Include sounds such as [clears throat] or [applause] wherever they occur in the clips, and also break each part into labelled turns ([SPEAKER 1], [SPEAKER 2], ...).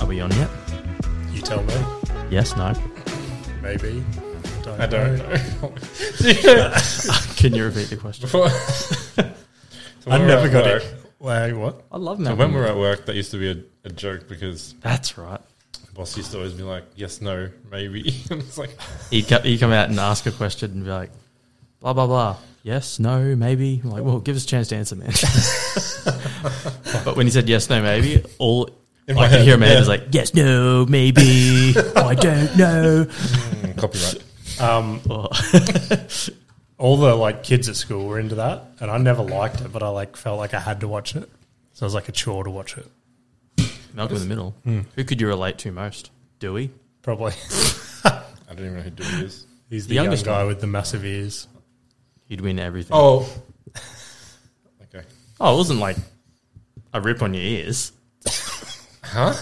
[SPEAKER 1] Are we on yet?
[SPEAKER 2] You tell me.
[SPEAKER 1] Yes, no.
[SPEAKER 2] Maybe. Don't
[SPEAKER 3] I don't
[SPEAKER 2] know.
[SPEAKER 3] know.
[SPEAKER 1] Can you repeat the question?
[SPEAKER 3] Before- So
[SPEAKER 2] I
[SPEAKER 3] when we're
[SPEAKER 2] never
[SPEAKER 3] at
[SPEAKER 2] got
[SPEAKER 3] work-
[SPEAKER 2] it. Wait, what?
[SPEAKER 1] I love
[SPEAKER 3] So
[SPEAKER 1] Malcolm.
[SPEAKER 3] when we were at work, that used to be a, a joke because
[SPEAKER 1] That's right.
[SPEAKER 3] the boss used to always be like, yes, no, maybe. [laughs] And it's
[SPEAKER 2] [laughs]
[SPEAKER 3] like,
[SPEAKER 1] He'd, co- he'd come out and ask a question and be like, blah, blah, blah. Yes, no, maybe. I'm like, well, give us a chance to answer, [laughs] man. but when he said yes, no, maybe, all I
[SPEAKER 3] In my
[SPEAKER 1] could
[SPEAKER 3] head,
[SPEAKER 1] hear in my head
[SPEAKER 3] yeah.
[SPEAKER 1] is like, yes, no, [laughs] maybe. I don't know.
[SPEAKER 3] mm, [laughs] copyright.
[SPEAKER 2] Um,
[SPEAKER 1] Oh,
[SPEAKER 2] [laughs] all the like kids at school were into that, and I never liked it, but I like felt like I had to watch it, so it was like a chore to watch it.
[SPEAKER 1] Malcolm in the middle. Who could you relate to most? Dewey?
[SPEAKER 2] Probably [laughs]
[SPEAKER 3] I don't even know who Dewey is.
[SPEAKER 2] he's
[SPEAKER 1] The
[SPEAKER 2] the young
[SPEAKER 1] youngest
[SPEAKER 2] guy
[SPEAKER 1] one.
[SPEAKER 2] with the massive ears.
[SPEAKER 1] He'd win everything. Oh,
[SPEAKER 3] Oh. okay.
[SPEAKER 1] it wasn't like a rip on your ears.
[SPEAKER 3] Huh?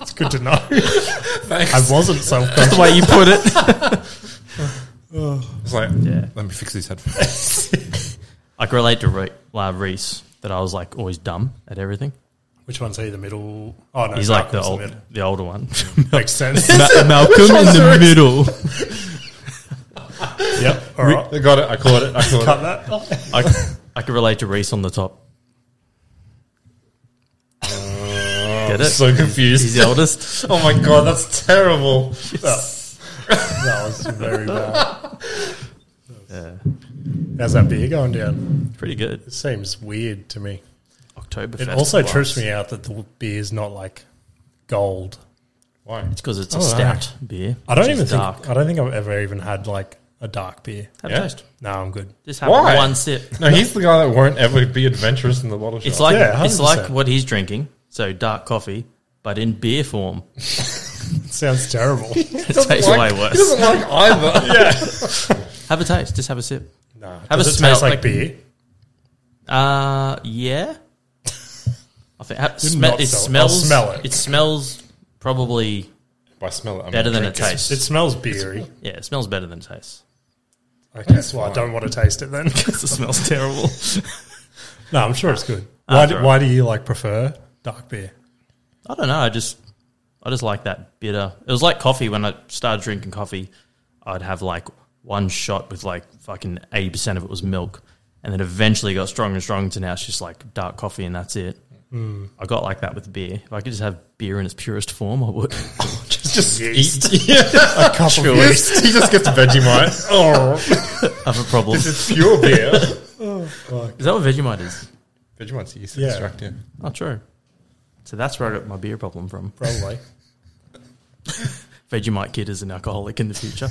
[SPEAKER 2] It's good to know. [laughs]
[SPEAKER 3] Thanks.
[SPEAKER 2] I wasn't self conscious.
[SPEAKER 1] The way you [laughs] put it.
[SPEAKER 3] It's like,
[SPEAKER 1] Yeah.
[SPEAKER 3] let me fix these headphones.
[SPEAKER 1] I can relate to Re- uh, Reese that I was like always dumb at everything.
[SPEAKER 2] Which one's he? The middle? Oh no,
[SPEAKER 1] He's like the,
[SPEAKER 2] Malcolm's
[SPEAKER 1] old,
[SPEAKER 2] middle.
[SPEAKER 1] the older
[SPEAKER 2] [laughs]
[SPEAKER 1] one. [laughs]
[SPEAKER 2] Makes sense.
[SPEAKER 1] Ma- Malcolm in the
[SPEAKER 2] [laughs]
[SPEAKER 1] middle.
[SPEAKER 2] yep. [laughs] All right.
[SPEAKER 3] I got it. I caught it. I caught
[SPEAKER 2] Cut
[SPEAKER 3] it.
[SPEAKER 2] that.
[SPEAKER 1] I, I could relate to Reese on the top.
[SPEAKER 2] Uh,
[SPEAKER 1] Get it?
[SPEAKER 3] I'm so
[SPEAKER 1] He's
[SPEAKER 3] confused.
[SPEAKER 1] the
[SPEAKER 2] [laughs]
[SPEAKER 1] oldest.
[SPEAKER 3] Oh my god, that's terrible.
[SPEAKER 2] That was very bad.
[SPEAKER 1] Yeah,
[SPEAKER 2] How's that beer going down?
[SPEAKER 1] pretty good.
[SPEAKER 2] It seems weird to me.
[SPEAKER 1] October.
[SPEAKER 2] It also trips me out that the beer's not like gold.
[SPEAKER 3] Why?
[SPEAKER 1] It's because it's a
[SPEAKER 2] Oh,
[SPEAKER 1] stout beer.
[SPEAKER 2] I don't
[SPEAKER 1] which is
[SPEAKER 2] even
[SPEAKER 1] dark.
[SPEAKER 2] think I don't think I've ever even had like a dark beer.
[SPEAKER 1] Have a
[SPEAKER 3] Yeah.
[SPEAKER 1] taste.
[SPEAKER 2] No, I'm good.
[SPEAKER 1] Just have
[SPEAKER 3] Why?
[SPEAKER 1] one sip.
[SPEAKER 3] No, he's the guy that won't ever be adventurous in the bottle shop.
[SPEAKER 1] It's like
[SPEAKER 2] Yeah,
[SPEAKER 1] it's
[SPEAKER 2] 100%.
[SPEAKER 1] like what he's drinking. So dark coffee, but in beer form.
[SPEAKER 2] It sounds
[SPEAKER 1] [laughs]
[SPEAKER 2] terrible.
[SPEAKER 1] It tastes way
[SPEAKER 3] He
[SPEAKER 1] worse.
[SPEAKER 3] doesn't like
[SPEAKER 1] [laughs]
[SPEAKER 3] either. yeah.
[SPEAKER 1] Have a taste. Just have a sip.
[SPEAKER 2] no,
[SPEAKER 1] Have
[SPEAKER 2] does
[SPEAKER 1] a
[SPEAKER 2] it
[SPEAKER 1] smell,
[SPEAKER 2] taste like,
[SPEAKER 1] like-
[SPEAKER 2] beer?
[SPEAKER 1] Uh, yeah. I think ha-
[SPEAKER 2] You're
[SPEAKER 1] sme-
[SPEAKER 2] not
[SPEAKER 1] it
[SPEAKER 2] sell- I'll
[SPEAKER 1] smells.
[SPEAKER 2] smell it.
[SPEAKER 1] It smells probably
[SPEAKER 3] I smell it. I'm
[SPEAKER 1] better than
[SPEAKER 3] gonna
[SPEAKER 1] it
[SPEAKER 3] drink
[SPEAKER 1] tastes.
[SPEAKER 2] It smells beery.
[SPEAKER 1] yeah, it smells better than it tastes.
[SPEAKER 2] Okay, well, I don't want to taste [laughs] it then. [laughs]
[SPEAKER 1] it smells terrible.
[SPEAKER 2] no, I'm sure it's good.
[SPEAKER 1] Ah,
[SPEAKER 2] Why,
[SPEAKER 1] it's
[SPEAKER 2] do,
[SPEAKER 1] alright.
[SPEAKER 2] why do you like prefer dark beer?
[SPEAKER 1] [laughs] I don't know. I just, I just like that bitter. It was like coffee when I started drinking coffee. I'd have like one shot with like fucking eighty percent of it was milk, and then eventually got stronger and stronger to now it's just like dark coffee and that's it.
[SPEAKER 2] Hmm.
[SPEAKER 1] I got like that with beer. If I could just have beer in its purest form, I
[SPEAKER 2] [laughs]
[SPEAKER 1] would. [laughs]
[SPEAKER 3] It's just
[SPEAKER 2] Yeast.
[SPEAKER 3] eat. Yeah.
[SPEAKER 2] A cup of
[SPEAKER 3] he
[SPEAKER 2] beer.
[SPEAKER 3] just he just gets Vegemite. Oh,
[SPEAKER 1] have a problem.
[SPEAKER 3] [laughs] this is pure beer.
[SPEAKER 1] Is that what Vegemite is?
[SPEAKER 3] Vegemite's yeast
[SPEAKER 2] Yeah.
[SPEAKER 3] extract. Yeah.
[SPEAKER 1] Oh, true. So that's where I got my beer problem from.
[SPEAKER 2] [laughs] Probably.
[SPEAKER 1] Vegemite kid is an alcoholic in the [laughs] future.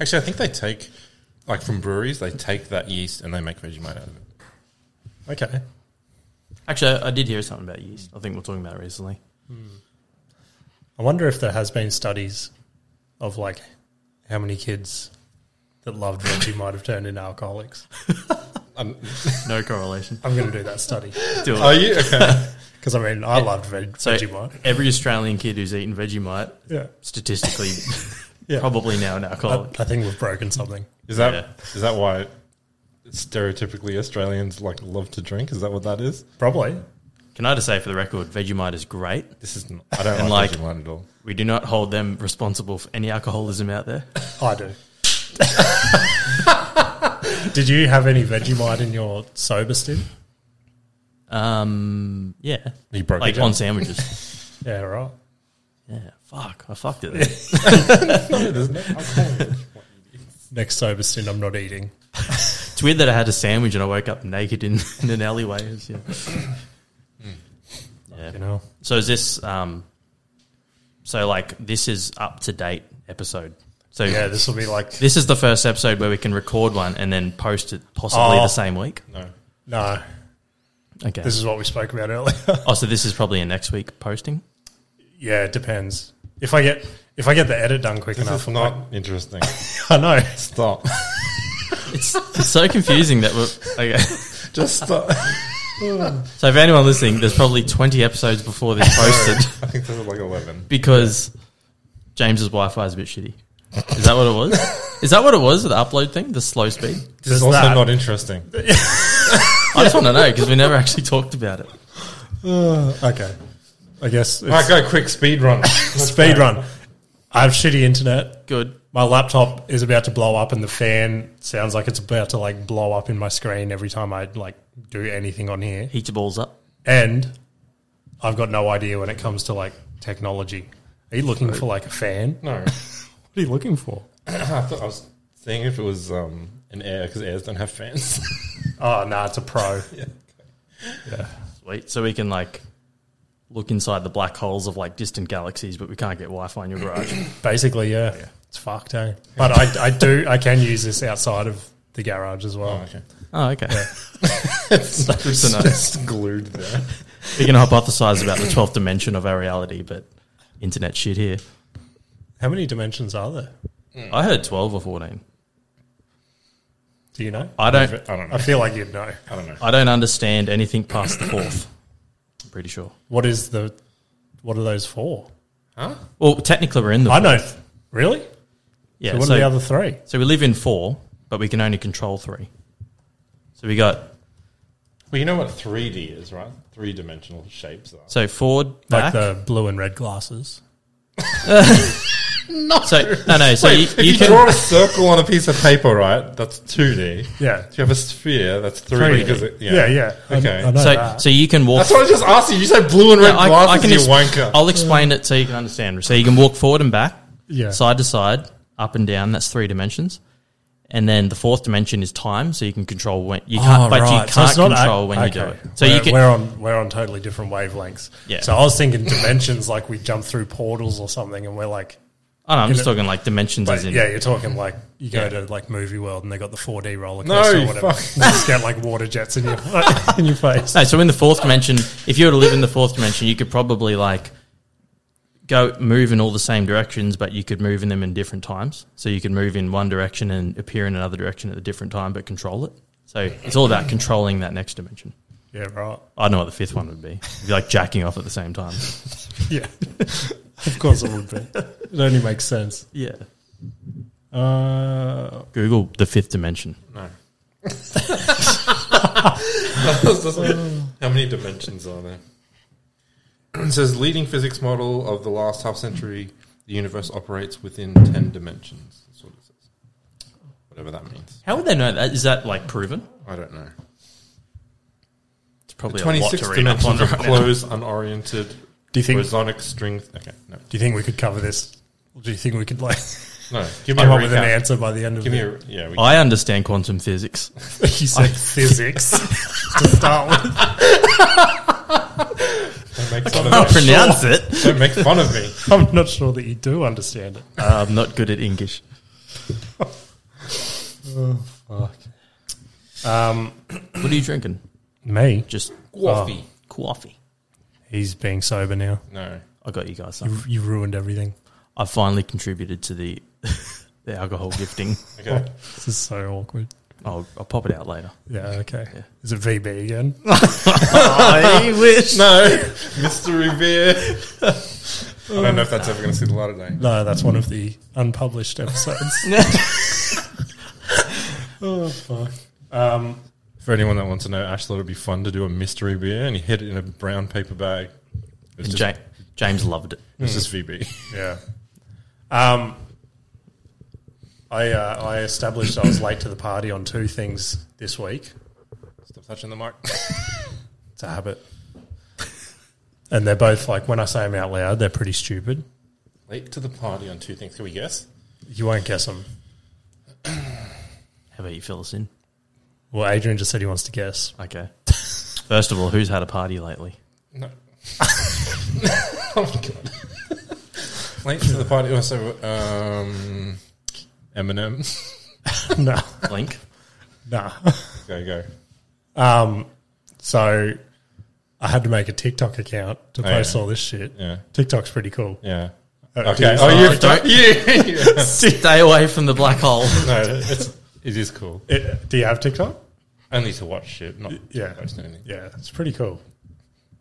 [SPEAKER 3] Actually, I think they take like from breweries, they take that yeast and they make Vegemite out of it.
[SPEAKER 2] Okay.
[SPEAKER 1] Actually, I I did hear something about yeast. I think we we're talking about it recently.
[SPEAKER 2] I wonder if there has been studies of like how many kids that loved Reggie might have turned into alcoholics.
[SPEAKER 3] Um,
[SPEAKER 1] No correlation.
[SPEAKER 2] I'm going to do that study
[SPEAKER 1] Do it.
[SPEAKER 3] are [laughs] you okay?
[SPEAKER 2] because I mean I loved Reg-
[SPEAKER 1] So
[SPEAKER 2] Reggie might.
[SPEAKER 1] every Australian kid who's eaten Vegemite,
[SPEAKER 2] Yeah,
[SPEAKER 1] [laughs] statistically,
[SPEAKER 2] Yeah.
[SPEAKER 1] probably now an
[SPEAKER 2] I,
[SPEAKER 1] alcoholic.
[SPEAKER 2] I think we've broken something.
[SPEAKER 3] Is that is
[SPEAKER 1] Yeah.
[SPEAKER 3] that why stereotypically Australians like love to drink? Is that what that is?
[SPEAKER 2] Probably.
[SPEAKER 1] Can I just say for the record, Vegemite is great.
[SPEAKER 3] This is not, I don't
[SPEAKER 1] And,
[SPEAKER 3] like,
[SPEAKER 1] like-
[SPEAKER 3] Vegemite at all.
[SPEAKER 1] We do not hold them responsible for any alcoholism out there.
[SPEAKER 2] I do. [laughs] Did you have any Vegemite in your sober stint?
[SPEAKER 1] Um, [laughs] yeah,
[SPEAKER 3] You broke
[SPEAKER 1] like
[SPEAKER 3] it down.
[SPEAKER 1] on sandwiches.
[SPEAKER 2] Yeah, right.
[SPEAKER 1] [laughs] yeah, fuck, I fucked it. There.
[SPEAKER 3] [laughs]
[SPEAKER 2] Next sober stint, I'm not eating.
[SPEAKER 1] It's weird that I had a sandwich and I woke up naked in, [laughs] in an alleyway. It was, yeah. Yeah.
[SPEAKER 2] You know,
[SPEAKER 1] So is this um so like this is up to date episode. So
[SPEAKER 2] yeah, this will be like
[SPEAKER 1] this is the first episode where we can record one and then post it possibly
[SPEAKER 2] Oh.
[SPEAKER 1] the same week.
[SPEAKER 3] No.
[SPEAKER 2] no.
[SPEAKER 1] Okay.
[SPEAKER 2] This is what we spoke about earlier. [laughs]
[SPEAKER 1] oh, so this is probably a next week posting.
[SPEAKER 2] yeah, it depends. If I get if I get the edit done quick
[SPEAKER 3] This
[SPEAKER 2] enough,
[SPEAKER 3] is
[SPEAKER 2] I'm
[SPEAKER 3] not
[SPEAKER 2] like-
[SPEAKER 3] interesting.
[SPEAKER 2] [laughs] I know.
[SPEAKER 3] Stop. [laughs]
[SPEAKER 1] It's, it's so confusing that we're okay.
[SPEAKER 3] Just stop.
[SPEAKER 1] [laughs] So if anyone listening, there's probably 20 episodes before this
[SPEAKER 2] [laughs]
[SPEAKER 1] posted
[SPEAKER 3] I think this is like eleven.
[SPEAKER 1] because James's Wi-Fi is a bit shitty. Is that what it was? Is that what it was? The upload thing, the slow speed.
[SPEAKER 3] This
[SPEAKER 2] There's
[SPEAKER 3] is also
[SPEAKER 2] that.
[SPEAKER 3] not interesting.
[SPEAKER 1] I just want to know because we never actually talked about it.
[SPEAKER 2] okay. I guess
[SPEAKER 3] All right,
[SPEAKER 2] it's
[SPEAKER 3] go quick speed run.
[SPEAKER 2] [laughs] speed run. I have shitty internet.
[SPEAKER 1] Good.
[SPEAKER 2] My laptop is about to blow up, and the fan sounds like it's about to like blow up in my screen every time I like do anything on here.
[SPEAKER 1] Heat your balls up.
[SPEAKER 2] And I've got no idea when it comes to like technology. Are you looking for like a fan?
[SPEAKER 3] No,
[SPEAKER 2] What are you looking for?
[SPEAKER 3] I thought I was seeing if it was um, an air because airs don't have fans.
[SPEAKER 2] Oh no, it's a [laughs] pro.
[SPEAKER 1] Sweet. So we can like look inside the black holes of like distant galaxies, but we can't get Wi-Fi in your garage.
[SPEAKER 2] [clears throat] Basically, yeah, it's fucked, eh? But I, I do, I can use this outside of the garage as well.
[SPEAKER 3] oh, okay.
[SPEAKER 1] oh, okay. [laughs]
[SPEAKER 3] it's
[SPEAKER 1] to know.
[SPEAKER 3] just glued there.
[SPEAKER 1] We can hypothesize about the twelfth dimension of our reality, but internet shit here.
[SPEAKER 2] How many dimensions are there?
[SPEAKER 1] I heard twelve or fourteen.
[SPEAKER 2] Do you know?
[SPEAKER 1] I don't.
[SPEAKER 3] I don't
[SPEAKER 2] I
[SPEAKER 3] know.
[SPEAKER 2] feel like you'd know.
[SPEAKER 3] I don't know.
[SPEAKER 1] I don't understand anything past the fourth. I'm pretty sure.
[SPEAKER 2] What is the? What are those for?
[SPEAKER 3] Huh?
[SPEAKER 1] Well, technically we're in the.
[SPEAKER 2] I know. th- Really?
[SPEAKER 1] Yeah.
[SPEAKER 2] So what
[SPEAKER 1] so-
[SPEAKER 2] are the other three?
[SPEAKER 1] So we live in four, but we can only control three. So we got
[SPEAKER 3] Well, you know what 3D is, right? Three dimensional shapes are.
[SPEAKER 1] so forward,
[SPEAKER 2] Like
[SPEAKER 1] back.
[SPEAKER 2] the blue and red glasses.
[SPEAKER 1] so no, no. So
[SPEAKER 3] Wait,
[SPEAKER 1] you,
[SPEAKER 3] if
[SPEAKER 1] you
[SPEAKER 3] you
[SPEAKER 2] [laughs]
[SPEAKER 1] can.
[SPEAKER 3] draw a circle on a piece of paper, right? That's 2D. If
[SPEAKER 2] Yeah.
[SPEAKER 3] you have a sphere, that's 3D.
[SPEAKER 2] 3D.
[SPEAKER 3] Because it,
[SPEAKER 2] Yeah, yeah. I-
[SPEAKER 3] Okay.
[SPEAKER 2] I know
[SPEAKER 1] So
[SPEAKER 2] that.
[SPEAKER 1] so you can walk.
[SPEAKER 3] That's what I just asked you. You said blue and red
[SPEAKER 1] I- I
[SPEAKER 3] glasses,
[SPEAKER 1] can
[SPEAKER 3] you
[SPEAKER 1] ex-
[SPEAKER 3] wanker.
[SPEAKER 1] I'll explain it so you can understand. So you can walk forward and back,
[SPEAKER 2] Yeah.
[SPEAKER 1] side to side, up and down. That's three dimensions. And then the fourth dimension is time, so you can control when you can't,
[SPEAKER 2] Oh,
[SPEAKER 1] but you
[SPEAKER 2] right.
[SPEAKER 1] can't
[SPEAKER 2] So it's not a-
[SPEAKER 1] control when you do
[SPEAKER 2] okay.
[SPEAKER 1] it. So
[SPEAKER 2] we're,
[SPEAKER 1] you can,
[SPEAKER 2] we're on we're on totally different wavelengths.
[SPEAKER 1] Yeah.
[SPEAKER 2] So I was thinking dimensions, like we jump through portals or something, and we're like,
[SPEAKER 1] I don't know, I'm just
[SPEAKER 2] know-
[SPEAKER 1] talking like dimensions
[SPEAKER 2] but
[SPEAKER 1] as in
[SPEAKER 2] yeah, you're talking like you go to like movie world and they got the 4D roller
[SPEAKER 3] No,
[SPEAKER 2] coaster or
[SPEAKER 3] you
[SPEAKER 2] whatever.
[SPEAKER 3] fuck.
[SPEAKER 2] You just get like water jets in your [laughs] in your face.
[SPEAKER 1] No, so in the fourth dimension, if you were to live in the fourth dimension, you could probably like go move in all the same directions, but you could move in them in different times. So you could move in one direction and appear in another direction at a different time, but control it. So it's all about controlling that next dimension.
[SPEAKER 2] Yeah, right.
[SPEAKER 1] I don't know what the fifth one would be. It'd be like jacking off at the same time.
[SPEAKER 2] [laughs] Yeah, of course it would be. It only makes sense.
[SPEAKER 1] Yeah.
[SPEAKER 2] Uh,
[SPEAKER 1] Google the fifth dimension.
[SPEAKER 3] No. How many dimensions are there? It says leading physics model of the last half century, the universe operates within ten dimensions. That's what it says. Whatever that means,
[SPEAKER 1] How would they know that? Is that like proven?
[SPEAKER 3] I don't know.
[SPEAKER 1] It's probably a lot
[SPEAKER 3] Twenty-six
[SPEAKER 1] to read up on
[SPEAKER 3] dimensions of
[SPEAKER 1] right now.
[SPEAKER 3] closed, unoriented,
[SPEAKER 2] do you think? Do
[SPEAKER 3] bosonic string. Okay, no,
[SPEAKER 2] you think we could cover this? Or do you think we could like
[SPEAKER 3] no. Give me
[SPEAKER 2] come
[SPEAKER 3] a
[SPEAKER 2] up with an
[SPEAKER 3] recap.
[SPEAKER 2] answer by the end of
[SPEAKER 3] Give me
[SPEAKER 2] it?
[SPEAKER 3] a yeah. We,
[SPEAKER 1] [laughs] I understand quantum [laughs] physics.
[SPEAKER 2] [laughs] you said
[SPEAKER 3] [laughs]
[SPEAKER 2] physics [laughs] to start with.
[SPEAKER 3] don't make fun
[SPEAKER 1] I'll
[SPEAKER 3] of me.
[SPEAKER 1] pronounce it.
[SPEAKER 3] Don't make fun of me.
[SPEAKER 2] I'm not sure that you do understand it.
[SPEAKER 1] Uh, I'm not good at English.
[SPEAKER 2] Um,
[SPEAKER 1] What are you drinking?
[SPEAKER 2] me,
[SPEAKER 1] Just
[SPEAKER 3] Coffee.
[SPEAKER 1] coffee.
[SPEAKER 2] he's being sober now.
[SPEAKER 3] Oh, No.
[SPEAKER 1] I got you guys. Something.
[SPEAKER 2] You ruined everything.
[SPEAKER 1] I finally contributed to the [laughs] the alcohol gifting.
[SPEAKER 3] Okay.
[SPEAKER 2] This is so awkward.
[SPEAKER 1] I'll, I'll pop it out later.
[SPEAKER 2] Yeah. Okay. Is it VB again?
[SPEAKER 1] [laughs] I wish.
[SPEAKER 3] No, [laughs] Mr.
[SPEAKER 2] [laughs]
[SPEAKER 3] Revere. I don't know if that's ever going to see the light of day.
[SPEAKER 2] No, that's one of the
[SPEAKER 3] [laughs]
[SPEAKER 2] unpublished episodes. [laughs] oh fuck. Um,
[SPEAKER 3] For anyone that wants to know, Ash thought it'd be fun to do a mystery beer, and he hid it in a brown paper bag. It's just,
[SPEAKER 1] Ja- James loved it.
[SPEAKER 3] it's
[SPEAKER 2] Mm.
[SPEAKER 3] just VB.
[SPEAKER 2] yeah. Um, I uh, I established I was late to the party on two things this week.
[SPEAKER 3] Stop touching the mic.
[SPEAKER 2] It's a habit. And they're both like when I say them out loud, they're pretty stupid.
[SPEAKER 3] Late to the party on two things. Can we guess?
[SPEAKER 2] You won't guess them.
[SPEAKER 1] How about you fill us in?
[SPEAKER 2] Well, Adrian just said he wants to guess. [laughs]
[SPEAKER 1] Okay. First of all, who's had a party lately?
[SPEAKER 2] [laughs]
[SPEAKER 3] No. [laughs] oh my god. Late to the party. Also, um, Eminem.
[SPEAKER 2] no,
[SPEAKER 1] Link.
[SPEAKER 2] no.
[SPEAKER 3] go go.
[SPEAKER 2] Um, so I had to make a TikTok account to
[SPEAKER 3] Oh, yeah.
[SPEAKER 2] post all this shit.
[SPEAKER 3] Yeah.
[SPEAKER 2] TikTok's pretty cool.
[SPEAKER 3] Yeah.
[SPEAKER 2] Uh,
[SPEAKER 3] Okay.
[SPEAKER 2] do
[SPEAKER 3] Oh,
[SPEAKER 2] you-
[SPEAKER 3] you've done. You. [laughs]
[SPEAKER 2] [laughs]
[SPEAKER 1] Stay away from the black hole.
[SPEAKER 3] no, it's, it is cool.
[SPEAKER 2] It- eh, do you have TikTok?
[SPEAKER 3] Only to watch shit, not
[SPEAKER 2] Yeah.
[SPEAKER 3] post anything.
[SPEAKER 2] Yeah, it's pretty cool.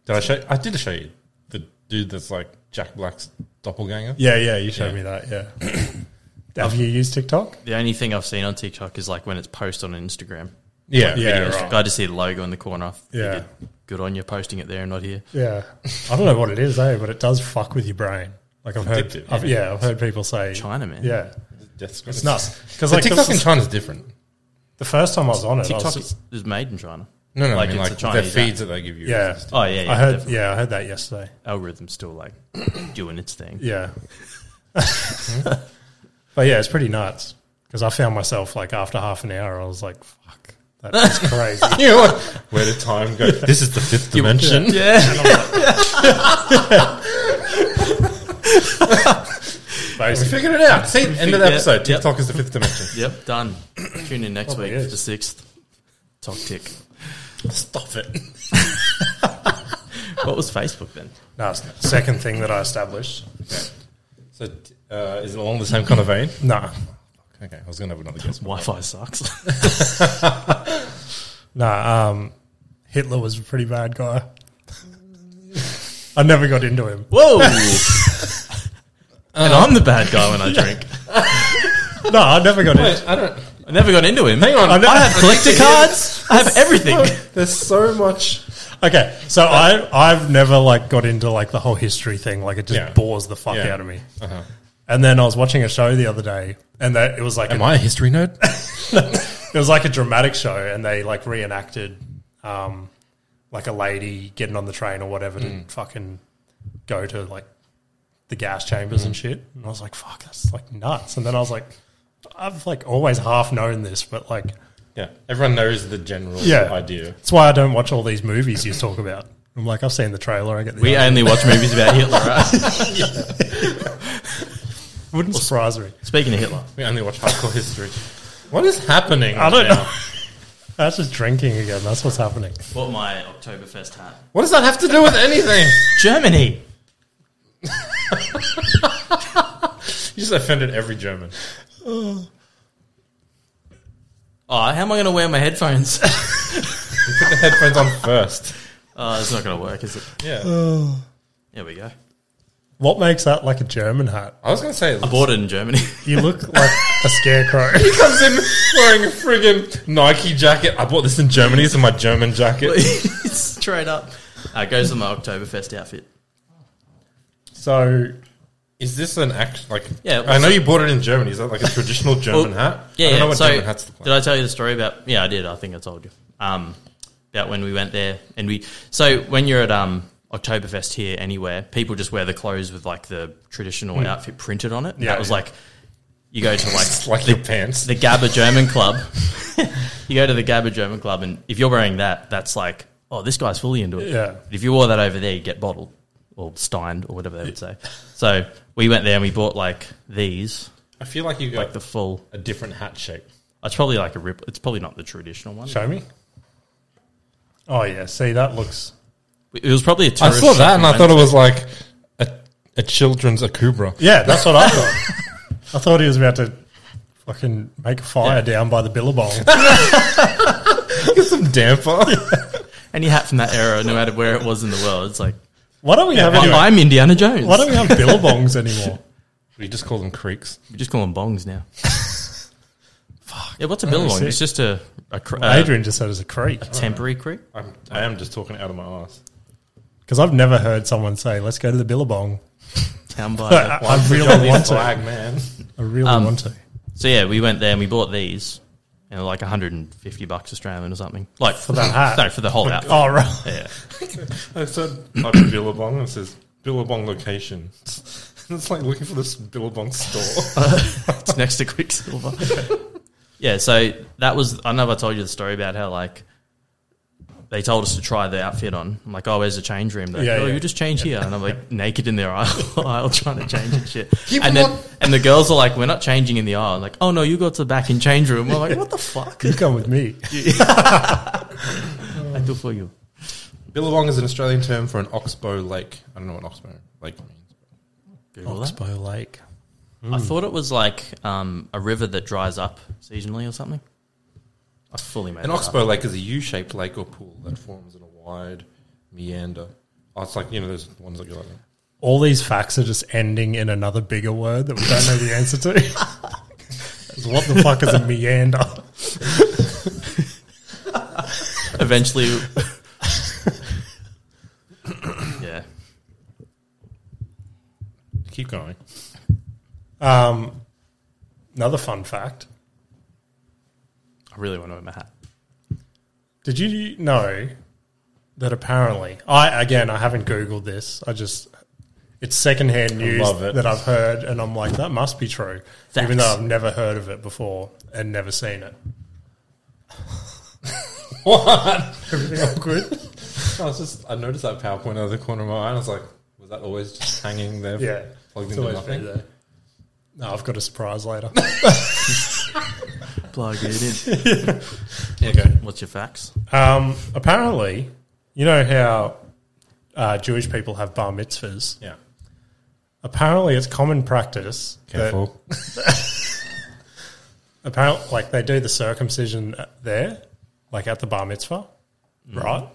[SPEAKER 3] Did I show? I did show you the dude that's like Jack Black's doppelganger.
[SPEAKER 2] Yeah, yeah. You showed
[SPEAKER 3] Yeah.
[SPEAKER 2] me that. Yeah. [coughs] have you used TikTok?
[SPEAKER 1] The only thing I've seen on TikTok is like when it's posted on Instagram.
[SPEAKER 3] Yeah,
[SPEAKER 2] Yeah,
[SPEAKER 1] videos.
[SPEAKER 2] right.
[SPEAKER 1] I just see the logo in the corner. I
[SPEAKER 2] Yeah. Oh,
[SPEAKER 1] figured, Good on you posting it there and not here.
[SPEAKER 2] Yeah, I don't know what it is though, but it does fuck with your brain. Like I've heard,
[SPEAKER 3] addictive,
[SPEAKER 2] I've, yeah, I've heard people say
[SPEAKER 1] China, man.
[SPEAKER 2] Yeah,
[SPEAKER 3] Death squad.
[SPEAKER 2] it's nuts because
[SPEAKER 3] But
[SPEAKER 2] like
[SPEAKER 3] TikTok in
[SPEAKER 2] the,
[SPEAKER 3] China's different.
[SPEAKER 2] the first time I was on it, I was
[SPEAKER 1] TikTok
[SPEAKER 2] just-
[SPEAKER 1] is, is made in China.
[SPEAKER 3] No, no,
[SPEAKER 1] Like,
[SPEAKER 3] I mean,
[SPEAKER 1] it's a
[SPEAKER 3] like their
[SPEAKER 1] Chinese
[SPEAKER 3] feeds that they give you.
[SPEAKER 2] Yeah.
[SPEAKER 3] is-
[SPEAKER 1] Oh yeah, yeah
[SPEAKER 2] I heard,
[SPEAKER 1] definitely.
[SPEAKER 2] yeah, I heard that yesterday.
[SPEAKER 1] algorithm's still like doing its thing.
[SPEAKER 2] Yeah,
[SPEAKER 1] Hmm?
[SPEAKER 2] [laughs] but yeah, it's pretty nuts because I found myself like after half an hour, I was like, fuck,
[SPEAKER 1] [laughs]
[SPEAKER 2] that's crazy.
[SPEAKER 3] You know what? Where did time go? This is the fifth dimension.
[SPEAKER 1] Yeah,
[SPEAKER 3] We
[SPEAKER 2] Basically,
[SPEAKER 3] figured it out. See, end of the
[SPEAKER 1] Yeah.
[SPEAKER 3] episode.
[SPEAKER 1] Yep.
[SPEAKER 3] TikTok is the fifth dimension.
[SPEAKER 1] yep, done. Tune in next
[SPEAKER 2] Probably
[SPEAKER 1] week for
[SPEAKER 2] is.
[SPEAKER 1] the sixth. Tock tick.
[SPEAKER 3] Stop it.
[SPEAKER 1] What was Facebook then?
[SPEAKER 2] no, it's the second thing that I established.
[SPEAKER 3] So, t- uh, is it along the same kind of vein?
[SPEAKER 2] No,
[SPEAKER 3] Okay, I was going to have another guess.
[SPEAKER 1] Wi-Fi sucks.
[SPEAKER 2] no, um, Hitler was a pretty bad guy. [laughs] I never got into him.
[SPEAKER 1] Whoa! and I'm the bad guy when I drink.
[SPEAKER 2] No, I never got into.
[SPEAKER 3] Wait, I don't.
[SPEAKER 1] I never got into him. Hang
[SPEAKER 3] on.
[SPEAKER 1] I, have collector cards. I have everything.
[SPEAKER 3] [laughs] There's so much.
[SPEAKER 2] Okay, so I I've never like got into like the whole history thing. Like it just
[SPEAKER 3] Yeah.
[SPEAKER 2] bores the fuck
[SPEAKER 3] Yeah.
[SPEAKER 2] out of me.
[SPEAKER 3] Uh-huh.
[SPEAKER 2] And then I was watching a show the other day, and that it was like a,
[SPEAKER 3] Am I a history nerd?
[SPEAKER 2] it was like a dramatic show, and they like reenacted, um, like a lady getting on the train or whatever
[SPEAKER 3] Mm.
[SPEAKER 2] to fucking go to like the gas chambers
[SPEAKER 3] Mm.
[SPEAKER 2] and shit. And I was like, fuck, that's like nuts. And then I was like, I've like always half known this, but like
[SPEAKER 3] yeah, everyone knows the general
[SPEAKER 2] Yeah.
[SPEAKER 3] idea.
[SPEAKER 2] that's why I don't watch all these movies you talk about. I'm like, I've seen the trailer. I get the
[SPEAKER 1] We
[SPEAKER 2] idea.
[SPEAKER 1] only watch movies about Hitler. Right? [laughs]
[SPEAKER 2] wouldn't surprise me.
[SPEAKER 1] Speaking of Hitler,
[SPEAKER 3] We only watch hardcore history. What is happening?
[SPEAKER 2] I don't
[SPEAKER 3] now?
[SPEAKER 2] know. [laughs] That's just drinking again. That's what's happening.
[SPEAKER 1] bought my Oktoberfest hat.
[SPEAKER 3] What does that have to do with anything?
[SPEAKER 1] Germany.
[SPEAKER 3] You just offended every German.
[SPEAKER 1] Oh, how am I going to wear my headphones? [laughs]
[SPEAKER 3] Put the headphones on first.
[SPEAKER 1] Oh, it's not going to work, is it?
[SPEAKER 3] Yeah.
[SPEAKER 1] There we go.
[SPEAKER 2] What makes that like a German hat?
[SPEAKER 3] I was going to say,
[SPEAKER 1] I bought it in Germany. [laughs]
[SPEAKER 2] You look like a scarecrow.
[SPEAKER 3] he comes in wearing a friggin' Nike jacket. I bought this in Germany. It's in my German jacket.
[SPEAKER 1] Straight up. Uh, it goes with my Oktoberfest outfit.
[SPEAKER 2] So
[SPEAKER 3] Is this an act? Like,
[SPEAKER 1] Yeah,
[SPEAKER 3] I know
[SPEAKER 1] so-
[SPEAKER 3] you bought it in Germany. Is that like a traditional German
[SPEAKER 1] Well,
[SPEAKER 3] hat?
[SPEAKER 1] Yeah,
[SPEAKER 3] I don't know
[SPEAKER 1] yeah.
[SPEAKER 3] what
[SPEAKER 1] so
[SPEAKER 3] German hats look like.
[SPEAKER 1] did I tell you the story about? Yeah, I did. I think I told you um, about when we went there and we. So when you're at um, Oktoberfest here, anywhere, people just wear the clothes with like the traditional
[SPEAKER 3] Hmm.
[SPEAKER 1] outfit printed on it.
[SPEAKER 2] Yeah,
[SPEAKER 1] that was
[SPEAKER 2] yeah.
[SPEAKER 1] like you go to
[SPEAKER 3] It's
[SPEAKER 1] like
[SPEAKER 3] like [laughs] your pants.
[SPEAKER 1] the Gabba German Club. [laughs] you go to the Gabba German Club, and if you're wearing that, that's like, oh, this guy's fully into it.
[SPEAKER 2] Yeah.
[SPEAKER 1] If you wore that over there, you get bottled or steined or whatever they would say. So we went there and we bought like these,
[SPEAKER 3] I feel like you got
[SPEAKER 1] like the full.
[SPEAKER 3] a different hat shape.
[SPEAKER 1] It's probably like a rip. It's probably not the traditional one.
[SPEAKER 2] show me. Oh yeah, see that looks.
[SPEAKER 1] It was probably a
[SPEAKER 3] I
[SPEAKER 1] tourist.
[SPEAKER 3] saw that and I
[SPEAKER 1] supplement.
[SPEAKER 3] thought it was like a, a children's [laughs] Akubra.
[SPEAKER 2] Yeah, that's what I thought. I thought he was about to fucking make a fire
[SPEAKER 1] Yeah.
[SPEAKER 2] down by the billabong.
[SPEAKER 3] Get some damper.
[SPEAKER 1] any hat from that era, no matter where it was in the world. It's like "Oh,
[SPEAKER 2] Why don't we have any,
[SPEAKER 1] I'm Indiana Jones.
[SPEAKER 2] Why don't we have billabongs anymore?
[SPEAKER 3] We just call them creeks.
[SPEAKER 1] we just call them bongs
[SPEAKER 3] [laughs]
[SPEAKER 1] now? Yeah, what's a billabong?
[SPEAKER 2] sick.
[SPEAKER 1] It's just a, a, cr- a
[SPEAKER 2] Adrian just said it's a creek
[SPEAKER 1] temporary
[SPEAKER 3] [laughs]
[SPEAKER 1] creek.
[SPEAKER 3] I'm, I am just talking out of my ass.
[SPEAKER 2] because I've never heard someone say, "Let's go to the billabong."
[SPEAKER 1] Town by
[SPEAKER 2] But I,
[SPEAKER 1] the-
[SPEAKER 2] I really
[SPEAKER 3] Jolly
[SPEAKER 2] want to. I
[SPEAKER 3] flag, man.
[SPEAKER 2] really
[SPEAKER 1] Um,
[SPEAKER 2] want to.
[SPEAKER 1] So yeah, we went there and we bought these, and like 150 bucks Australian or something. Like for
[SPEAKER 2] that
[SPEAKER 1] [laughs]
[SPEAKER 2] hat?
[SPEAKER 1] No, for the
[SPEAKER 2] [laughs]
[SPEAKER 1] whole outfit.
[SPEAKER 2] Oh right.
[SPEAKER 1] Yeah.
[SPEAKER 3] I said [coughs] like Billabong and it says Billabong location. [laughs] It's like looking for this Billabong
[SPEAKER 2] [laughs]
[SPEAKER 3] store.
[SPEAKER 1] it's next to Quicksilver. yeah, so that was. I know I told you the story about how like they told us to try the outfit on. I'm like, oh, where's the change room? They're Like,
[SPEAKER 2] Yeah,
[SPEAKER 1] oh,
[SPEAKER 2] yeah.
[SPEAKER 1] you just change here, and I'm like naked in their aisle, [laughs] aisle trying to change and shit.
[SPEAKER 3] Keep
[SPEAKER 1] and then
[SPEAKER 3] on-
[SPEAKER 1] and the girls are like, we're not changing in the aisle. I'm like, oh no, you go to the back and change room. I'm like, what the fuck?
[SPEAKER 2] You come
[SPEAKER 1] [laughs]
[SPEAKER 2] with me. [laughs]
[SPEAKER 1] I do for you.
[SPEAKER 3] Billabong is an Australian term for an oxbow lake. I don't know what oxbow lake means.
[SPEAKER 1] Google that.
[SPEAKER 2] Oxbow Lake.
[SPEAKER 1] I thought it was like um, a river that dries up seasonally or something. I fully made
[SPEAKER 3] An
[SPEAKER 1] that up.
[SPEAKER 3] oxbow lake is a U-shaped lake or pool that forms in a wide meander. Oh, it's like you know those ones that go like. that.
[SPEAKER 2] All these facts are just ending in another bigger word that we don't know the answer [laughs] to. what the fuck is a meander?
[SPEAKER 1] [laughs] eventually. yeah.
[SPEAKER 3] Keep going. [laughs]
[SPEAKER 2] Um, another fun fact.
[SPEAKER 1] I really want to wear my hat.
[SPEAKER 2] Did you know that apparently I again I haven't googled this. I just it's secondhand news
[SPEAKER 3] love it.
[SPEAKER 2] that I've heard, and I'm like that must be true,
[SPEAKER 1] Facts.
[SPEAKER 2] even though I've never heard of it before and never seen it.
[SPEAKER 3] What?
[SPEAKER 2] Everything all good?
[SPEAKER 3] I was just I noticed that PowerPoint out of the corner of my eye. and I was like, was that always just hanging there?
[SPEAKER 2] yeah,
[SPEAKER 3] plugged
[SPEAKER 2] It's
[SPEAKER 3] into
[SPEAKER 2] always been
[SPEAKER 3] nothing.
[SPEAKER 2] there. No, I've got a
[SPEAKER 3] [laughs]
[SPEAKER 2] surprise later.
[SPEAKER 1] Plug it in.
[SPEAKER 2] okay.
[SPEAKER 1] What's your facts?
[SPEAKER 2] Um, apparently, you know how uh, Jewish people have bar mitzvahs.
[SPEAKER 3] Yeah.
[SPEAKER 2] Apparently, it's common practice. that-
[SPEAKER 3] Careful.
[SPEAKER 2] apparently like they do the circumcision at- there, like at the bar mitzvah,
[SPEAKER 3] Mm.
[SPEAKER 2] right?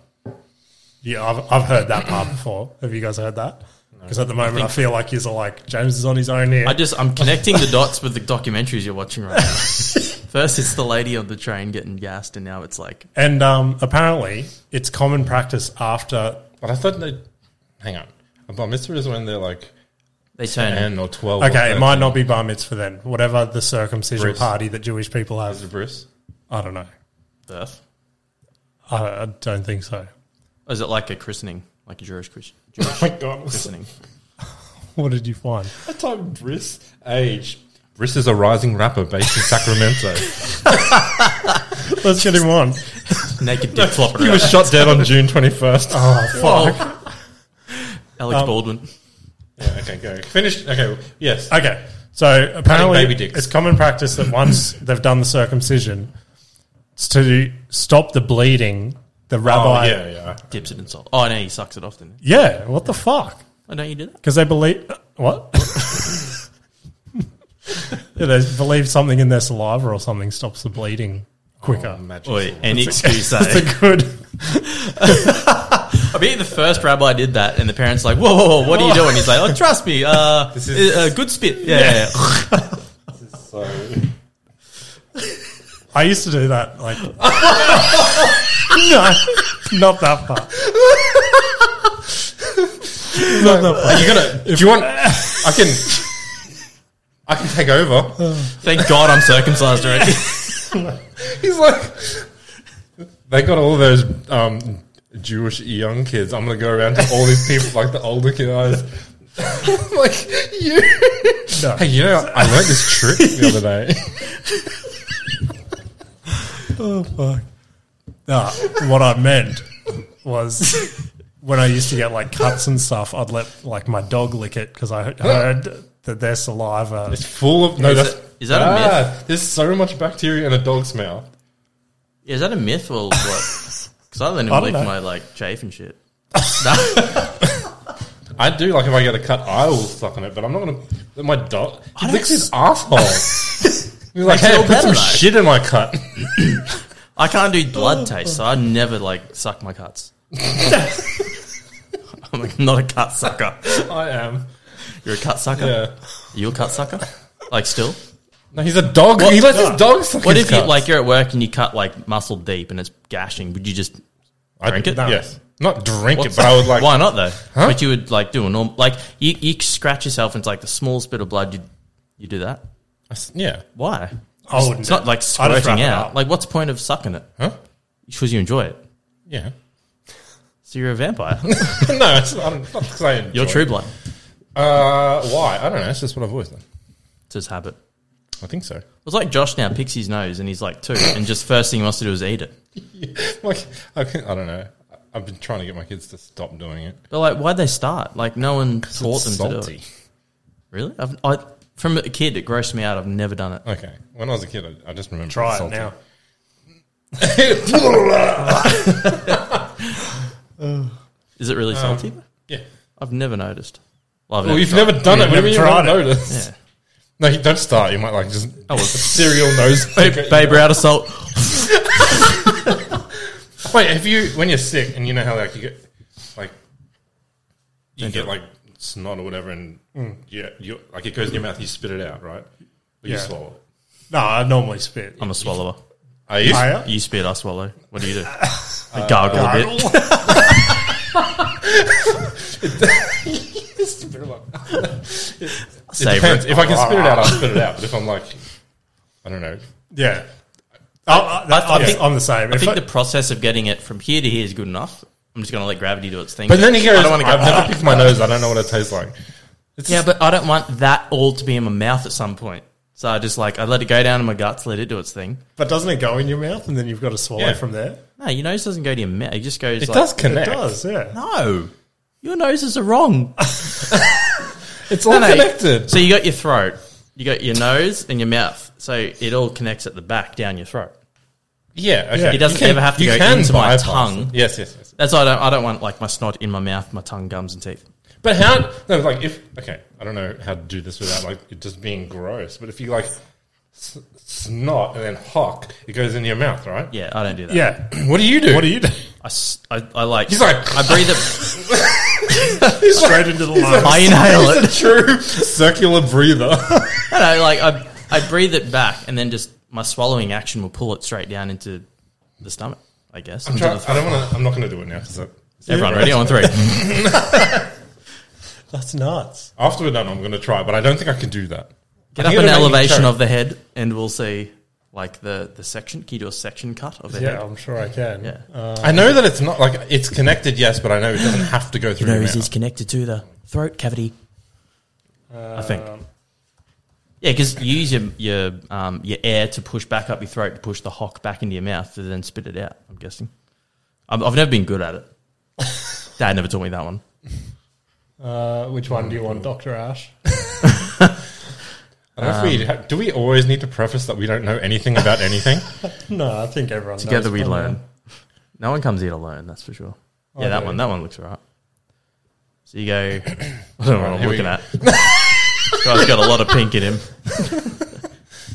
[SPEAKER 2] Yeah, I've, I've heard that part before. Have you guys heard that? Because at the moment, I, feel like he's like James is on his own here.
[SPEAKER 1] I just I'm connecting the dots with the documentaries you're watching [laughs] right now. First, it's the lady on the train getting gassed, and now it's like
[SPEAKER 2] and um, apparently, it's common practice after.
[SPEAKER 3] But I thought they. Hang on. A bar mitzvah is when they're like
[SPEAKER 1] they turn.
[SPEAKER 3] ten or twelve.
[SPEAKER 2] Okay, it might not be bar mitzvah then. Whatever the circumcision
[SPEAKER 3] Bris.
[SPEAKER 2] party that Jewish people
[SPEAKER 3] Is
[SPEAKER 2] have,
[SPEAKER 3] it bris?
[SPEAKER 2] I don't know.
[SPEAKER 1] birth.
[SPEAKER 2] I, I don't think so. [laughs]
[SPEAKER 1] Or Oh, is it like a christening, like a Jewish Christian
[SPEAKER 3] Oh my god!
[SPEAKER 1] [laughs] christening?
[SPEAKER 2] What did
[SPEAKER 3] [laughs]
[SPEAKER 2] you find?
[SPEAKER 3] I typed bris age. Bris is a rising rapper based in [laughs] Sacramento.
[SPEAKER 2] Let's get him [laughs] on.
[SPEAKER 1] Naked dick [laughs] flopping
[SPEAKER 3] he
[SPEAKER 1] around.
[SPEAKER 3] was shot dead on June twenty first.
[SPEAKER 1] Oh. Alex
[SPEAKER 2] Um,
[SPEAKER 1] Baldwin.
[SPEAKER 3] Yeah, okay, go. Finished. Okay, yes.
[SPEAKER 2] Okay. So apparently,
[SPEAKER 3] baby dicks.
[SPEAKER 2] it's common practice
[SPEAKER 3] [laughs]
[SPEAKER 2] that once they've done the circumcision, it's to stop the bleeding. The rabbi,
[SPEAKER 3] oh,
[SPEAKER 2] yeah.
[SPEAKER 3] yeah, yeah.
[SPEAKER 1] Dips it in salt. Oh, no, he sucks it often.
[SPEAKER 2] what the fuck?
[SPEAKER 1] Why Oh, don't you do that?
[SPEAKER 2] Because they believe uh,
[SPEAKER 3] [laughs]
[SPEAKER 2] what? yeah, they believe something in their saliva or something stops the bleeding quicker.
[SPEAKER 3] Magic.
[SPEAKER 1] Oi, [laughs] any excuse.
[SPEAKER 2] That's
[SPEAKER 1] eh?
[SPEAKER 2] a good.
[SPEAKER 1] I mean, the first rabbi did that, and the parents like, "Whoa, whoa, whoa! What are you doing?" He's like, "Oh, trust me. Uh,
[SPEAKER 3] This is-
[SPEAKER 1] uh, good spit. Yeah, yeah, yeah.
[SPEAKER 3] So,
[SPEAKER 2] I used to do that. Like, [laughs] no, not that far. not that far.
[SPEAKER 3] you gotta. If you want, I can. I can take [laughs] over.
[SPEAKER 1] Thank God I'm circumcised already.
[SPEAKER 3] He's like, they got all those um, Jewish young kids. I'm gonna go around to all these people, like the older guys. I'm [laughs] like you.
[SPEAKER 2] No.
[SPEAKER 3] Hey, you know, I learned this trick the other day. [laughs]
[SPEAKER 2] Oh fuck. No, what I meant was when I used to get like cuts and stuff, I'd let like my dog lick it because I heard that their saliva.
[SPEAKER 3] It's full of no.
[SPEAKER 1] Is
[SPEAKER 3] that's
[SPEAKER 1] that- is that a
[SPEAKER 3] myth? There's so much bacteria in a dog's mouth.
[SPEAKER 1] Yeah, is that a myth or what? Because I don't
[SPEAKER 2] I
[SPEAKER 1] even
[SPEAKER 2] don't
[SPEAKER 1] lick
[SPEAKER 2] know.
[SPEAKER 1] my like chafe and shit.
[SPEAKER 3] I do like if I get a cut, I will suck on it, but I'm not gonna. My dog
[SPEAKER 1] don't
[SPEAKER 3] he
[SPEAKER 1] s-
[SPEAKER 3] licks his
[SPEAKER 1] [laughs]
[SPEAKER 3] asshole. He's like, hey,
[SPEAKER 1] feel
[SPEAKER 3] I put
[SPEAKER 1] better though."
[SPEAKER 3] some shit in my cut. [laughs]
[SPEAKER 1] I can't do blood taste, so I never like suck my cuts. I'm like, not a cut sucker.
[SPEAKER 3] I am.
[SPEAKER 1] You're a cut sucker.
[SPEAKER 3] Yeah.
[SPEAKER 1] Are you a cut sucker? Like still?
[SPEAKER 3] No, he's a dog. He lets his dog suck.
[SPEAKER 1] What
[SPEAKER 3] his
[SPEAKER 1] if you
[SPEAKER 3] cuts.
[SPEAKER 1] like you're at work and you cut like muscle deep and it's gashing? Would you just
[SPEAKER 3] I
[SPEAKER 1] drink it?
[SPEAKER 3] No.
[SPEAKER 1] No.
[SPEAKER 3] Yes, not drink
[SPEAKER 1] What's-
[SPEAKER 3] it, but I would like.
[SPEAKER 1] Why not though? But you would like do a normal like you, you scratch yourself and it's like the smallest bit of blood you you do that.
[SPEAKER 3] I s- Yeah,
[SPEAKER 1] Why?
[SPEAKER 2] I wouldn't.
[SPEAKER 1] It's not like
[SPEAKER 2] just wrap
[SPEAKER 1] squirting
[SPEAKER 2] it
[SPEAKER 1] out.
[SPEAKER 2] up.
[SPEAKER 1] Like what's the point of sucking it?
[SPEAKER 3] huh?
[SPEAKER 1] Because you enjoy it.
[SPEAKER 3] Yeah. [laughs]
[SPEAKER 1] So you're a
[SPEAKER 2] [laughs]
[SPEAKER 1] vampire.
[SPEAKER 3] no, it's not because I enjoy.
[SPEAKER 1] You're true blood.
[SPEAKER 3] it. Uh, why? I don't know. It's just what I've always done.
[SPEAKER 1] It's his habit.
[SPEAKER 3] I think so.
[SPEAKER 1] It's like Josh now picks his nose and he's like two, and just first thing he wants to do is eat it.
[SPEAKER 3] like, I, can, I don't know. I've been trying to get my kids to stop doing it.
[SPEAKER 1] But like, why'd they start? Like, no one taught them
[SPEAKER 3] It's
[SPEAKER 1] to do it. Really? I've, I, from a kid, it grossed me out. I've never done it.
[SPEAKER 3] Okay. When I was a kid, I, I just remember
[SPEAKER 2] Try
[SPEAKER 3] it's
[SPEAKER 2] it
[SPEAKER 3] salty.
[SPEAKER 2] now.
[SPEAKER 1] Is it really
[SPEAKER 2] Um.
[SPEAKER 1] salty?
[SPEAKER 3] yeah.
[SPEAKER 1] I've never noticed. Well, I've
[SPEAKER 3] Well,
[SPEAKER 2] Oh,
[SPEAKER 1] never
[SPEAKER 3] you've
[SPEAKER 1] tried.
[SPEAKER 3] never done
[SPEAKER 2] You've
[SPEAKER 3] it. What do you mean
[SPEAKER 2] never
[SPEAKER 3] you've
[SPEAKER 2] tried it.
[SPEAKER 3] noticed?
[SPEAKER 1] Yeah.
[SPEAKER 3] No, you don't start. You might like just
[SPEAKER 1] Oh, well.
[SPEAKER 3] serial nose.
[SPEAKER 1] [laughs] Babe, babe, we're out of salt.
[SPEAKER 3] Wait, if you when you're sick and you know how like you get like you
[SPEAKER 1] Don't do
[SPEAKER 3] get
[SPEAKER 1] it.
[SPEAKER 3] like snot or whatever, and yeah, you like it goes in your mouth. You spit it out, right? But You
[SPEAKER 2] Yeah.
[SPEAKER 3] swallow it.
[SPEAKER 2] No, I normally spit.
[SPEAKER 1] I'm a swallower.
[SPEAKER 3] Are you?
[SPEAKER 2] Higher?
[SPEAKER 1] You spit, I swallow. What do
[SPEAKER 3] [laughs]
[SPEAKER 1] you do? I gargle a bit.
[SPEAKER 3] It's a bit of a- it
[SPEAKER 1] Savor
[SPEAKER 3] depends.
[SPEAKER 1] it.
[SPEAKER 3] If I can spit it
[SPEAKER 1] [laughs]
[SPEAKER 3] out, I'll spit it out. But if I'm like, I don't know,
[SPEAKER 2] [laughs] Yeah. Oh, I,
[SPEAKER 1] I- I think-
[SPEAKER 2] am the same.
[SPEAKER 1] I
[SPEAKER 2] If
[SPEAKER 1] think
[SPEAKER 2] I-
[SPEAKER 1] the process of getting it from here to here is good enough. I'm just going to let gravity do its thing.
[SPEAKER 3] But then he goes,
[SPEAKER 1] I don't wanna go, ah."
[SPEAKER 3] I've never picked my nose. I don't know what it tastes like. It's
[SPEAKER 1] Yeah, but I don't want that all to be in my mouth at some point. So I just like I let it go down in my guts, let it do its thing.
[SPEAKER 2] but doesn't it go in your mouth and then you've got to swallow
[SPEAKER 3] Yeah.
[SPEAKER 2] from there?
[SPEAKER 1] No, your nose doesn't go to your mouth. It just goes.
[SPEAKER 3] it
[SPEAKER 1] like,
[SPEAKER 3] does connect.
[SPEAKER 2] It does, yeah.
[SPEAKER 1] No, your noses are wrong.
[SPEAKER 3] It's all
[SPEAKER 1] No, no,
[SPEAKER 3] connected.
[SPEAKER 1] So you got your throat, you got your nose, and your mouth. So it all connects at the back down your throat.
[SPEAKER 3] Yeah, okay.
[SPEAKER 2] Yeah. It
[SPEAKER 1] doesn't
[SPEAKER 3] You can-
[SPEAKER 1] ever have to
[SPEAKER 3] you
[SPEAKER 1] go
[SPEAKER 3] can
[SPEAKER 1] into my
[SPEAKER 3] bypass
[SPEAKER 1] tongue.
[SPEAKER 3] it. Yes, yes, yes.
[SPEAKER 1] That's why I don't. I don't want like my snot in my mouth, my tongue, gums, and teeth.
[SPEAKER 3] But how? No, like if okay, I don't know how to do this without like it just being gross. But if you like s- snot and then hock, it goes into your mouth, right?
[SPEAKER 1] Yeah, I don't do that.
[SPEAKER 2] Yeah.
[SPEAKER 3] What do you do?
[SPEAKER 2] What
[SPEAKER 1] [laughs]
[SPEAKER 2] do you do?
[SPEAKER 1] I, s- I- I like.
[SPEAKER 3] He's like-
[SPEAKER 1] I breathe it.
[SPEAKER 2] Straight into the lungs. [laughs]
[SPEAKER 1] I inhale [laughs] it.
[SPEAKER 3] It's a
[SPEAKER 1] [laughs]
[SPEAKER 3] true circular breather.
[SPEAKER 1] No, no, like I, I breathe it back, and then just my swallowing action will pull it straight down into the stomach. I guess.
[SPEAKER 3] I'm
[SPEAKER 1] Into
[SPEAKER 3] trying,
[SPEAKER 1] the
[SPEAKER 3] I don't want to. I'm not going to do it now because
[SPEAKER 1] Everyone ready on three.
[SPEAKER 2] That's nuts.
[SPEAKER 3] after we're done, I'm going to try. But I don't think I can do that.
[SPEAKER 1] Get
[SPEAKER 3] I
[SPEAKER 1] up an
[SPEAKER 3] think it'll make me
[SPEAKER 1] elevation
[SPEAKER 3] choke.
[SPEAKER 1] of the head, and we'll see like the the section. Can you do a section cut of the
[SPEAKER 2] Yeah,
[SPEAKER 1] head?
[SPEAKER 2] I'm sure I can.
[SPEAKER 1] Yeah.
[SPEAKER 3] I know that it's not like it's connected, yes, but I know it doesn't have to go through. your
[SPEAKER 1] nose
[SPEAKER 3] mouth.
[SPEAKER 1] is connected to the throat cavity. I think. Yeah, because you use your your um, your air to push back up your throat to push the hock back into your mouth to then spit it out. I'm guessing. I've, I've never been good at it. Dad never taught me that one.
[SPEAKER 2] Uh, which one do you want, Dr. Ash? [laughs]
[SPEAKER 3] I don't know if we ha- do we always need to preface that we don't know anything about anything?
[SPEAKER 2] No, I think everyone knows
[SPEAKER 1] Together we
[SPEAKER 2] by now.
[SPEAKER 1] learn. No one comes here to learn, that's for sure. Yeah, that
[SPEAKER 2] Okay.
[SPEAKER 1] one. That one looks alright. So you go. [coughs] I don't know what I'm
[SPEAKER 3] here we
[SPEAKER 1] looking
[SPEAKER 3] go.
[SPEAKER 1] at. This guy's got a lot of pink in him.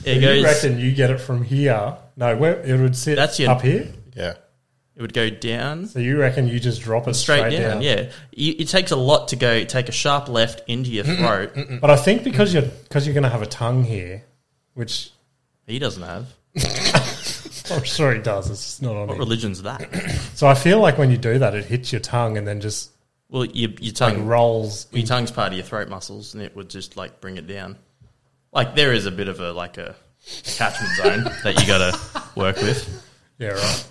[SPEAKER 1] it
[SPEAKER 2] You
[SPEAKER 1] goes.
[SPEAKER 2] reckon you get it from here? No, where it would sit
[SPEAKER 1] That's your-
[SPEAKER 2] up here.
[SPEAKER 3] [laughs] yeah.
[SPEAKER 1] It would go down.
[SPEAKER 2] So you reckon you just drop it
[SPEAKER 1] straight,
[SPEAKER 2] straight,
[SPEAKER 1] down, Yeah, you, it takes a lot to go. Take a sharp left into your throat.
[SPEAKER 2] But I think because you're because you're going to have a tongue here, which [laughs]
[SPEAKER 1] He doesn't have.
[SPEAKER 2] I'm sure he does. It's just not on.
[SPEAKER 1] What
[SPEAKER 2] It.
[SPEAKER 1] religion's that?
[SPEAKER 2] So I feel like when you do that, it hits your tongue and then just
[SPEAKER 1] Well, your, your
[SPEAKER 2] like
[SPEAKER 1] tongue,
[SPEAKER 2] rolls.
[SPEAKER 1] your tongue's part of your throat muscles, and it would just like bring it down. Like there is a bit of a like a catchment zone that you got to work with,
[SPEAKER 2] Yeah, right.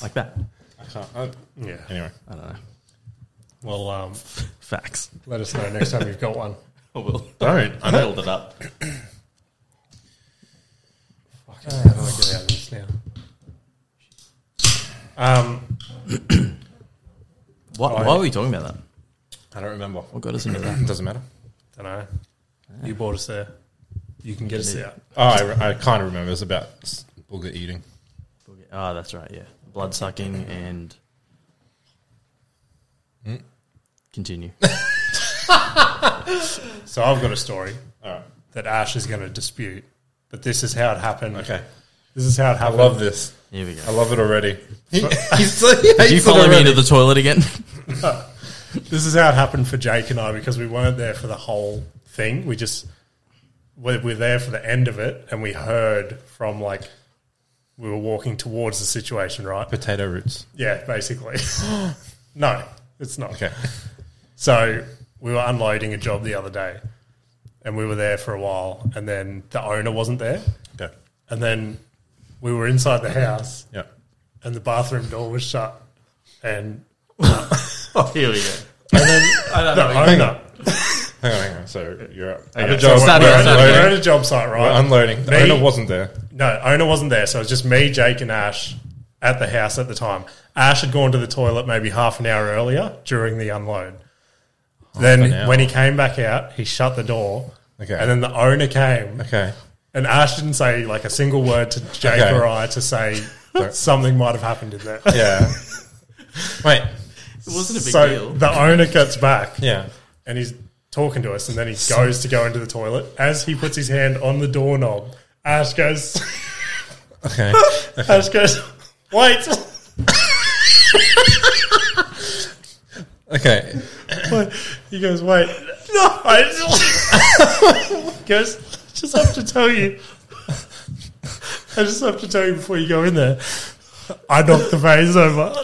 [SPEAKER 1] like that.
[SPEAKER 3] I can't, I,
[SPEAKER 2] Yeah.
[SPEAKER 3] anyway,
[SPEAKER 1] I don't know.
[SPEAKER 2] Well, um,
[SPEAKER 1] Facts.
[SPEAKER 2] let us know next time you've got
[SPEAKER 1] [laughs]
[SPEAKER 2] one.
[SPEAKER 1] I will.
[SPEAKER 3] don't.
[SPEAKER 1] Oh, I nailed it up.
[SPEAKER 2] How do I get out of this now? Um,
[SPEAKER 1] What, why were we talking about that?
[SPEAKER 3] I don't remember.
[SPEAKER 1] What got us into that?
[SPEAKER 3] It [laughs] doesn't matter.
[SPEAKER 2] don't know. You brought us there. You can get us out.
[SPEAKER 3] Oh, I, re- I kind of remember. It was about s- booger eating.
[SPEAKER 1] Ah, that's right. Yeah, blood sucking and Mm. continue.
[SPEAKER 2] So I've got a story
[SPEAKER 3] All right.
[SPEAKER 2] that Ash is going to dispute, but this is how it happened.
[SPEAKER 3] Okay.
[SPEAKER 2] This is how it
[SPEAKER 3] I
[SPEAKER 2] happened.
[SPEAKER 3] love this.
[SPEAKER 1] Here [laughs] we go.
[SPEAKER 3] I love it already. [laughs] He, he's so, he hates
[SPEAKER 1] Did you
[SPEAKER 3] it
[SPEAKER 1] follow me
[SPEAKER 3] already.
[SPEAKER 1] into the toilet [laughs] again?
[SPEAKER 2] This is how it happened for Jake and I because we weren't there for the whole thing. We just we we're there for the end of it, and we heard from like we were walking towards the situation, right?
[SPEAKER 3] potato roots?
[SPEAKER 2] Yeah,
[SPEAKER 3] [gasps]
[SPEAKER 2] basically. no, it's not.
[SPEAKER 3] Okay.
[SPEAKER 2] So we were unloading a job the other day, and we were there for a while, and then the owner wasn't there,
[SPEAKER 3] Okay.
[SPEAKER 2] and then we were inside the house,
[SPEAKER 3] Yeah.
[SPEAKER 2] and the bathroom door was shut, and
[SPEAKER 1] Here we go.
[SPEAKER 2] the owner.
[SPEAKER 3] Hang on, hang on. So you're up.
[SPEAKER 2] Okay,
[SPEAKER 3] At a
[SPEAKER 2] so
[SPEAKER 3] job,
[SPEAKER 1] starting,
[SPEAKER 2] we're- we're
[SPEAKER 3] we're
[SPEAKER 1] starting.
[SPEAKER 2] unloading-
[SPEAKER 3] unloading.
[SPEAKER 2] we're at a job site,
[SPEAKER 3] We're
[SPEAKER 2] right?
[SPEAKER 3] unloading. The
[SPEAKER 2] Me?
[SPEAKER 3] owner wasn't there.
[SPEAKER 2] No, owner wasn't there, so it was just me, Jake, and Ash at the house at the time. Ash had gone to the toilet maybe half an hour earlier during the unload.
[SPEAKER 3] an hour.
[SPEAKER 2] Then when he came back out, he shut the door.
[SPEAKER 3] Okay.
[SPEAKER 2] And then the owner came,
[SPEAKER 3] Okay.
[SPEAKER 2] and Ash didn't say like a single word to Jake
[SPEAKER 3] Okay.
[SPEAKER 2] or I to say something might have happened in there.
[SPEAKER 3] [laughs] Yeah. Wait.
[SPEAKER 1] It wasn't a big
[SPEAKER 2] so
[SPEAKER 1] deal.
[SPEAKER 2] the owner gets back,
[SPEAKER 3] Yeah.
[SPEAKER 2] and he's talking to us, and then he goes to go into the toilet. As he puts his hand on the doorknob, Ash goes. [laughs]
[SPEAKER 1] [laughs]
[SPEAKER 3] Okay.
[SPEAKER 2] Ash goes, wait.
[SPEAKER 3] Okay.
[SPEAKER 2] Wait. He goes, wait. No. I [laughs] just, he goes, "I just have to tell you. I just have to tell you before you go in there. I knocked the vase over.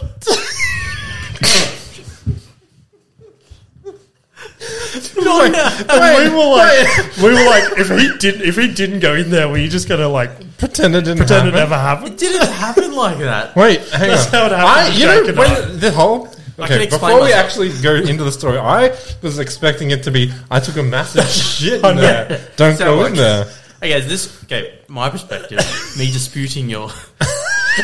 [SPEAKER 1] No,
[SPEAKER 2] And we were like, we were like, if he didn't, if he didn't go in there, were you just gonna like
[SPEAKER 3] Pretend it didn't
[SPEAKER 2] pretend it
[SPEAKER 3] happen.
[SPEAKER 2] never happened?
[SPEAKER 1] It didn't happen like that.
[SPEAKER 3] Wait, hang
[SPEAKER 2] That's
[SPEAKER 3] on.
[SPEAKER 2] how it happened
[SPEAKER 3] I,
[SPEAKER 2] to
[SPEAKER 3] you
[SPEAKER 2] Jack
[SPEAKER 3] know,
[SPEAKER 2] and I.
[SPEAKER 3] when the whole.
[SPEAKER 1] I can
[SPEAKER 3] Okay,
[SPEAKER 1] explain
[SPEAKER 3] before we
[SPEAKER 1] myself.
[SPEAKER 3] actually go into the story, I was expecting it to be I took
[SPEAKER 1] [laughs]
[SPEAKER 3] a massive shit
[SPEAKER 2] I
[SPEAKER 3] in
[SPEAKER 2] know.
[SPEAKER 3] there. Don't
[SPEAKER 1] That's Oh, how it
[SPEAKER 3] go in
[SPEAKER 1] works.
[SPEAKER 3] there.
[SPEAKER 1] Okay, guys, this okay. My [laughs] perspective, me disputing [laughs] your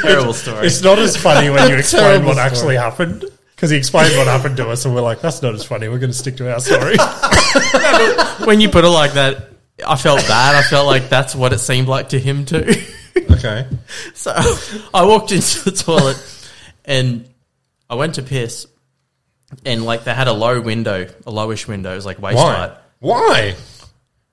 [SPEAKER 1] terrible story.
[SPEAKER 2] It's not as funny when [laughs] you
[SPEAKER 3] A
[SPEAKER 2] explain
[SPEAKER 3] terrible
[SPEAKER 2] what
[SPEAKER 3] story.
[SPEAKER 2] actually happened because he explained what happened to us, and we're like, that's not as funny. We're gonna stick to our story.
[SPEAKER 1] when you put it like that, I felt bad. I felt like that's what it seemed like to him too. [laughs]
[SPEAKER 3] Okay.
[SPEAKER 1] so [laughs] I walked into the toilet and I went to piss, and like they had a low window, a lowish window. It was like waist height.
[SPEAKER 3] Why? Why?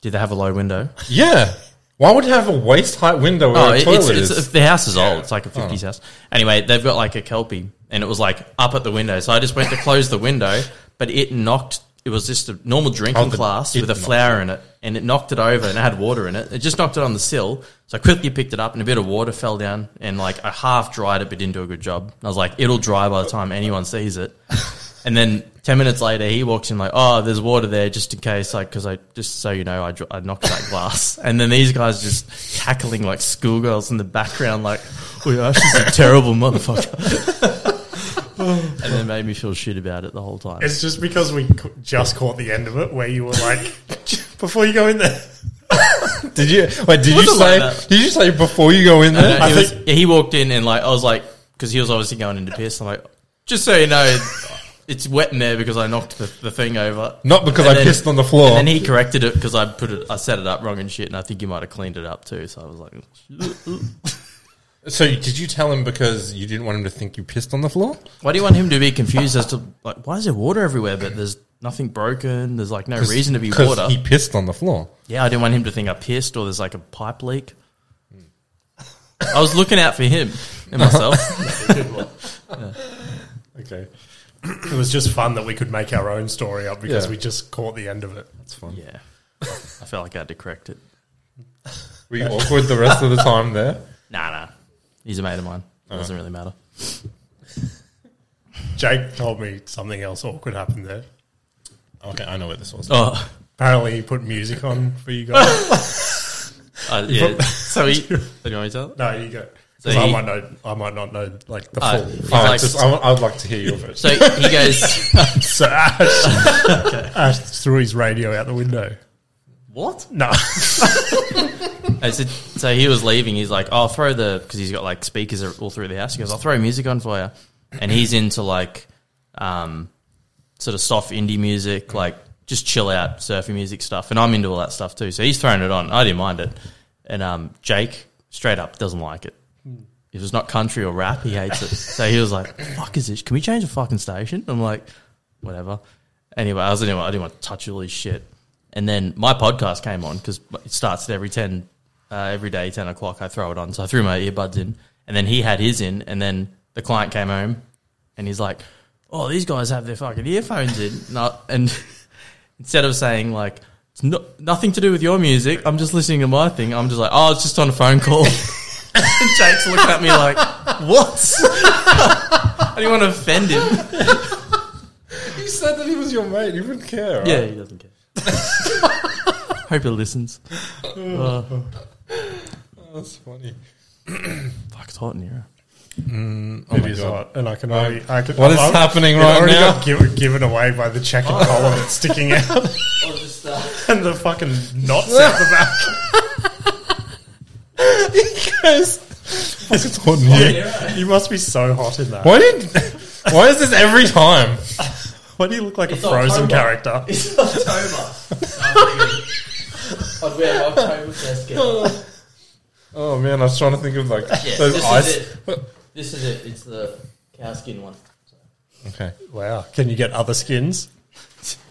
[SPEAKER 1] Did they have a low window?
[SPEAKER 3] Yeah. Why would you have a waist height window where
[SPEAKER 1] Oh,
[SPEAKER 3] a
[SPEAKER 1] it-
[SPEAKER 3] toilet
[SPEAKER 1] it's, it's,
[SPEAKER 3] is? Oh.
[SPEAKER 1] the house is old. It's like a 50s house. Anyway, they've got like a Kelpie, and it was like up at the window. So I just went to close the window, but it knocked. It was just a normal drinking
[SPEAKER 3] Oh, the-
[SPEAKER 1] glass
[SPEAKER 3] it
[SPEAKER 1] with a
[SPEAKER 3] knocked
[SPEAKER 1] flower in it, and it knocked it over, and it had water in it. It just knocked it on the sill. So I quickly picked it up, and a bit of water fell down, and like I half dried it, but didn't do a good job. And I was like, it'll dry by the time anyone sees it. And then ten minutes later, he walks in like, "Oh, there's water there, just in case, like, because I just so you know, I, dr- I knocked that
[SPEAKER 2] [laughs]
[SPEAKER 1] glass." And then these guys just cackling like schoolgirls in the background, like, "Oh, yeah, she's a terrible
[SPEAKER 2] [laughs]
[SPEAKER 1] motherfucker," and then made me feel shit about it the whole time.
[SPEAKER 2] [laughs] it's just because we c- just caught the end of it, where you were like, [laughs] before you go in there.
[SPEAKER 1] [laughs]
[SPEAKER 3] Did you wait? Did you
[SPEAKER 1] Wasn't like
[SPEAKER 3] say?
[SPEAKER 1] that.
[SPEAKER 3] did you say before you go in
[SPEAKER 1] And
[SPEAKER 3] there?
[SPEAKER 1] then
[SPEAKER 2] I
[SPEAKER 1] it was-
[SPEAKER 2] think-
[SPEAKER 1] yeah, he walked in and like I was like, because he was obviously going into piss. I'm like, just so you know, it's wet in there because I knocked the, the thing over.
[SPEAKER 3] Not because
[SPEAKER 1] And
[SPEAKER 3] I
[SPEAKER 1] then-
[SPEAKER 3] pissed on the
[SPEAKER 1] And
[SPEAKER 3] floor.
[SPEAKER 1] then he corrected it because I put it, I set it up wrong and shit, and I think he might have cleaned it up too. So I was like,
[SPEAKER 3] so did you tell him because you didn't want him to think you pissed on the floor?
[SPEAKER 1] Why do you want him to be confused as to like why is there water everywhere but there's nothing broken? There's like no reason to be
[SPEAKER 3] 'Cause
[SPEAKER 1] water.
[SPEAKER 3] He pissed on the floor.
[SPEAKER 1] yeah, I didn't want him to think I pissed or there's like a pipe leak. I was looking out for him and myself.
[SPEAKER 3] [laughs] Okay,
[SPEAKER 2] It was just fun that we could make our own story up because
[SPEAKER 3] Yeah.
[SPEAKER 2] we just caught the end of it.
[SPEAKER 3] that's fun.
[SPEAKER 1] yeah, I felt like I had to correct it.
[SPEAKER 3] Were you awkward the rest of the time there?
[SPEAKER 1] Nah, nah, he's a mate of mine. It doesn't really matter.
[SPEAKER 2] Jake told me something else awkward happened there.
[SPEAKER 3] Okay, I know where this was.
[SPEAKER 1] Oh,
[SPEAKER 2] Apparently, he put music on for you [laughs] guys.
[SPEAKER 1] uh,
[SPEAKER 3] [laughs]
[SPEAKER 1] yeah. so he. Do you want me to tell? it?
[SPEAKER 2] no, you go. 'Cause
[SPEAKER 1] So
[SPEAKER 2] I
[SPEAKER 1] he-
[SPEAKER 2] might know. I might not know like the
[SPEAKER 1] Uh,
[SPEAKER 2] full.
[SPEAKER 1] he's
[SPEAKER 3] Oh,
[SPEAKER 1] like-
[SPEAKER 3] just, I, would- I would like to hear your version.
[SPEAKER 1] so he
[SPEAKER 3] [laughs]
[SPEAKER 1] goes,
[SPEAKER 2] So Ash,
[SPEAKER 1] [laughs]
[SPEAKER 2] Ash threw his radio out the window.
[SPEAKER 1] "What?"
[SPEAKER 2] [laughs] No,
[SPEAKER 1] I said, so he was leaving. He's like, "Oh, I'll throw the, because he's got like speakers all through the house. He goes, I'll throw music on for you. And he's into like, um, sort of soft indie music, like just chill out, surfy music stuff. And I'm into all that stuff too. So he's throwing it on. I didn't mind it. And, um, Jake straight up doesn't like it. It was not country or rap. He hates it. So he was like, fuck is this? Can we change the fucking station? I'm like, whatever. Anyway, I was anyway, I didn't want to touch all his shit. And then my podcast came on because it starts at every 10, uh, every day, 10 o'clock, I throw it on. So I threw my earbuds in and then he had his in and then the client came home and he's like, oh, these guys have their fucking earphones in. And, I, and [laughs] instead of saying like, it's no, nothing to do with your music, I'm just listening to my thing. I'm just like, oh, it's just on a phone call. [laughs] And Jake's looking at me like, [laughs] what? I didn't want to offend him.
[SPEAKER 3] You said that [laughs] he was your mate. You wouldn't care.
[SPEAKER 1] Yeah, he doesn't care. [laughs] Hope he listens. Uh,
[SPEAKER 3] Oh, that's funny.
[SPEAKER 1] fuck, it's hot in here.
[SPEAKER 2] it is hot, and I can already. I can,
[SPEAKER 3] Um, What is
[SPEAKER 2] I've-
[SPEAKER 3] happening
[SPEAKER 2] it
[SPEAKER 3] right
[SPEAKER 2] already
[SPEAKER 3] now? Oh.
[SPEAKER 2] Got give, given away by the checking collar that's
[SPEAKER 3] [laughs]
[SPEAKER 2] sticking out
[SPEAKER 1] uh,
[SPEAKER 2] and the fucking knots out the back.
[SPEAKER 3] [laughs] Guys, it's hot in here.
[SPEAKER 2] You must be so hot in that.
[SPEAKER 3] Why did? Why is this every time?
[SPEAKER 2] Why do you look like
[SPEAKER 1] It's
[SPEAKER 2] a frozen
[SPEAKER 1] October.
[SPEAKER 2] character?
[SPEAKER 1] [laughs] It's October. [laughs] I'd wear October
[SPEAKER 3] Oh man, I was trying to think of like
[SPEAKER 1] this
[SPEAKER 3] those
[SPEAKER 1] is
[SPEAKER 3] ice.
[SPEAKER 1] it. This is it. It's the cow skin one.
[SPEAKER 3] Okay,
[SPEAKER 2] Wow. Can you get other skins?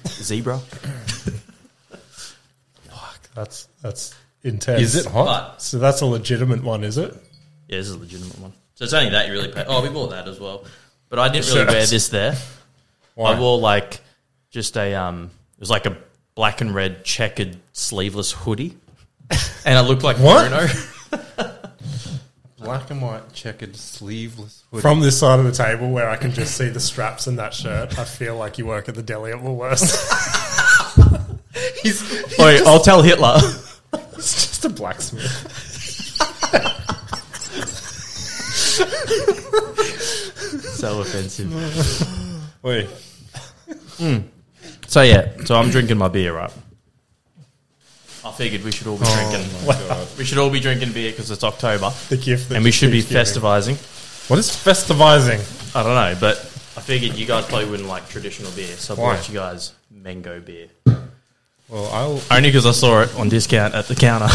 [SPEAKER 1] Zebra.
[SPEAKER 2] That's that's intense.
[SPEAKER 3] is it hot?
[SPEAKER 1] But
[SPEAKER 2] So that's a legitimate one, is it?
[SPEAKER 1] Yeah, this is a legitimate one. So it's only that you really pay. Oh, we bought that as well, but I didn't really
[SPEAKER 2] Shirts.
[SPEAKER 1] wear this there.
[SPEAKER 3] Why?
[SPEAKER 1] I wore like just a um, it was like a black and red checkered sleeveless hoodie, and I looked like
[SPEAKER 3] What?
[SPEAKER 1] Bruno.
[SPEAKER 3] black and white checkered sleeveless hoodie.
[SPEAKER 2] From this side of the table where I can just see the straps in that shirt, I feel like you work at the deli at Woolworths. [laughs]
[SPEAKER 3] he's,
[SPEAKER 1] Wait, I'll tell
[SPEAKER 3] [laughs]
[SPEAKER 1] Hitler.
[SPEAKER 3] he's just a blacksmith.
[SPEAKER 1] so offensive.
[SPEAKER 3] Wait,
[SPEAKER 1] So yeah, so I'm drinking my beer, right? I figured we should all be
[SPEAKER 3] Oh,
[SPEAKER 1] drinking. We should all be drinking beer because it's October,
[SPEAKER 2] the gift that
[SPEAKER 1] and we
[SPEAKER 2] just
[SPEAKER 1] should be
[SPEAKER 2] keeps giving.
[SPEAKER 1] festivizing.
[SPEAKER 3] what is festivizing?
[SPEAKER 1] I don't know, but I figured you guys probably wouldn't like traditional beer, so I
[SPEAKER 3] Why?
[SPEAKER 1] bought you guys mango beer.
[SPEAKER 3] Well, I'll.
[SPEAKER 1] Only because I saw it on discount at the [laughs] counter.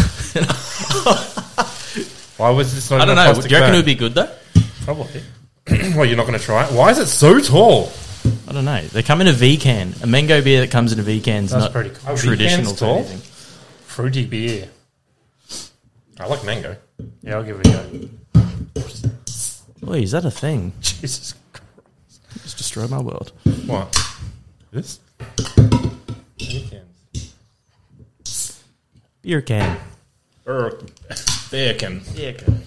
[SPEAKER 3] Why was this not?
[SPEAKER 1] I
[SPEAKER 3] in
[SPEAKER 1] don't
[SPEAKER 3] a
[SPEAKER 1] know. Do
[SPEAKER 3] plastic
[SPEAKER 1] you reckon
[SPEAKER 3] bag?
[SPEAKER 1] it would be good though?
[SPEAKER 2] Probably.
[SPEAKER 3] [clears throat] well, you're not going to try it. Why is it so tall?
[SPEAKER 1] I don't know. They come in a V can. A mango beer that comes in a V can's
[SPEAKER 2] That's
[SPEAKER 1] not
[SPEAKER 2] pretty cool.
[SPEAKER 3] Oh, V
[SPEAKER 1] traditional
[SPEAKER 3] can's
[SPEAKER 1] to
[SPEAKER 3] tall?
[SPEAKER 1] anything.
[SPEAKER 2] Fruity beer.
[SPEAKER 3] I like mango.
[SPEAKER 2] Yeah, I'll give it a go.
[SPEAKER 1] Oi, is that a thing?
[SPEAKER 2] Jesus Christ.
[SPEAKER 1] It's destroyed my world.
[SPEAKER 3] What? This? Cans.
[SPEAKER 1] Beer can.
[SPEAKER 3] Er, beer can.
[SPEAKER 1] Beer can.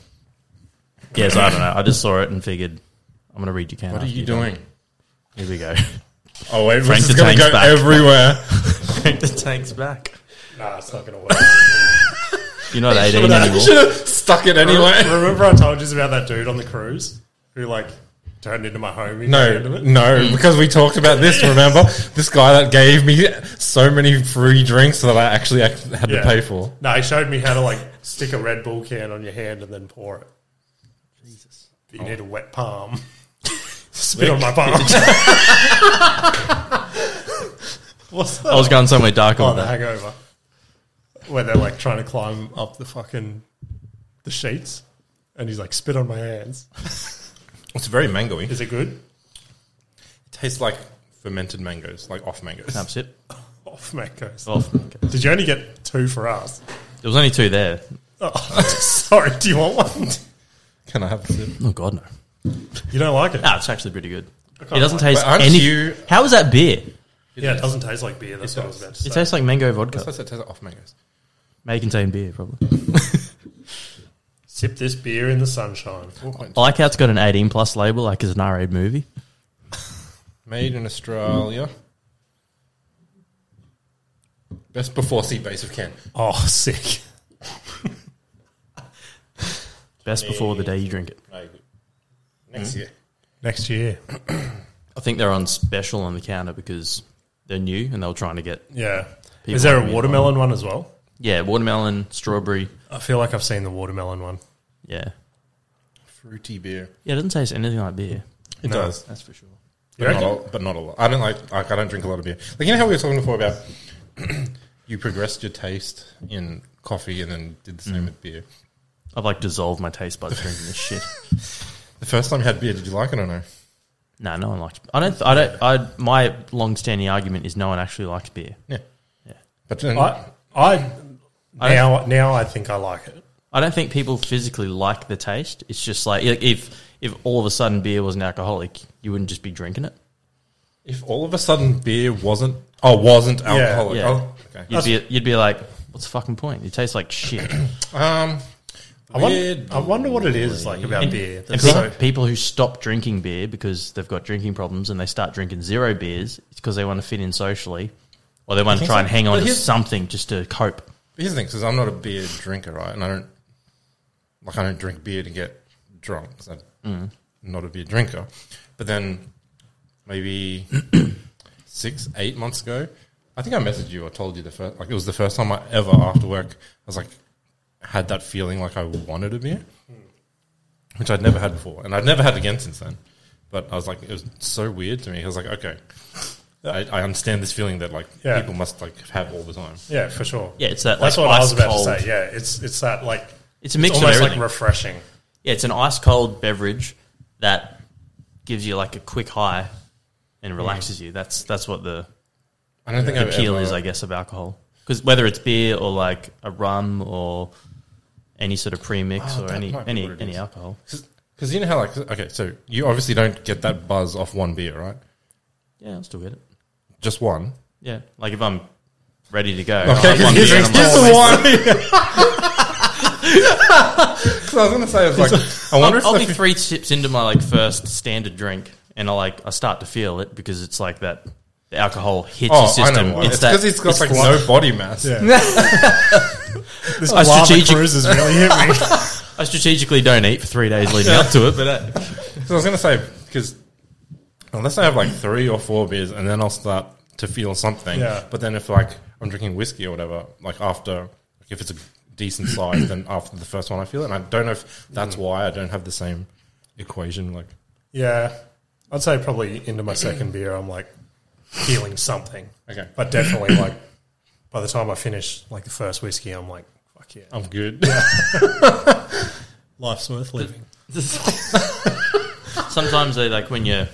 [SPEAKER 1] Yes, I don't know. I just saw it and figured I'm going to read your can.
[SPEAKER 3] What are
[SPEAKER 1] after
[SPEAKER 3] you doing?
[SPEAKER 1] Here we go. [laughs]
[SPEAKER 3] Oh wait,
[SPEAKER 1] Frank
[SPEAKER 3] this
[SPEAKER 1] the
[SPEAKER 3] is going to
[SPEAKER 1] Tank's
[SPEAKER 3] go
[SPEAKER 1] back.
[SPEAKER 3] everywhere.
[SPEAKER 1] Drink
[SPEAKER 3] [laughs]
[SPEAKER 1] the tank's back.
[SPEAKER 2] Nah, it's not going to work.
[SPEAKER 1] You're not 18
[SPEAKER 3] I
[SPEAKER 1] anymore. [laughs]
[SPEAKER 3] should have stuck it anyway.
[SPEAKER 2] Remember I told you about that dude on the cruise who like turned into my homie? at
[SPEAKER 3] [laughs]
[SPEAKER 2] the
[SPEAKER 3] No,
[SPEAKER 2] end of it?
[SPEAKER 3] no, because we talked about this. Remember this guy that gave me so many free drinks that I actually act- had to
[SPEAKER 2] Yeah.
[SPEAKER 3] pay for.
[SPEAKER 2] No, he showed me how to like stick a Red Bull can on your hand and then pour it. Jesus. You need a wet palm. [laughs] Spit on
[SPEAKER 3] [laughs]
[SPEAKER 2] my palm. What's that?
[SPEAKER 1] I was going somewhere darker
[SPEAKER 2] Oh,
[SPEAKER 1] with
[SPEAKER 2] the
[SPEAKER 1] that.
[SPEAKER 2] hangover. Where they're like trying to climb up the fucking the sheets. And he's like, spit on my hands.
[SPEAKER 3] It's very mangoey. It
[SPEAKER 2] Is it good?
[SPEAKER 3] tastes like fermented mangoes, like off mangoes.
[SPEAKER 1] That's it.
[SPEAKER 2] Off mangoes.
[SPEAKER 1] Off. Okay.
[SPEAKER 2] Did you only get two for us?
[SPEAKER 1] There was only two there.
[SPEAKER 2] Oh, [laughs] sorry, do you want one?
[SPEAKER 3] Can I have a sip?
[SPEAKER 1] Oh, God, no.
[SPEAKER 2] You don't like it?
[SPEAKER 1] No, it's actually pretty good. It doesn't taste
[SPEAKER 3] But aren't
[SPEAKER 1] any.
[SPEAKER 3] you-
[SPEAKER 1] How is that beer?
[SPEAKER 2] yeah, it doesn't taste like beer. That's what I was about to say.
[SPEAKER 1] It tastes like mango
[SPEAKER 3] That's
[SPEAKER 1] vodka.
[SPEAKER 3] what it tastes like off mangoes.
[SPEAKER 1] May contain beer, probably.
[SPEAKER 2] Sip this beer in the sunshine.
[SPEAKER 1] I like how it's got an 18 plus label, like it's an R rated movie.
[SPEAKER 3] Made in Australia. Best before sea base of can.
[SPEAKER 2] Oh, [laughs] sick.
[SPEAKER 1] Best before the day you drink it.
[SPEAKER 3] Next year.
[SPEAKER 2] Next year.
[SPEAKER 1] I think they're on special on the counter because they're new and they were trying to get
[SPEAKER 2] Yeah.
[SPEAKER 1] People
[SPEAKER 2] Is there
[SPEAKER 1] like
[SPEAKER 2] a
[SPEAKER 1] me,
[SPEAKER 2] watermelon one as well?
[SPEAKER 1] yeah watermelon, strawberry,
[SPEAKER 2] I feel like I've seen the watermelon one.
[SPEAKER 1] yeah.
[SPEAKER 3] Fruity beer.
[SPEAKER 1] Yeah, it doesn't taste anything like beer.
[SPEAKER 3] It
[SPEAKER 2] No.
[SPEAKER 3] does.
[SPEAKER 1] That's for sure.
[SPEAKER 2] You
[SPEAKER 3] But not,
[SPEAKER 2] reckon?
[SPEAKER 3] a, but not a lot. I don't like, like. I don't drink a lot of beer. Like you know how we were talking before about [clears throat] you progressed your taste in coffee and then did the same with beer.
[SPEAKER 1] I've like dissolved my taste buds drinking this [laughs] shit.
[SPEAKER 3] The first time you had beer, did you like it or no?
[SPEAKER 1] No, no one likes. I don't. I don't. I. My long-standing argument is no one actually likes beer.
[SPEAKER 3] Yeah. But
[SPEAKER 1] Mm.
[SPEAKER 3] then,
[SPEAKER 2] I, I, now, now I think I like it.
[SPEAKER 1] I don't think people physically like the taste. It's just like i- if if all of a sudden beer was an alcoholic, you wouldn't just be drinking it.
[SPEAKER 3] if all of a sudden beer wasn't oh wasn't alcoholic,
[SPEAKER 1] Yeah.
[SPEAKER 3] oh okay.
[SPEAKER 1] You'd be you'd be like, what's the fucking point? It tastes like shit.
[SPEAKER 3] Um,
[SPEAKER 2] I wonder,
[SPEAKER 3] Weird
[SPEAKER 2] I wonder what it is like about beer.
[SPEAKER 1] And
[SPEAKER 2] That's
[SPEAKER 1] people,
[SPEAKER 2] so,
[SPEAKER 1] people who stop drinking beer because they've got drinking problems and they start drinking zero beers, it's because they want to fit in socially, or they want to
[SPEAKER 3] think
[SPEAKER 1] try
[SPEAKER 3] so?
[SPEAKER 1] and hang on
[SPEAKER 3] But
[SPEAKER 1] to
[SPEAKER 3] here's-
[SPEAKER 1] something just to cope.
[SPEAKER 3] Here's the thing, because I'm not a beer drinker, right? And I don't like I don't drink beer to get drunk. 'cause
[SPEAKER 1] Mm.
[SPEAKER 3] I'm not a beer drinker. But then
[SPEAKER 1] [coughs]
[SPEAKER 3] maybe six, eight months ago, I think I messaged you or told you the first like it was the first time I ever after work I was like had that feeling like I wanted a beer.
[SPEAKER 1] Mm.
[SPEAKER 3] Which I'd never had before. And I'd never had again since then. But I was like it was so weird to me. I was like, okay. I, I understand this feeling that like
[SPEAKER 2] Yeah.
[SPEAKER 3] people must like have all the time.
[SPEAKER 2] yeah, for sure.
[SPEAKER 1] Yeah, it's that.
[SPEAKER 2] That's
[SPEAKER 1] like,
[SPEAKER 2] what I
[SPEAKER 1] ice
[SPEAKER 2] was about
[SPEAKER 1] cold.
[SPEAKER 2] to say. Yeah, it's it's that like
[SPEAKER 1] It's a mix
[SPEAKER 2] it's
[SPEAKER 1] of
[SPEAKER 2] almost
[SPEAKER 1] everything.
[SPEAKER 2] like refreshing.
[SPEAKER 1] yeah, it's an ice cold beverage that gives you like a quick high and relaxes you. That's that's what the
[SPEAKER 3] I don't think
[SPEAKER 1] the
[SPEAKER 3] I've
[SPEAKER 1] appeal
[SPEAKER 3] ever-
[SPEAKER 1] is, I guess, of alcohol. Because whether it's beer or like a rum or any sort of premix
[SPEAKER 3] Oh,
[SPEAKER 1] or
[SPEAKER 3] that
[SPEAKER 1] any
[SPEAKER 3] might be
[SPEAKER 1] any
[SPEAKER 3] what it
[SPEAKER 1] any
[SPEAKER 3] is.
[SPEAKER 1] alcohol,
[SPEAKER 3] Because you know how, like, okay, so you obviously don't get that buzz off one beer, right?
[SPEAKER 1] yeah, I still get it.
[SPEAKER 3] Just one. Uh,
[SPEAKER 1] Yeah, like if I'm ready to go,
[SPEAKER 3] Okay, [laughs]
[SPEAKER 1] I'll have one
[SPEAKER 3] here's, [laughs]
[SPEAKER 1] beer and I'm like,
[SPEAKER 3] here's the one. Because I was going to say, I was like, I wonder if
[SPEAKER 1] I'll, I'll
[SPEAKER 3] the
[SPEAKER 1] be
[SPEAKER 3] fif-
[SPEAKER 1] three sips into my like first standard drink, and I like I start to feel it because it's like that the alcohol hits
[SPEAKER 3] Oh,
[SPEAKER 1] your
[SPEAKER 3] I
[SPEAKER 1] system.
[SPEAKER 3] know why.
[SPEAKER 1] It's
[SPEAKER 3] It's because
[SPEAKER 1] that
[SPEAKER 3] it's got like
[SPEAKER 2] fly-
[SPEAKER 3] no body mass.
[SPEAKER 2] Yeah. this
[SPEAKER 1] I
[SPEAKER 2] lava
[SPEAKER 1] strategic-
[SPEAKER 2] cruise has really
[SPEAKER 1] [laughs]
[SPEAKER 2] hit me.
[SPEAKER 1] I strategically don't eat for three days
[SPEAKER 3] [laughs]
[SPEAKER 1] leading up to it, but uh,
[SPEAKER 3] So I was going to say because unless I have like three or four beers and then I'll start to feel something.
[SPEAKER 2] Yeah.
[SPEAKER 3] But then if like I'm drinking whiskey or whatever, like after like if it's a decent size, then after the first one I feel it. And I don't know if that's why I don't have the same equation. Like
[SPEAKER 2] yeah, I'd say probably into my second beer, I'm like feeling something,
[SPEAKER 3] okay,
[SPEAKER 2] but definitely like by the time I finish like the first whiskey, I'm like, fuck yeah,
[SPEAKER 3] I'm good. [laughs]
[SPEAKER 2] life's worth living.
[SPEAKER 1] sometimes they like when you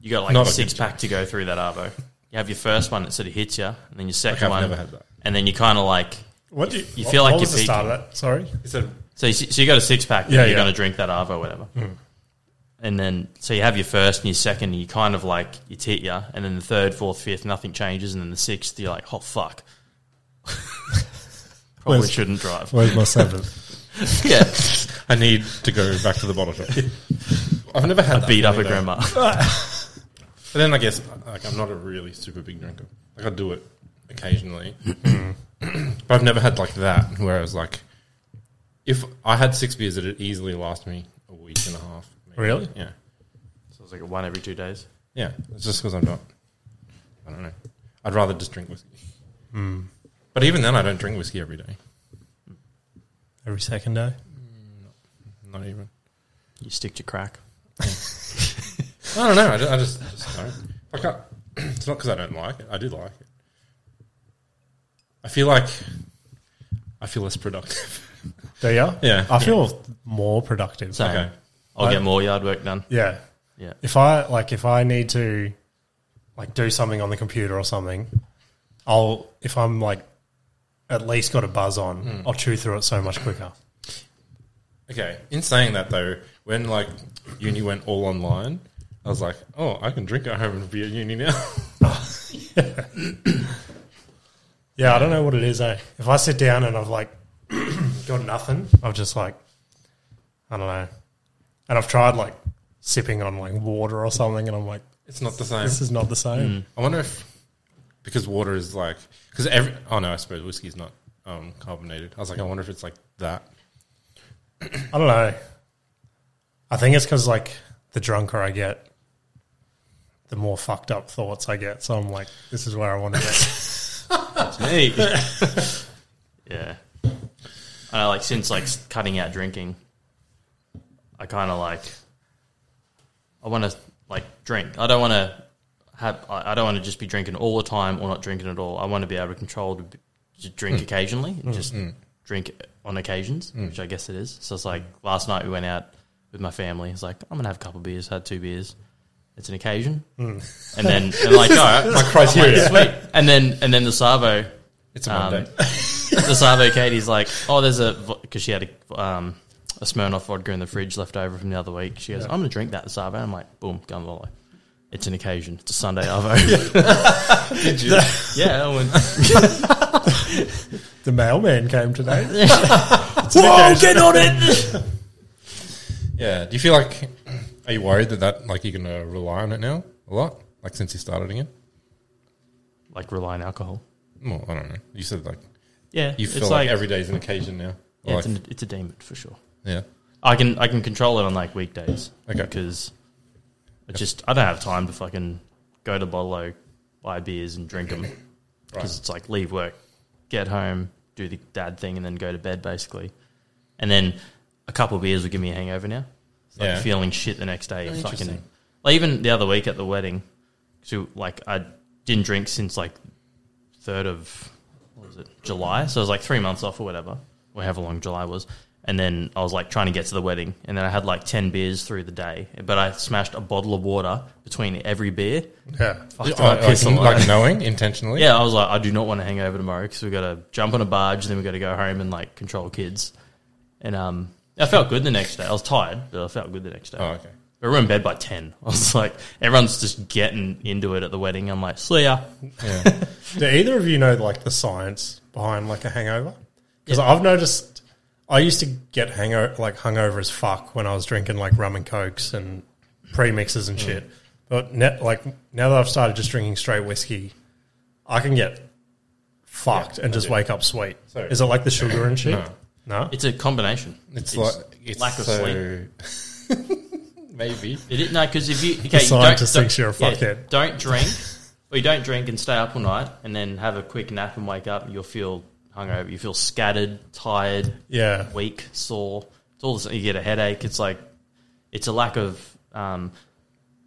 [SPEAKER 1] you got like
[SPEAKER 3] Not
[SPEAKER 1] a
[SPEAKER 3] a
[SPEAKER 1] six
[SPEAKER 3] good
[SPEAKER 1] pack to go through that arvo. You have your first one that sort of hits you, and then your second
[SPEAKER 3] I've
[SPEAKER 1] one,
[SPEAKER 3] never had that.
[SPEAKER 1] and then you kind of like
[SPEAKER 2] What do you,
[SPEAKER 1] You
[SPEAKER 2] what-
[SPEAKER 1] feel like
[SPEAKER 2] what
[SPEAKER 1] you're
[SPEAKER 2] was the start of that? Sorry,
[SPEAKER 3] It's a
[SPEAKER 1] So you, so you got a six pack, then
[SPEAKER 2] Yeah,
[SPEAKER 1] you're
[SPEAKER 2] yeah. Hmm.
[SPEAKER 1] going to drink that Arvo, whatever. And then, so you have your first and your second, and you kind of like, you hit ya. And then the third, fourth, fifth, nothing changes. And then the sixth, you're like, oh, fuck. [laughs] Probably
[SPEAKER 2] Where's-
[SPEAKER 1] shouldn't drive.
[SPEAKER 2] where's my seventh?
[SPEAKER 1] yeah.
[SPEAKER 3] I need to go back to the bottle shop. I've never had that
[SPEAKER 1] Beat up a
[SPEAKER 3] feeling,
[SPEAKER 1] grandma.
[SPEAKER 3] though.
[SPEAKER 2] [laughs]
[SPEAKER 3] But then I guess like I'm not a really super big drinker. Like I do it occasionally, [clears throat] but I've never had like that where I was like, if I had six beers, it'd easily last me a week and a half. maybe.
[SPEAKER 2] Really?
[SPEAKER 3] Yeah,
[SPEAKER 1] so it's like a one every two days.
[SPEAKER 3] yeah. It's just because I'm not. I don't know. I'd rather just drink whiskey. But even then, I don't drink whiskey every day.
[SPEAKER 2] Every second day.
[SPEAKER 3] Not even.
[SPEAKER 1] You stick to crack.
[SPEAKER 3] I don't know. I just, I just, just don't. I [clears throat] can't. It's not because I don't like it. I do like it. I feel like I feel less productive.
[SPEAKER 2] Do you?
[SPEAKER 3] Yeah.
[SPEAKER 2] I feel more productive.
[SPEAKER 1] So
[SPEAKER 3] Okay.
[SPEAKER 1] I'll
[SPEAKER 2] I-
[SPEAKER 1] get more yard work done.
[SPEAKER 2] Yeah.
[SPEAKER 1] Yeah.
[SPEAKER 2] If I like, if I need to, like, do something on the computer or something, I'll if I'm like, at least got a buzz on, I'll chew through it so much quicker.
[SPEAKER 3] Okay. In saying that, though, when like uni went all online, I was like, oh, I can drink at home and be at uni now. [laughs]
[SPEAKER 2] Yeah, I don't know what it is. Eh? If I sit down and I've like [clears throat] got nothing, I've just like, I don't know, and I've tried like sipping on like water or something, and I'm like,
[SPEAKER 3] it's not the same.
[SPEAKER 2] this is not the same.
[SPEAKER 1] Mm.
[SPEAKER 3] I wonder if because water is like because every oh no, I suppose whiskey is not um, carbonated. I was like, I wonder if it's like that.
[SPEAKER 2] I don't know. I think it's because like the drunker I get, the more fucked up thoughts I get. So I'm like, this is where I want
[SPEAKER 1] [laughs]
[SPEAKER 2] to get.
[SPEAKER 1] Hey. yeah. I know, like since like s- cutting out drinking, I kind of like I want to like drink. I don't want to have. I I don't want to just be drinking all the time or not drinking at all. I want to be able to control to, b- to drink occasionally, and just drink on occasions, which I guess it is. So it's like last night we went out with my family. It's like I'm gonna have a couple beers. Had two beers. It's an occasion, and then and
[SPEAKER 3] [laughs]
[SPEAKER 1] like
[SPEAKER 3] No, my criteria.
[SPEAKER 1] sweet. And then and then the Savo,
[SPEAKER 3] It's a
[SPEAKER 1] Um,
[SPEAKER 3] Monday.
[SPEAKER 1] the Savo Katie's like, oh, there's a because she had a um, a Smirnoff vodka in the fridge left over from the other week. She goes, I'm gonna drink that Savo. I'm like, boom, gun volley. It's an occasion. It's a Sunday [laughs] Arvo.
[SPEAKER 3] [laughs] Did
[SPEAKER 1] [laughs]
[SPEAKER 3] you?
[SPEAKER 1] yeah, I went, [laughs]
[SPEAKER 2] the mailman
[SPEAKER 1] [laughs]
[SPEAKER 2] came today.
[SPEAKER 1] whoa, get on it.
[SPEAKER 3] Yeah. Do you feel like? Are you worried that that like you're gonna rely on it now a lot? Like since you started again?
[SPEAKER 1] [laughs] like rely on alcohol.
[SPEAKER 3] Well, I don't know. You said like
[SPEAKER 1] Yeah,
[SPEAKER 3] you
[SPEAKER 1] it's
[SPEAKER 3] feel like,
[SPEAKER 1] like,
[SPEAKER 3] every day is an occasion now.
[SPEAKER 1] yeah,
[SPEAKER 3] Like,
[SPEAKER 1] it's, an, it's a demon for sure.
[SPEAKER 3] yeah.
[SPEAKER 1] I can I can control it on like weekdays.
[SPEAKER 3] Okay.
[SPEAKER 1] Because I just I don't have time to fucking go to Bolo, buy beers and drink them. Because it's like leave work, get home, do the dad thing, and then go to bed basically. And then a couple of beers will give me a hangover now. It's like
[SPEAKER 3] Yeah.
[SPEAKER 1] feeling shit the next day. Fucking,
[SPEAKER 3] interesting.
[SPEAKER 1] like even the other week at the wedding, so like I didn't drink since like third of what was it July? So I was like three months off or whatever, or however long July was. And then I was like trying to get to the wedding, and then I had like ten beers through the day, but I smashed a bottle of water between every beer.
[SPEAKER 2] yeah.
[SPEAKER 1] Fucked
[SPEAKER 3] Oh,
[SPEAKER 1] up,
[SPEAKER 3] like,
[SPEAKER 1] pissing
[SPEAKER 3] like
[SPEAKER 1] like-
[SPEAKER 3] knowing [laughs] intentionally.
[SPEAKER 1] yeah, I was like, I do not want to hang over tomorrow because we got to jump on a barge, then we got to go home and like control kids. And um, I felt good the next day. I was tired, but I felt good the next day.
[SPEAKER 3] Oh, okay.
[SPEAKER 1] But we were in bed by ten. [laughs] I was like, everyone's just getting into it at the wedding. I'm like, see ya.
[SPEAKER 3] Yeah.
[SPEAKER 2] Do either of you know like the science behind like a hangover? Because I've noticed I used to get hangover like hungover as fuck when I was drinking like rum and cokes and premixes
[SPEAKER 3] Hmm.
[SPEAKER 2] and shit. But net, like now that I've started just drinking straight whiskey, I can get fucked
[SPEAKER 3] Yeah,
[SPEAKER 2] and
[SPEAKER 3] I
[SPEAKER 2] just
[SPEAKER 3] do.
[SPEAKER 2] wake up sweet.
[SPEAKER 3] So-
[SPEAKER 2] Is it like the sugar and shit?
[SPEAKER 3] No.
[SPEAKER 2] No.
[SPEAKER 1] It's a combination.
[SPEAKER 3] It's, like it's
[SPEAKER 1] lack of
[SPEAKER 3] sleep. [laughs] Maybe
[SPEAKER 1] It is, no, because if you okay, you
[SPEAKER 2] scientist
[SPEAKER 1] don't,
[SPEAKER 2] thinks you're a
[SPEAKER 1] yeah,
[SPEAKER 2] fuckhead.
[SPEAKER 1] Don't drink, or you don't drink and stay up all night, and then have a quick nap and wake up. You'll feel hungover. You feel scattered, tired,
[SPEAKER 2] Yeah.
[SPEAKER 1] weak, sore. It's all the same. you get a headache. It's like it's a lack of um,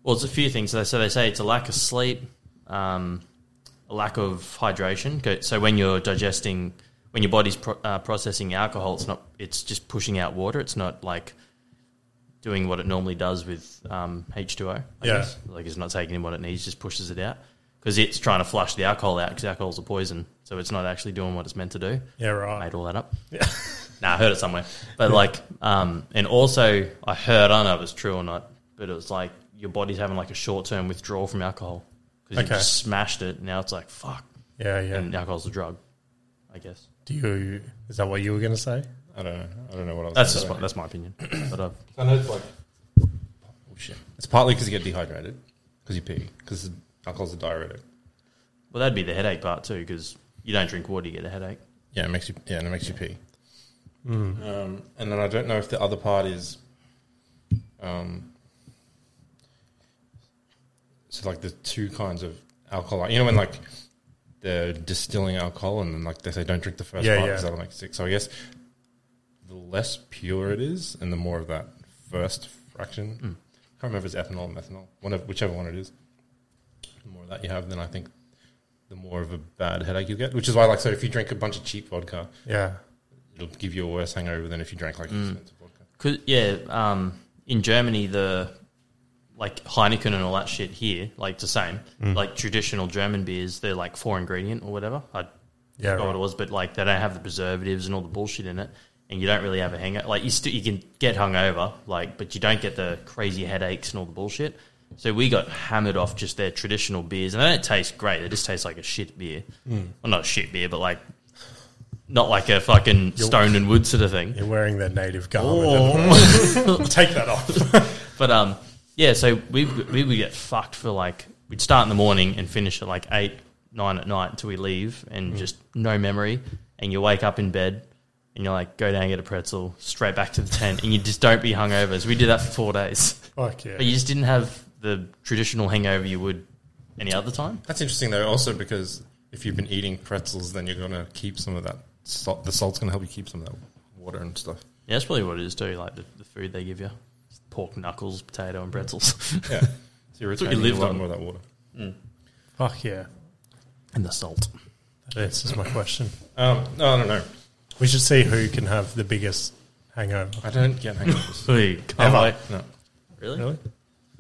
[SPEAKER 1] well, it's a few things. So they- so they say it's a lack of sleep, um, a lack of hydration. Go- So when you're digesting, when your body's pro- uh, processing alcohol, it's not. It's just pushing out water. It's not like doing what it normally does with um, H2O. I
[SPEAKER 2] Yeah.
[SPEAKER 1] guess. Like it's not taking in what it needs. Just pushes it out. Because it's trying to flush the alcohol out because alcohol's a poison, so it's not actually doing what it's meant to do.
[SPEAKER 2] Yeah. Right.
[SPEAKER 1] I made all that up. [laughs] nah, I heard it somewhere. But like, um, and also I heard, I don't know if it's true or not, but it was like your body's having like a short term withdrawal from alcohol because
[SPEAKER 2] Okay.
[SPEAKER 1] you just smashed it. Now it's like fuck,
[SPEAKER 2] Yeah. Yeah.
[SPEAKER 1] and alcohol's a drug, I guess.
[SPEAKER 2] Do you? Is that what you were gonna say?
[SPEAKER 3] I don't know. I don't know what I was.
[SPEAKER 1] That's just
[SPEAKER 3] gonna say.
[SPEAKER 1] my, that's my opinion. But uh, I've,
[SPEAKER 3] I know it's like oh shit. It's partly because you get dehydrated because you pee because alcohol's a diuretic.
[SPEAKER 1] well, that'd be the headache part too because you don't drink water, you get a headache.
[SPEAKER 3] Yeah, it makes you. Yeah, and it makes you pee.
[SPEAKER 2] Mm.
[SPEAKER 3] Um, and then I don't know if the other part is, um, so like the two kinds of alcohol. You know when like they're distilling alcohol and then like they say don't drink the first
[SPEAKER 2] Yeah,
[SPEAKER 3] part
[SPEAKER 2] yeah.
[SPEAKER 3] because that'll make you sick. So I guess the less pure it is and the more of that first
[SPEAKER 2] Mm.
[SPEAKER 3] fraction. I can't remember if it's ethanol or methanol, one of, whichever one it is. The more of that you have, then I think the more of a bad headache you get. Which is why, like, so if you drink a bunch of cheap vodka,
[SPEAKER 2] Yeah.
[SPEAKER 3] it'll give you a worse hangover than if you drank like
[SPEAKER 1] Mm.
[SPEAKER 3] expensive vodka.
[SPEAKER 1] Cause yeah, um, in Germany the like Heineken and all that shit here, like the same,
[SPEAKER 2] Mm.
[SPEAKER 1] like traditional German beers, they're like four ingredient or whatever. I
[SPEAKER 2] Yeah.
[SPEAKER 1] forgot what it
[SPEAKER 2] Right.
[SPEAKER 1] was, but like they don't have the preservatives and all the bullshit in it, and you don't really have a hangover. Like you still you can get hungover, like but you don't get the crazy headaches and all the bullshit. So we got hammered off just their traditional beers, and they don't taste great. They just taste like a shit beer.
[SPEAKER 2] Hmm.
[SPEAKER 1] Well, not a shit beer, but like not like a fucking Stone and Wood sort of thing.
[SPEAKER 2] You're wearing their native garment. [laughs] Take that off.
[SPEAKER 1] But um, yeah. So we we would get fucked for like we'd start in the morning and finish at like eight nine at night until we leave, and just no memory. And you wake up in bed, and you're like, go down and get a pretzel, straight back to the tent, and you just don't be hungover. So we did that for four days,
[SPEAKER 2] Fuck yeah.
[SPEAKER 1] but you just didn't have the traditional hangover you would any other time.
[SPEAKER 3] That's interesting though, also because if you've been eating pretzels, then you're gonna keep some of that salt. The salt's gonna help you keep some of that water and stuff.
[SPEAKER 1] Yeah, that's probably what it is too. Like the, the food they give you, pork knuckles, potato, and pretzels, [laughs]
[SPEAKER 3] Yeah, [laughs] so you're
[SPEAKER 1] That's what you
[SPEAKER 3] retaining
[SPEAKER 1] live
[SPEAKER 3] a lot
[SPEAKER 1] on.
[SPEAKER 3] more of that water.
[SPEAKER 2] Fuck yeah.
[SPEAKER 1] and the salt.
[SPEAKER 2] That answers my question.
[SPEAKER 3] Um, no, I don't know.
[SPEAKER 2] We should see who can have the biggest hangover.
[SPEAKER 3] I don't get
[SPEAKER 1] [laughs]
[SPEAKER 3] hangovers.
[SPEAKER 1] Can't wait.
[SPEAKER 3] no,
[SPEAKER 1] Really?
[SPEAKER 2] Really?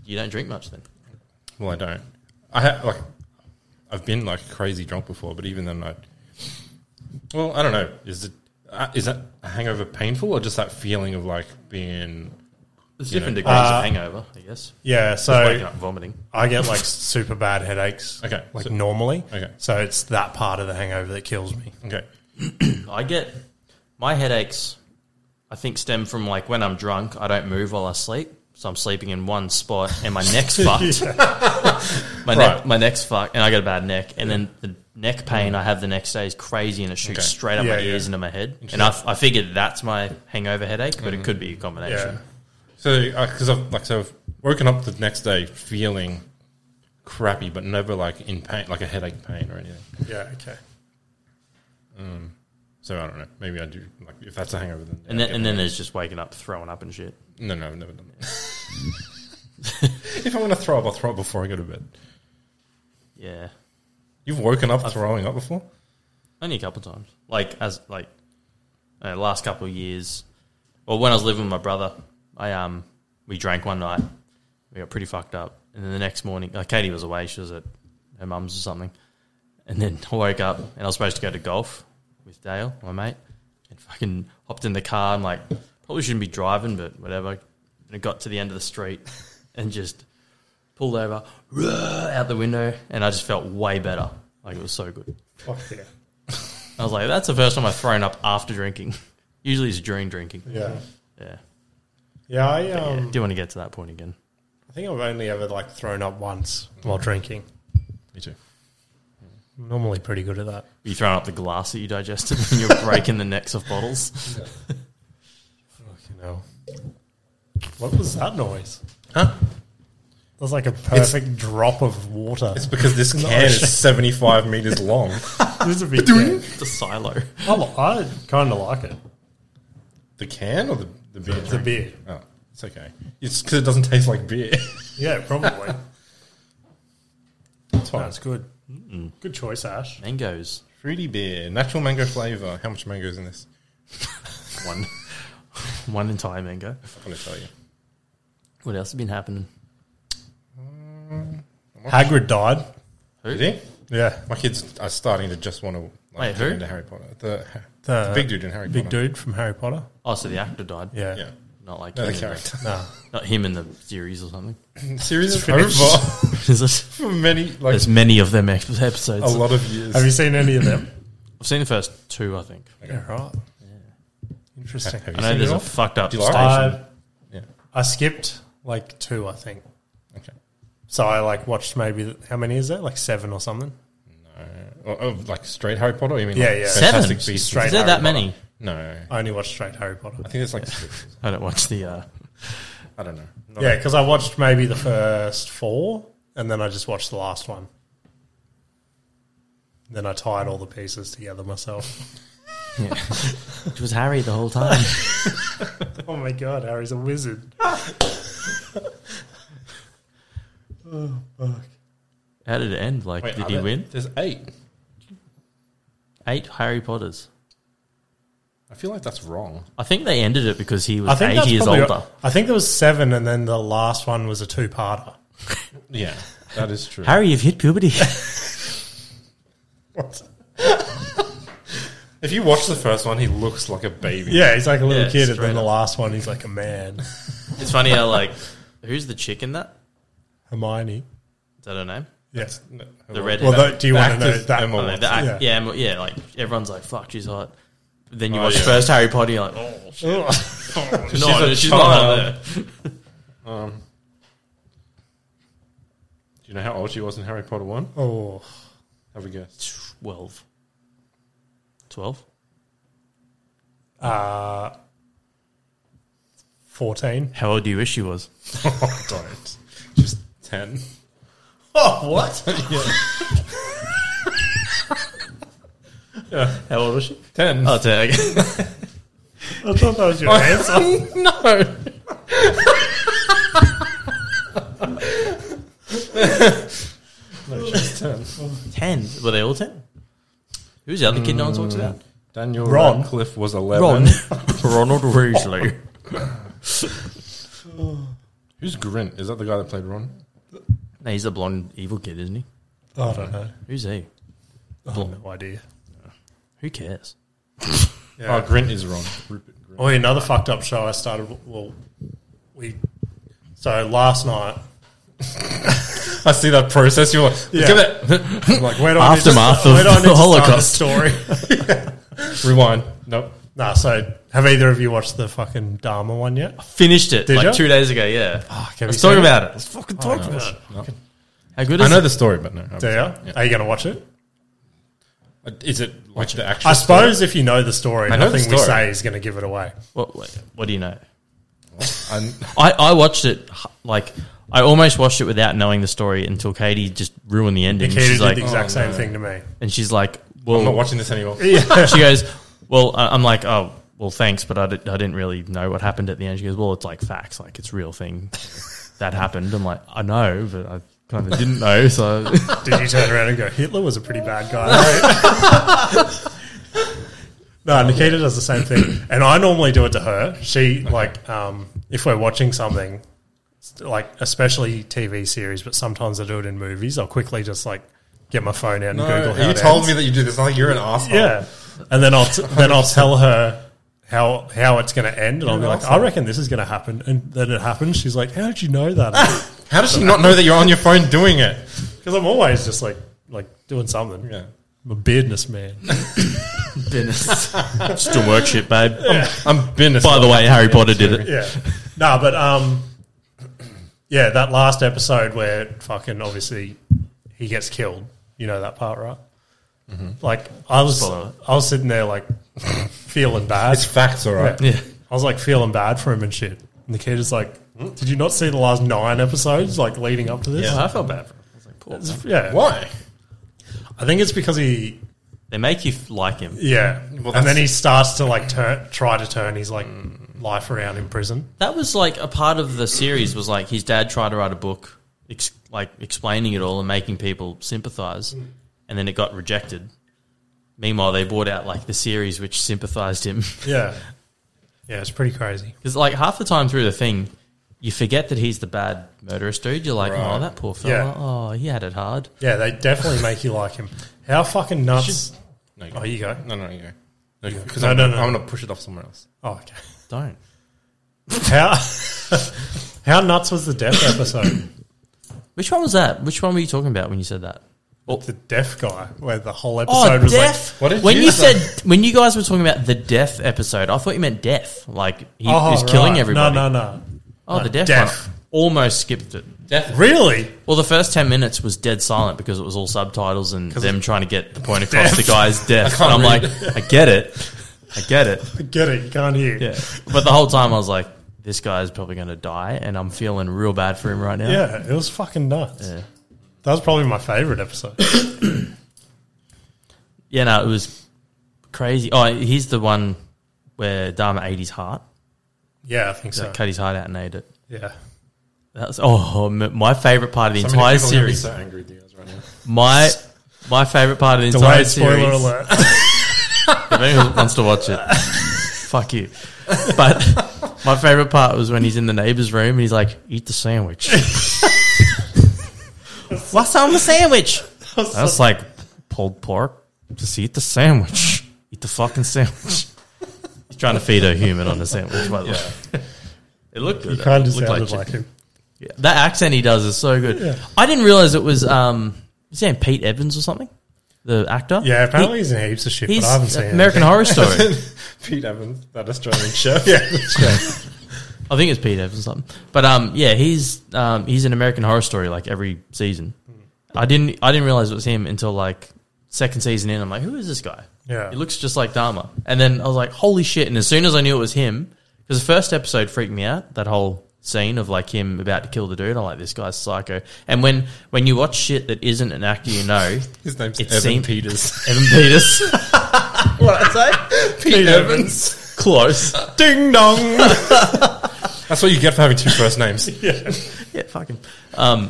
[SPEAKER 1] You don't drink much then?
[SPEAKER 3] well, I don't. I ha- like, I've been like crazy drunk before, but even then, I. Well, I don't know. Is it uh, is that a hangover painful or just that feeling of like being
[SPEAKER 1] There's
[SPEAKER 3] You know.
[SPEAKER 1] different degrees
[SPEAKER 2] Uh,
[SPEAKER 1] of hangover, I guess.
[SPEAKER 2] Yeah.
[SPEAKER 1] Just waking
[SPEAKER 2] So
[SPEAKER 1] up and vomiting.
[SPEAKER 2] I get like super bad headaches.
[SPEAKER 3] Okay,
[SPEAKER 2] Like
[SPEAKER 3] so-
[SPEAKER 2] normally.
[SPEAKER 3] okay.
[SPEAKER 2] So it's that part of the hangover that kills me.
[SPEAKER 3] okay?
[SPEAKER 1] I get my headaches. I think stem from like when I'm drunk, I don't move while I sleep, so I'm sleeping in one spot, and my
[SPEAKER 2] [laughs]
[SPEAKER 1] neck's fucked. My
[SPEAKER 3] Right.
[SPEAKER 1] neck, my neck's fucked, and I got a bad neck, and then the neck pain I have the next day is crazy, and it shoots
[SPEAKER 3] Okay.
[SPEAKER 1] straight up
[SPEAKER 2] Yeah,
[SPEAKER 1] my
[SPEAKER 2] yeah.
[SPEAKER 1] ears into my head, and I, I figured that's my hangover headache, but it could be a combination.
[SPEAKER 2] Mm-hmm. Yeah.
[SPEAKER 3] So, because I've like so, I've woken up the next day feeling crappy, but never like in pain, like a headache pain or anything.
[SPEAKER 2] Yeah. Okay.
[SPEAKER 3] So I don't know. Maybe I do. Like if that's a hangover, then
[SPEAKER 1] And then, and then there's just waking up, throwing up, and shit.
[SPEAKER 3] no, no, I've never done that. [laughs] if I want to throw up, I'll throw up before I go to bed.
[SPEAKER 1] Yeah,
[SPEAKER 3] You've woken up throwing up before?
[SPEAKER 1] Only a couple of times. Like as like uh, last couple of years. Well, when I was living with my brother, I um we drank one night. We got pretty fucked up, and then the next morning, uh, Katie was away. She was at her mum's or something. And then [laughs] I woke up, and I was supposed to go to golf with Dale, my mate, and fucking hopped in the car. I'm like, probably shouldn't be driving, but whatever. And I got to the end of the street, [laughs] and just pulled over, [laughs] out the window, and I just felt way better. Like it was so good.
[SPEAKER 2] Fuck yeah.
[SPEAKER 1] I was like, that's the first time I've thrown up after drinking. [laughs] Usually it's during drinking.
[SPEAKER 2] Yeah.
[SPEAKER 1] Yeah.
[SPEAKER 2] Yeah, I
[SPEAKER 1] But
[SPEAKER 2] um,
[SPEAKER 1] yeah. Do want to get to that point again?
[SPEAKER 2] I think I've only ever like thrown up once while drinking.
[SPEAKER 3] Me too.
[SPEAKER 2] I'm normally pretty good at that.
[SPEAKER 1] You throwing up the glass that you digested and you're breaking the necks of bottles. [laughs]
[SPEAKER 2] Fucking hell. What was that noise?
[SPEAKER 3] Huh?
[SPEAKER 2] It was like a perfect drop of water. [laughs]
[SPEAKER 3] It's because this
[SPEAKER 2] Not
[SPEAKER 3] can
[SPEAKER 2] a
[SPEAKER 3] is 75 meters long.
[SPEAKER 2] It's a big can.
[SPEAKER 1] The silo.
[SPEAKER 2] I, li- Oh, I kind of like it.
[SPEAKER 3] The can or the, the beer?
[SPEAKER 2] It's a
[SPEAKER 3] drink?
[SPEAKER 2] beer.
[SPEAKER 3] Oh, it's okay. It's because it doesn't taste like beer. [laughs]
[SPEAKER 2] Yeah, probably.
[SPEAKER 3] it's fine.
[SPEAKER 2] That's good. Good choice, Ash.
[SPEAKER 1] Mangoes.
[SPEAKER 3] Fruity beer, natural mango flavor. How much mango is in this?
[SPEAKER 1] One. [laughs] One entire mango.
[SPEAKER 3] I'm going to tell you.
[SPEAKER 1] What else has been happening?
[SPEAKER 2] Hagrid died.
[SPEAKER 1] Who?
[SPEAKER 3] Did he?
[SPEAKER 2] Yeah.
[SPEAKER 3] My kids are starting to just want to like,
[SPEAKER 1] Wait, who?
[SPEAKER 3] get into Harry Potter. The,
[SPEAKER 2] The-
[SPEAKER 3] the big dude in Harry
[SPEAKER 2] Big
[SPEAKER 3] Potter.
[SPEAKER 2] dude from Harry Potter.
[SPEAKER 1] Oh, so the actor died.
[SPEAKER 2] Yeah.
[SPEAKER 3] Yeah.
[SPEAKER 1] Not like
[SPEAKER 3] No,
[SPEAKER 1] him
[SPEAKER 3] the
[SPEAKER 1] in
[SPEAKER 3] character.
[SPEAKER 2] Nah.
[SPEAKER 1] not him in the series or something. [laughs]
[SPEAKER 3] [laughs] Series is
[SPEAKER 2] finished.
[SPEAKER 3] over
[SPEAKER 1] Is it?
[SPEAKER 3] for many, like
[SPEAKER 1] There's many of them ep- episodes.
[SPEAKER 3] a lot of years.
[SPEAKER 2] Have you seen any
[SPEAKER 3] [clears throat]
[SPEAKER 2] of them?
[SPEAKER 1] I've seen the first two, I think.
[SPEAKER 2] yeah, right. Interesting.
[SPEAKER 3] Have
[SPEAKER 1] I
[SPEAKER 3] you
[SPEAKER 1] know
[SPEAKER 3] seen
[SPEAKER 1] there's
[SPEAKER 3] it
[SPEAKER 1] a
[SPEAKER 3] all?
[SPEAKER 1] fucked up
[SPEAKER 3] Do you like
[SPEAKER 1] station.
[SPEAKER 2] I,
[SPEAKER 3] Yeah.
[SPEAKER 2] I skipped like two, I think.
[SPEAKER 3] Okay.
[SPEAKER 2] So I like watched maybe, how many is there? Like seven or something?
[SPEAKER 3] Or, oh, like straight Harry Potter? You mean
[SPEAKER 2] Yeah,
[SPEAKER 3] like
[SPEAKER 2] yeah.
[SPEAKER 3] Fantastic
[SPEAKER 1] Seven?
[SPEAKER 3] Beasts
[SPEAKER 2] Straight
[SPEAKER 3] and
[SPEAKER 2] Is there
[SPEAKER 3] Harry
[SPEAKER 1] that many?
[SPEAKER 3] Potter? No.
[SPEAKER 2] I only watched straight Harry Potter.
[SPEAKER 3] I think it's like six.
[SPEAKER 1] I don't watch the. Uh,
[SPEAKER 3] I don't know. Not
[SPEAKER 2] Yeah, because I watched maybe the first four, and then I just watched the last one. Then I tied all the pieces together myself.
[SPEAKER 1] it was Harry the whole time.
[SPEAKER 2] [laughs] oh my god, Harry's a wizard. oh fuck!
[SPEAKER 1] How did it end? Like,
[SPEAKER 3] Wait,
[SPEAKER 1] did
[SPEAKER 3] are
[SPEAKER 1] he
[SPEAKER 3] there-
[SPEAKER 1] win?
[SPEAKER 3] There's eight.
[SPEAKER 1] Eight Harry Potters.
[SPEAKER 3] I feel like that's wrong.
[SPEAKER 1] I think they ended it because he
[SPEAKER 2] I
[SPEAKER 1] was
[SPEAKER 2] think
[SPEAKER 1] eight
[SPEAKER 2] that's
[SPEAKER 1] years
[SPEAKER 2] probably-
[SPEAKER 1] older.
[SPEAKER 2] I think there was seven, and then the last one was a two-parter.
[SPEAKER 3] Yeah, that is true.
[SPEAKER 1] Harry, you've hit puberty.
[SPEAKER 3] if you watch the first one, he looks like a baby.
[SPEAKER 2] Yeah, he's like a little
[SPEAKER 1] Yeah,
[SPEAKER 2] kid, and
[SPEAKER 1] straight
[SPEAKER 2] then the
[SPEAKER 1] up.
[SPEAKER 2] last one, he's like a man.
[SPEAKER 1] [laughs]
[SPEAKER 2] [laughs]
[SPEAKER 1] it's funny how [laughs] like, who's the chick in that?
[SPEAKER 2] Hermione.
[SPEAKER 1] Is that her name?
[SPEAKER 2] Yes.
[SPEAKER 3] No,
[SPEAKER 1] The
[SPEAKER 3] well,
[SPEAKER 1] red.
[SPEAKER 2] Well, though, do you
[SPEAKER 3] The
[SPEAKER 2] want to know
[SPEAKER 3] actor's
[SPEAKER 2] that?
[SPEAKER 3] Emma
[SPEAKER 1] I mean, the act-
[SPEAKER 2] Yeah.
[SPEAKER 1] yeah. mo- yeah, like everyone's like, "Fuck, she's hot." But then you
[SPEAKER 3] Oh,
[SPEAKER 1] watch
[SPEAKER 3] yeah.
[SPEAKER 1] first Harry Potter, you're like, "Oh, shit. no,
[SPEAKER 3] She's
[SPEAKER 1] she's,
[SPEAKER 3] a
[SPEAKER 1] not hot."
[SPEAKER 3] child.
[SPEAKER 1] there.
[SPEAKER 3] Do you know how old she was in Harry Potter 1?
[SPEAKER 2] Oh,
[SPEAKER 3] Have a guess.
[SPEAKER 1] Twelve. Twelve.
[SPEAKER 2] uh, 14.
[SPEAKER 1] [laughs] How old do you wish she was?
[SPEAKER 3] [laughs] oh, don't. Just 10.
[SPEAKER 2] Oh, [laughs] what?
[SPEAKER 1] How old was she?
[SPEAKER 3] 10.
[SPEAKER 1] Oh, ten. okay.
[SPEAKER 2] I thought that
[SPEAKER 1] [laughs]
[SPEAKER 2] was your answer.
[SPEAKER 3] no. no, she's 10.
[SPEAKER 1] ten. Were they all ten? Who's the other kid no one talks about?
[SPEAKER 3] Daniel
[SPEAKER 2] Ron.
[SPEAKER 3] Radcliffe was 11.
[SPEAKER 1] [laughs] Ronald Weasley.
[SPEAKER 3] Who's Grint? Is that the guy that played Ron?
[SPEAKER 1] no, he's the blonde evil kid, isn't he?
[SPEAKER 2] I don't know.
[SPEAKER 1] Who's he?
[SPEAKER 2] I have no idea.
[SPEAKER 1] Who cares?
[SPEAKER 2] Yeah.
[SPEAKER 3] Oh, Grint is Ron. Rupert Grint.
[SPEAKER 2] Oh, another fucked up show I started. Well, we. So last night,
[SPEAKER 3] I see that process. You're like,
[SPEAKER 2] Yeah.
[SPEAKER 3] look at that. I'm like,
[SPEAKER 2] where do
[SPEAKER 1] Aftermath
[SPEAKER 2] I need to, where
[SPEAKER 1] of
[SPEAKER 2] do I need
[SPEAKER 1] the
[SPEAKER 2] to start
[SPEAKER 1] Holocaust. [laughs]
[SPEAKER 2] this story.
[SPEAKER 3] [laughs] rewind. Nope.
[SPEAKER 2] nah, so have either of you watched the fucking Dharma one yet?
[SPEAKER 1] Finished it
[SPEAKER 2] Did
[SPEAKER 1] like
[SPEAKER 2] ya?
[SPEAKER 1] two days ago. Yeah.
[SPEAKER 2] have
[SPEAKER 1] Oh, Let's
[SPEAKER 2] you
[SPEAKER 1] talk
[SPEAKER 2] seen it?
[SPEAKER 1] about it. Let's fucking talk
[SPEAKER 3] Oh, no,
[SPEAKER 1] about it.
[SPEAKER 3] no.
[SPEAKER 1] How good is
[SPEAKER 3] I know
[SPEAKER 1] it?
[SPEAKER 3] the story, but no. I haven't
[SPEAKER 2] Do you?
[SPEAKER 3] seen it.
[SPEAKER 2] Are you going to watch it?
[SPEAKER 3] Uh, Is it like the actual?
[SPEAKER 2] I suppose if you know the story,
[SPEAKER 3] I know the
[SPEAKER 2] nothing we
[SPEAKER 3] story.
[SPEAKER 2] say is going to give it away.
[SPEAKER 1] What, what, what do you know?
[SPEAKER 3] story? And-
[SPEAKER 1] I, I watched it like I almost watched it without knowing the story until Katie just ruined the ending.
[SPEAKER 2] Nikita
[SPEAKER 1] She's
[SPEAKER 2] did
[SPEAKER 1] like,
[SPEAKER 2] the exact
[SPEAKER 3] oh,
[SPEAKER 2] same
[SPEAKER 3] no.
[SPEAKER 2] thing to me.
[SPEAKER 1] and she's like,
[SPEAKER 3] I'm not
[SPEAKER 1] well,
[SPEAKER 3] watching this anymore.
[SPEAKER 1] she goes, well, I- I'm like, oh, well, thanks, but I, did, I didn't really know what happened at the end. She goes, well, it's like facts, like it's real thing that happened. I'm like, I know, but I kind of didn't know.
[SPEAKER 3] Uh,
[SPEAKER 1] So
[SPEAKER 2] Did you turn around and go, Hitler was a pretty bad guy?
[SPEAKER 3] [laughs]
[SPEAKER 2] no, Nikita does the same thing. And I normally do it to her. She, like, um, if we're watching something, s- like, especially TV series, but sometimes I do it in movies, I'll quickly just, like, get my phone out and Google how
[SPEAKER 3] you
[SPEAKER 2] it
[SPEAKER 3] told
[SPEAKER 2] ends.
[SPEAKER 3] me that you did this. I'm like, you're an asshole.
[SPEAKER 2] Yeah. And
[SPEAKER 3] [laughs]
[SPEAKER 2] then I'll, t- then I'll tell her. How, how it's going to end, and I'll be like, I
[SPEAKER 3] awesome.
[SPEAKER 2] reckon this is going to happen, and then it happens. She's like, How did you know that? [laughs]
[SPEAKER 3] How does she not know that you're on your phone doing it?
[SPEAKER 2] Because I'm always just like like doing something.
[SPEAKER 3] Yeah.
[SPEAKER 2] I'm a beardless man.
[SPEAKER 1] [laughs] Business. Still work shit, babe.
[SPEAKER 3] I'm business.
[SPEAKER 1] By the way, Harry Potter did it.
[SPEAKER 2] yeah. No, but um, yeah, that last episode where fucking obviously he gets killed. You know that part, right?
[SPEAKER 3] Mm-hmm.
[SPEAKER 2] Like I was,
[SPEAKER 1] Spoiler.
[SPEAKER 2] I was sitting there like feeling bad.
[SPEAKER 3] it's facts, all right.
[SPEAKER 1] Yeah.
[SPEAKER 2] I was like feeling bad for him and shit. And the kid is like, "Did you not see the last nine episodes like leading up to this?"
[SPEAKER 1] I felt bad for him. I was like, poor.
[SPEAKER 2] It's- yeah.
[SPEAKER 3] Why?
[SPEAKER 2] I think it's because he,
[SPEAKER 1] They make you f- like him.
[SPEAKER 2] yeah,
[SPEAKER 3] that's- Mm.
[SPEAKER 2] and then he starts to like turn, try to turn his like life around in prison.
[SPEAKER 1] That was like a part of the series was like his dad tried to write a book, ex- like explaining it all and making people sympathize, and then it got rejected. Meanwhile, they brought out like the series which sympathized him. [laughs]
[SPEAKER 2] Yeah, yeah, it's pretty crazy.
[SPEAKER 1] Because like half the time through the thing, you forget that he's the bad murderous dude. You're like,
[SPEAKER 3] Right.
[SPEAKER 1] oh, that poor fella.
[SPEAKER 2] Yeah.
[SPEAKER 1] Oh, he had it hard.
[SPEAKER 2] Yeah, they definitely make you like him. How fucking nuts!
[SPEAKER 3] No, you
[SPEAKER 2] Oh,
[SPEAKER 3] go.
[SPEAKER 2] you go.
[SPEAKER 3] No, no, you go. Because
[SPEAKER 2] No,
[SPEAKER 3] I'm,
[SPEAKER 2] no, no.
[SPEAKER 3] I'm going to push it off somewhere else.
[SPEAKER 2] Oh, okay.
[SPEAKER 1] Don't.
[SPEAKER 2] How [laughs] how nuts was the deaf episode?
[SPEAKER 1] Which one was that? Which one were you talking about when you said that?
[SPEAKER 2] the deaf guy, where the whole
[SPEAKER 1] Oh,
[SPEAKER 2] episode was
[SPEAKER 1] deaf.
[SPEAKER 3] What did
[SPEAKER 1] when
[SPEAKER 3] you
[SPEAKER 1] you,
[SPEAKER 3] say?
[SPEAKER 1] said when you guys were talking about the death episode, I thought you meant death. Like he
[SPEAKER 2] like, oh,
[SPEAKER 1] is killing
[SPEAKER 2] right.
[SPEAKER 1] everybody.
[SPEAKER 2] No, no,
[SPEAKER 1] Oh, the death.
[SPEAKER 2] deaf.
[SPEAKER 1] one. Almost skipped it.
[SPEAKER 2] no. Really?
[SPEAKER 1] Well, the first ten minutes was dead silent because it was all subtitles and them trying to get the point across.
[SPEAKER 2] deaf.
[SPEAKER 1] The guy's deaf, and
[SPEAKER 3] can't
[SPEAKER 1] I'm like,
[SPEAKER 3] read
[SPEAKER 1] I get it, I get it.
[SPEAKER 2] I get it. You can't hear.
[SPEAKER 1] Yeah. [laughs] But the whole time I was like, this guy is probably going to die, and I'm feeling real bad for him right now.
[SPEAKER 2] Yeah, it was fucking nuts.
[SPEAKER 1] Yeah.
[SPEAKER 2] That was probably my
[SPEAKER 1] [laughs]
[SPEAKER 2] favorite episode.
[SPEAKER 1] Yeah, no, it was crazy. Oh, here's the one where Dharma ate his heart,
[SPEAKER 2] Yeah, I think so.
[SPEAKER 1] cut his heart out and ate it.
[SPEAKER 2] Yeah.
[SPEAKER 1] That was, oh, m- my favorite part of the
[SPEAKER 3] So many
[SPEAKER 1] entire
[SPEAKER 3] people are gonna be
[SPEAKER 1] series.
[SPEAKER 3] so angry with you guys right now.
[SPEAKER 1] My my favorite part of the entire
[SPEAKER 2] Delayed
[SPEAKER 1] series.
[SPEAKER 2] spoiler alert. [laughs]
[SPEAKER 1] If anyone wants to watch it, [laughs] fuck you. But [laughs] my favorite part was when he's in the neighbor's room and he's like, "Eat the sandwich." What's on the sandwich? I was like, pulled pork. Just eat the sandwich. [laughs] Eat the fucking sandwich. [laughs] He's trying to feed a human on the sandwich. By the way, [laughs] it looked good.
[SPEAKER 2] you kind of
[SPEAKER 1] It looked
[SPEAKER 2] sounded
[SPEAKER 1] chicken.
[SPEAKER 2] like him.
[SPEAKER 1] Yeah, that accent he does is so good.
[SPEAKER 2] Yeah.
[SPEAKER 1] I didn't realize it was um, his name Pete Evans or something, the actor.
[SPEAKER 2] Yeah, apparently he's in heaps of shit,
[SPEAKER 1] He-
[SPEAKER 2] but I haven't
[SPEAKER 1] he's
[SPEAKER 2] seen [laughs]
[SPEAKER 1] American Horror Story.
[SPEAKER 3] Pete Evans,
[SPEAKER 1] [laughs]
[SPEAKER 3] that Australian chef. yeah.
[SPEAKER 1] I think it's Pete Evans or something. But um, yeah, he's um, he's an American Horror Story like every season. I didn't I didn't realize it was him until like second season in. I'm like, who is this guy?
[SPEAKER 2] Yeah.
[SPEAKER 1] he looks just like Dharma. And then I was like, holy shit! And as soon as I knew it was him, because the first episode freaked me out. That whole scene of like him about to kill the dude. I'm like, this guy's psycho. And when when you watch shit that isn't an actor, you know [laughs]
[SPEAKER 3] His name's
[SPEAKER 1] It
[SPEAKER 3] Evan
[SPEAKER 1] seemed-
[SPEAKER 3] Peters. [laughs]
[SPEAKER 1] Evan Peters.
[SPEAKER 3] what I say? Pete, Evans.
[SPEAKER 1] Close.
[SPEAKER 2] Ding
[SPEAKER 1] [laughs]
[SPEAKER 2] dong. [laughs]
[SPEAKER 3] That's what you get for having two first names.
[SPEAKER 1] Yeah, fucking. Um,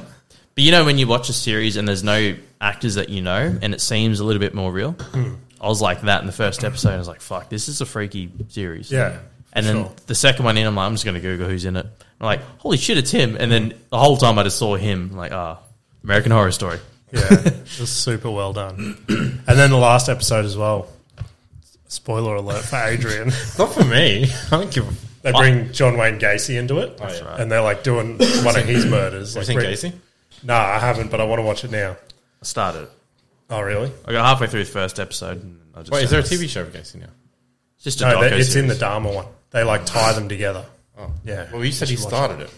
[SPEAKER 1] but you know when you watch a series and there's no actors that you know, and it seems a little bit more real. I was like that in the first episode. I was like, "Fuck, this is a freaky series."
[SPEAKER 2] Yeah,
[SPEAKER 1] And then
[SPEAKER 2] sure.
[SPEAKER 1] the second one in, I'm like, "I'm just going to Google who's in it." I'm like, "Holy shit, it's him!" And then the whole time I just saw him. like, ah, American Horror Story.
[SPEAKER 2] Yeah, it was super well done. [clears throat] And then the last episode as well. Spoiler alert for Adrian. [laughs]
[SPEAKER 3] Not for me. I don't give a.
[SPEAKER 2] They bring John Wayne Gacy into it,
[SPEAKER 3] That's right.
[SPEAKER 2] and they're like doing one of his murders.
[SPEAKER 3] Have you
[SPEAKER 2] Like,
[SPEAKER 3] seen
[SPEAKER 2] bring-
[SPEAKER 3] Gacy?
[SPEAKER 2] No, I haven't, but I want to watch it now.
[SPEAKER 1] I started. it.
[SPEAKER 2] Oh, really?
[SPEAKER 1] I got halfway through the first episode. And I just
[SPEAKER 3] Wait, is there a TV show of Gacy now?
[SPEAKER 1] It's just a
[SPEAKER 2] No, they- it's in the
[SPEAKER 1] docu-series.
[SPEAKER 2] Dharma one. They like tie them together.
[SPEAKER 3] Oh.
[SPEAKER 2] Yeah.
[SPEAKER 3] Well, you said he started it.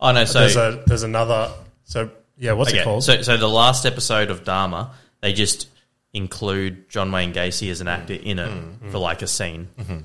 [SPEAKER 1] Oh no, so
[SPEAKER 2] There's a there's another. So yeah, what's it
[SPEAKER 1] Okay,
[SPEAKER 2] called?
[SPEAKER 1] so so the last episode of Dharma, they just include John Wayne Gacy as an actor in it
[SPEAKER 2] Mm,
[SPEAKER 1] for like a scene,
[SPEAKER 2] Mm-hmm.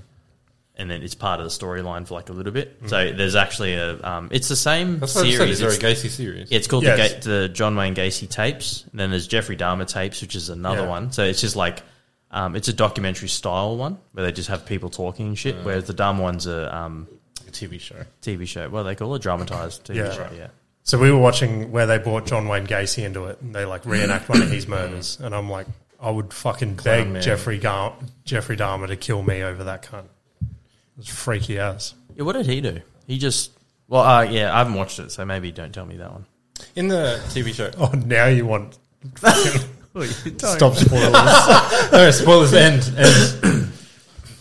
[SPEAKER 1] and then it's part of the storyline for like a little bit.
[SPEAKER 2] Mm.
[SPEAKER 1] So there's actually a um, it's the same
[SPEAKER 3] That's what I said. Is
[SPEAKER 1] series.
[SPEAKER 3] there a
[SPEAKER 1] It's,
[SPEAKER 3] Gacy series?
[SPEAKER 1] it's called
[SPEAKER 2] Yes.
[SPEAKER 1] the, Ga- the John Wayne Gacy tapes, and then there's Jeffrey Dahmer tapes, which is another
[SPEAKER 2] Yeah.
[SPEAKER 1] one. So it's just like um, it's a documentary style one where they just have people talking and shit.
[SPEAKER 2] Mm.
[SPEAKER 1] Whereas the Dharma one's a um,
[SPEAKER 3] a TV show.
[SPEAKER 1] TV show. What do they call it? Dramatized TV
[SPEAKER 2] Yeah.
[SPEAKER 1] show.
[SPEAKER 2] Right.
[SPEAKER 1] Yeah.
[SPEAKER 2] So we were watching where they brought John Wayne Gacy into it, and they like reenact one of his murders. And I'm like, I would fucking beg
[SPEAKER 3] man.
[SPEAKER 2] Jeffrey Gar- Jeffrey Dahmer to kill me over that cunt. It's freaky ass.
[SPEAKER 1] Yeah, what did he do? He just well, uh, yeah, I haven't watched it, so maybe don't tell me that one.
[SPEAKER 3] In the TV show.
[SPEAKER 2] Oh, now you want
[SPEAKER 1] Stop.
[SPEAKER 2] stop spoilers? I
[SPEAKER 3] [laughs] no, spoilers end. end.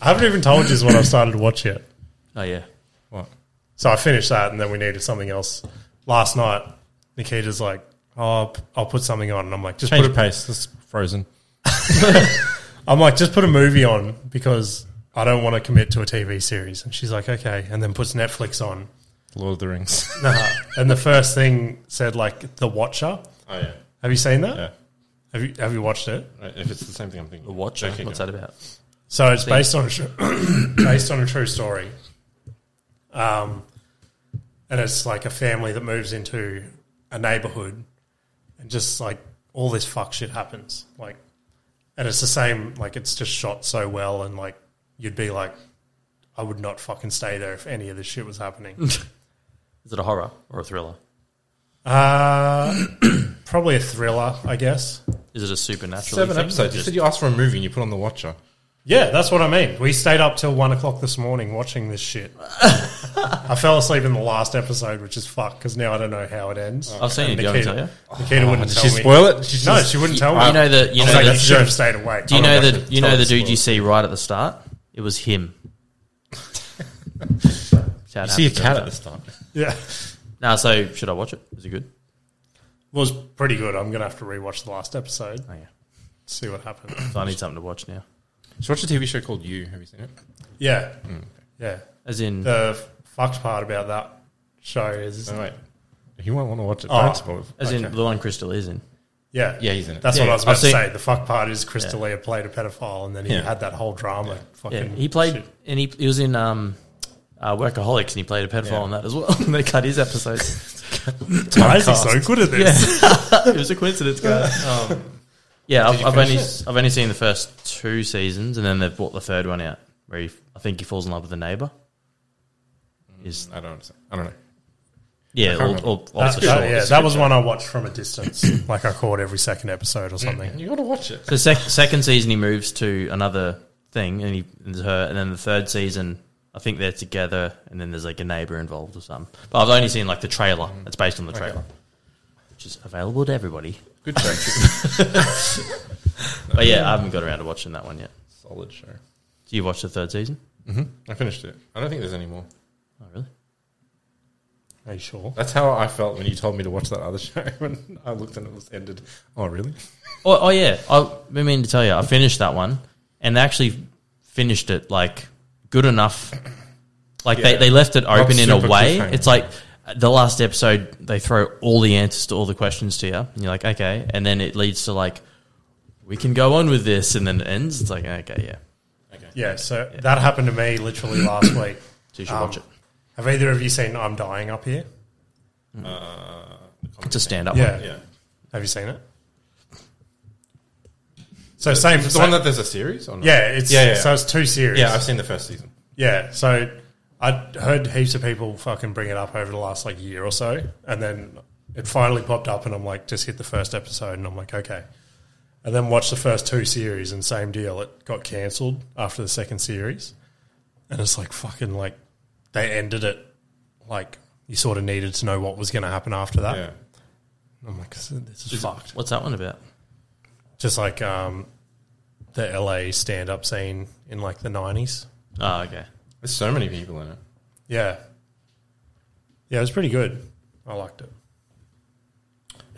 [SPEAKER 2] haven't even told you what I've started to watch yet.
[SPEAKER 1] Oh yeah,
[SPEAKER 3] What?
[SPEAKER 2] So I finished that, and then we needed something else. Last night, Nikita's like, "Oh, I'll- I'll put something on," and I'm like, "Just
[SPEAKER 3] Change
[SPEAKER 2] put
[SPEAKER 3] of
[SPEAKER 2] it."
[SPEAKER 3] pace. This is frozen.
[SPEAKER 2] I'm like, just put a movie on because I don't want to commit to a TV series. And she's like, okay. And then puts Netflix on.
[SPEAKER 3] Lord of the [laughs] Rings.
[SPEAKER 2] Nah. Uh-huh. and the first thing said, like, The Watcher.
[SPEAKER 3] oh yeah,
[SPEAKER 2] Have you seen that?
[SPEAKER 3] yeah.
[SPEAKER 2] Have you have you watched it?
[SPEAKER 3] Right, If it's the same thing, I'm thinking.
[SPEAKER 1] The Watcher.
[SPEAKER 3] Okay,
[SPEAKER 1] What's
[SPEAKER 3] go.
[SPEAKER 1] that about?
[SPEAKER 2] So it's based on a true, [clears throat] based on a true story, um, and it's like a family that moves into a neighborhood, and just like all this fuck shit happens. Like, and it's the same. Like, it's just shot so well, and like you'd be like, I would not fucking stay there if any of this shit was happening.
[SPEAKER 1] Is it a horror or a thriller?
[SPEAKER 2] uh, [clears throat] probably a thriller, I guess.
[SPEAKER 1] Is it a supernatural?
[SPEAKER 3] Seven
[SPEAKER 1] thing?
[SPEAKER 3] episodes. You
[SPEAKER 1] Just-
[SPEAKER 3] said you asked for a movie and you put on The Watcher.
[SPEAKER 2] Yeah, that's what I mean. We stayed up till one o'clock this morning watching this
[SPEAKER 1] [laughs]
[SPEAKER 2] shit. I fell asleep in the last episode, which is fucked because now I don't know how it ends.
[SPEAKER 1] I've seen it. Do you want me to tell
[SPEAKER 2] Nikita,
[SPEAKER 1] you?
[SPEAKER 2] Nikita
[SPEAKER 1] Oh,
[SPEAKER 2] wouldn't
[SPEAKER 3] did
[SPEAKER 2] tell
[SPEAKER 3] she
[SPEAKER 2] me.
[SPEAKER 3] spoil it? She
[SPEAKER 2] no,
[SPEAKER 3] just-
[SPEAKER 2] she wouldn't tell me.
[SPEAKER 1] You know the you
[SPEAKER 2] I was
[SPEAKER 1] know
[SPEAKER 2] like,
[SPEAKER 1] the,
[SPEAKER 2] you should have stayed awake.
[SPEAKER 1] do you know the you
[SPEAKER 3] tell
[SPEAKER 1] know the
[SPEAKER 3] us
[SPEAKER 1] dude
[SPEAKER 3] more.
[SPEAKER 1] you see right at the start? It was him.
[SPEAKER 3] You see a cat at the start.
[SPEAKER 2] Yeah,
[SPEAKER 1] Now, so should I watch it? Is it good?
[SPEAKER 2] was pretty good. I'm gonna have to rewatch the last episode.
[SPEAKER 1] Oh yeah.
[SPEAKER 2] See what
[SPEAKER 1] [coughs]
[SPEAKER 2] happened.
[SPEAKER 1] So I need something to watch now.
[SPEAKER 3] She watched a TV show called You. Have you seen it?
[SPEAKER 2] Yeah,
[SPEAKER 1] Hmm.
[SPEAKER 2] yeah.
[SPEAKER 1] As in,
[SPEAKER 3] Uh,
[SPEAKER 2] The fucked part about that show is
[SPEAKER 3] No, wait. He won't want to watch it.
[SPEAKER 2] Oh.
[SPEAKER 3] Don't spoil it.
[SPEAKER 1] as in
[SPEAKER 3] Okay.
[SPEAKER 1] the one Crystal is in.
[SPEAKER 2] yeah,
[SPEAKER 3] Yeah, he's in it.
[SPEAKER 2] That's
[SPEAKER 1] Yeah,
[SPEAKER 2] what I was about
[SPEAKER 1] I've
[SPEAKER 2] to
[SPEAKER 1] seen-
[SPEAKER 2] say. The fuck part is Chris D'Elia played a pedophile, and then he
[SPEAKER 3] Yeah.
[SPEAKER 2] had that whole drama. Fucking
[SPEAKER 1] Yeah, he played
[SPEAKER 2] shit.
[SPEAKER 1] and he, he was in um, uh, Workaholics and he played a pedophile
[SPEAKER 3] Yeah.
[SPEAKER 1] on that as well. [laughs] they cut his episode.
[SPEAKER 2] Why is he so good at this?
[SPEAKER 1] it was a coincidence, guys. Um, yeah, I've,
[SPEAKER 3] you
[SPEAKER 1] I've only
[SPEAKER 3] finish
[SPEAKER 1] I've only seen the first two seasons and then they've brought the third one out where he, I think he falls in love with the neighbor. Is
[SPEAKER 3] I don't understand. I don't know.
[SPEAKER 1] yeah,
[SPEAKER 3] can't
[SPEAKER 1] all,
[SPEAKER 3] remember.
[SPEAKER 1] all, all
[SPEAKER 2] That's
[SPEAKER 1] for
[SPEAKER 2] good.
[SPEAKER 1] sure.
[SPEAKER 2] yeah, Uh, that was one I watched from a distance. [clears throat] like I caught every second episode or something.
[SPEAKER 3] You got to watch it.
[SPEAKER 1] So sec- second season he moves to another thing and he and it's her, and then the third season I think they're together, and then there's like a neighbor involved or something. But I've only seen like the trailer. It's based on the trailer, which is available to everybody.
[SPEAKER 3] [laughs] Good show.
[SPEAKER 1] But yeah, I haven't got around to watching that one yet.
[SPEAKER 3] Solid show.
[SPEAKER 1] Do you watch the third season?
[SPEAKER 3] I finished it. I don't think there's any more.
[SPEAKER 1] Oh really?
[SPEAKER 2] Are you sure?
[SPEAKER 3] That's how I felt when you told me to watch that other show. [laughs] When I looked and it was ended. Oh, really?
[SPEAKER 1] Oh, oh yeah, I I mean to tell you, I finished that one, and they actually finished it like good enough. Like they,
[SPEAKER 3] Yeah.
[SPEAKER 1] they left it open in a
[SPEAKER 3] super
[SPEAKER 1] way.
[SPEAKER 3] cliffhanger.
[SPEAKER 1] It's like the last episode, they throw all the answers to all the questions to you, and you're like, okay, and then it leads to like, we can go on with this, and then it ends. It's like, okay, yeah,
[SPEAKER 2] Yeah, so that happened to me literally last week.
[SPEAKER 1] so you should
[SPEAKER 2] Um,
[SPEAKER 1] watch it.
[SPEAKER 2] Have either of you seen I'm Dying Up Here?
[SPEAKER 1] It's a stand up.
[SPEAKER 2] Yeah.
[SPEAKER 3] Yeah.
[SPEAKER 2] Have you seen it? So same,
[SPEAKER 3] Is it the one that there's a series? Or not?
[SPEAKER 2] yeah, it's
[SPEAKER 3] Yeah, yeah.
[SPEAKER 2] so it's two series.
[SPEAKER 3] Yeah, I've seen the first season.
[SPEAKER 2] Yeah, so I heard heaps of people fucking bring it up over the last like year or so, and then it finally popped up, and I'm like, just hit the first episode, and I'm like, okay, and then watched the first two series, and same deal, it got cancelled after the second series, and it's like fucking like they ended it, like you sort of needed to know what was going to happen after that.
[SPEAKER 3] Yeah.
[SPEAKER 2] I'm like, this is,
[SPEAKER 1] Is it-
[SPEAKER 2] fucked.
[SPEAKER 1] What's that one about?
[SPEAKER 2] Just like um, the LA stand up scene in like the '90s.
[SPEAKER 1] Oh, okay.
[SPEAKER 3] There's so many people in it.
[SPEAKER 2] Yeah. Yeah, it was pretty good. I liked it.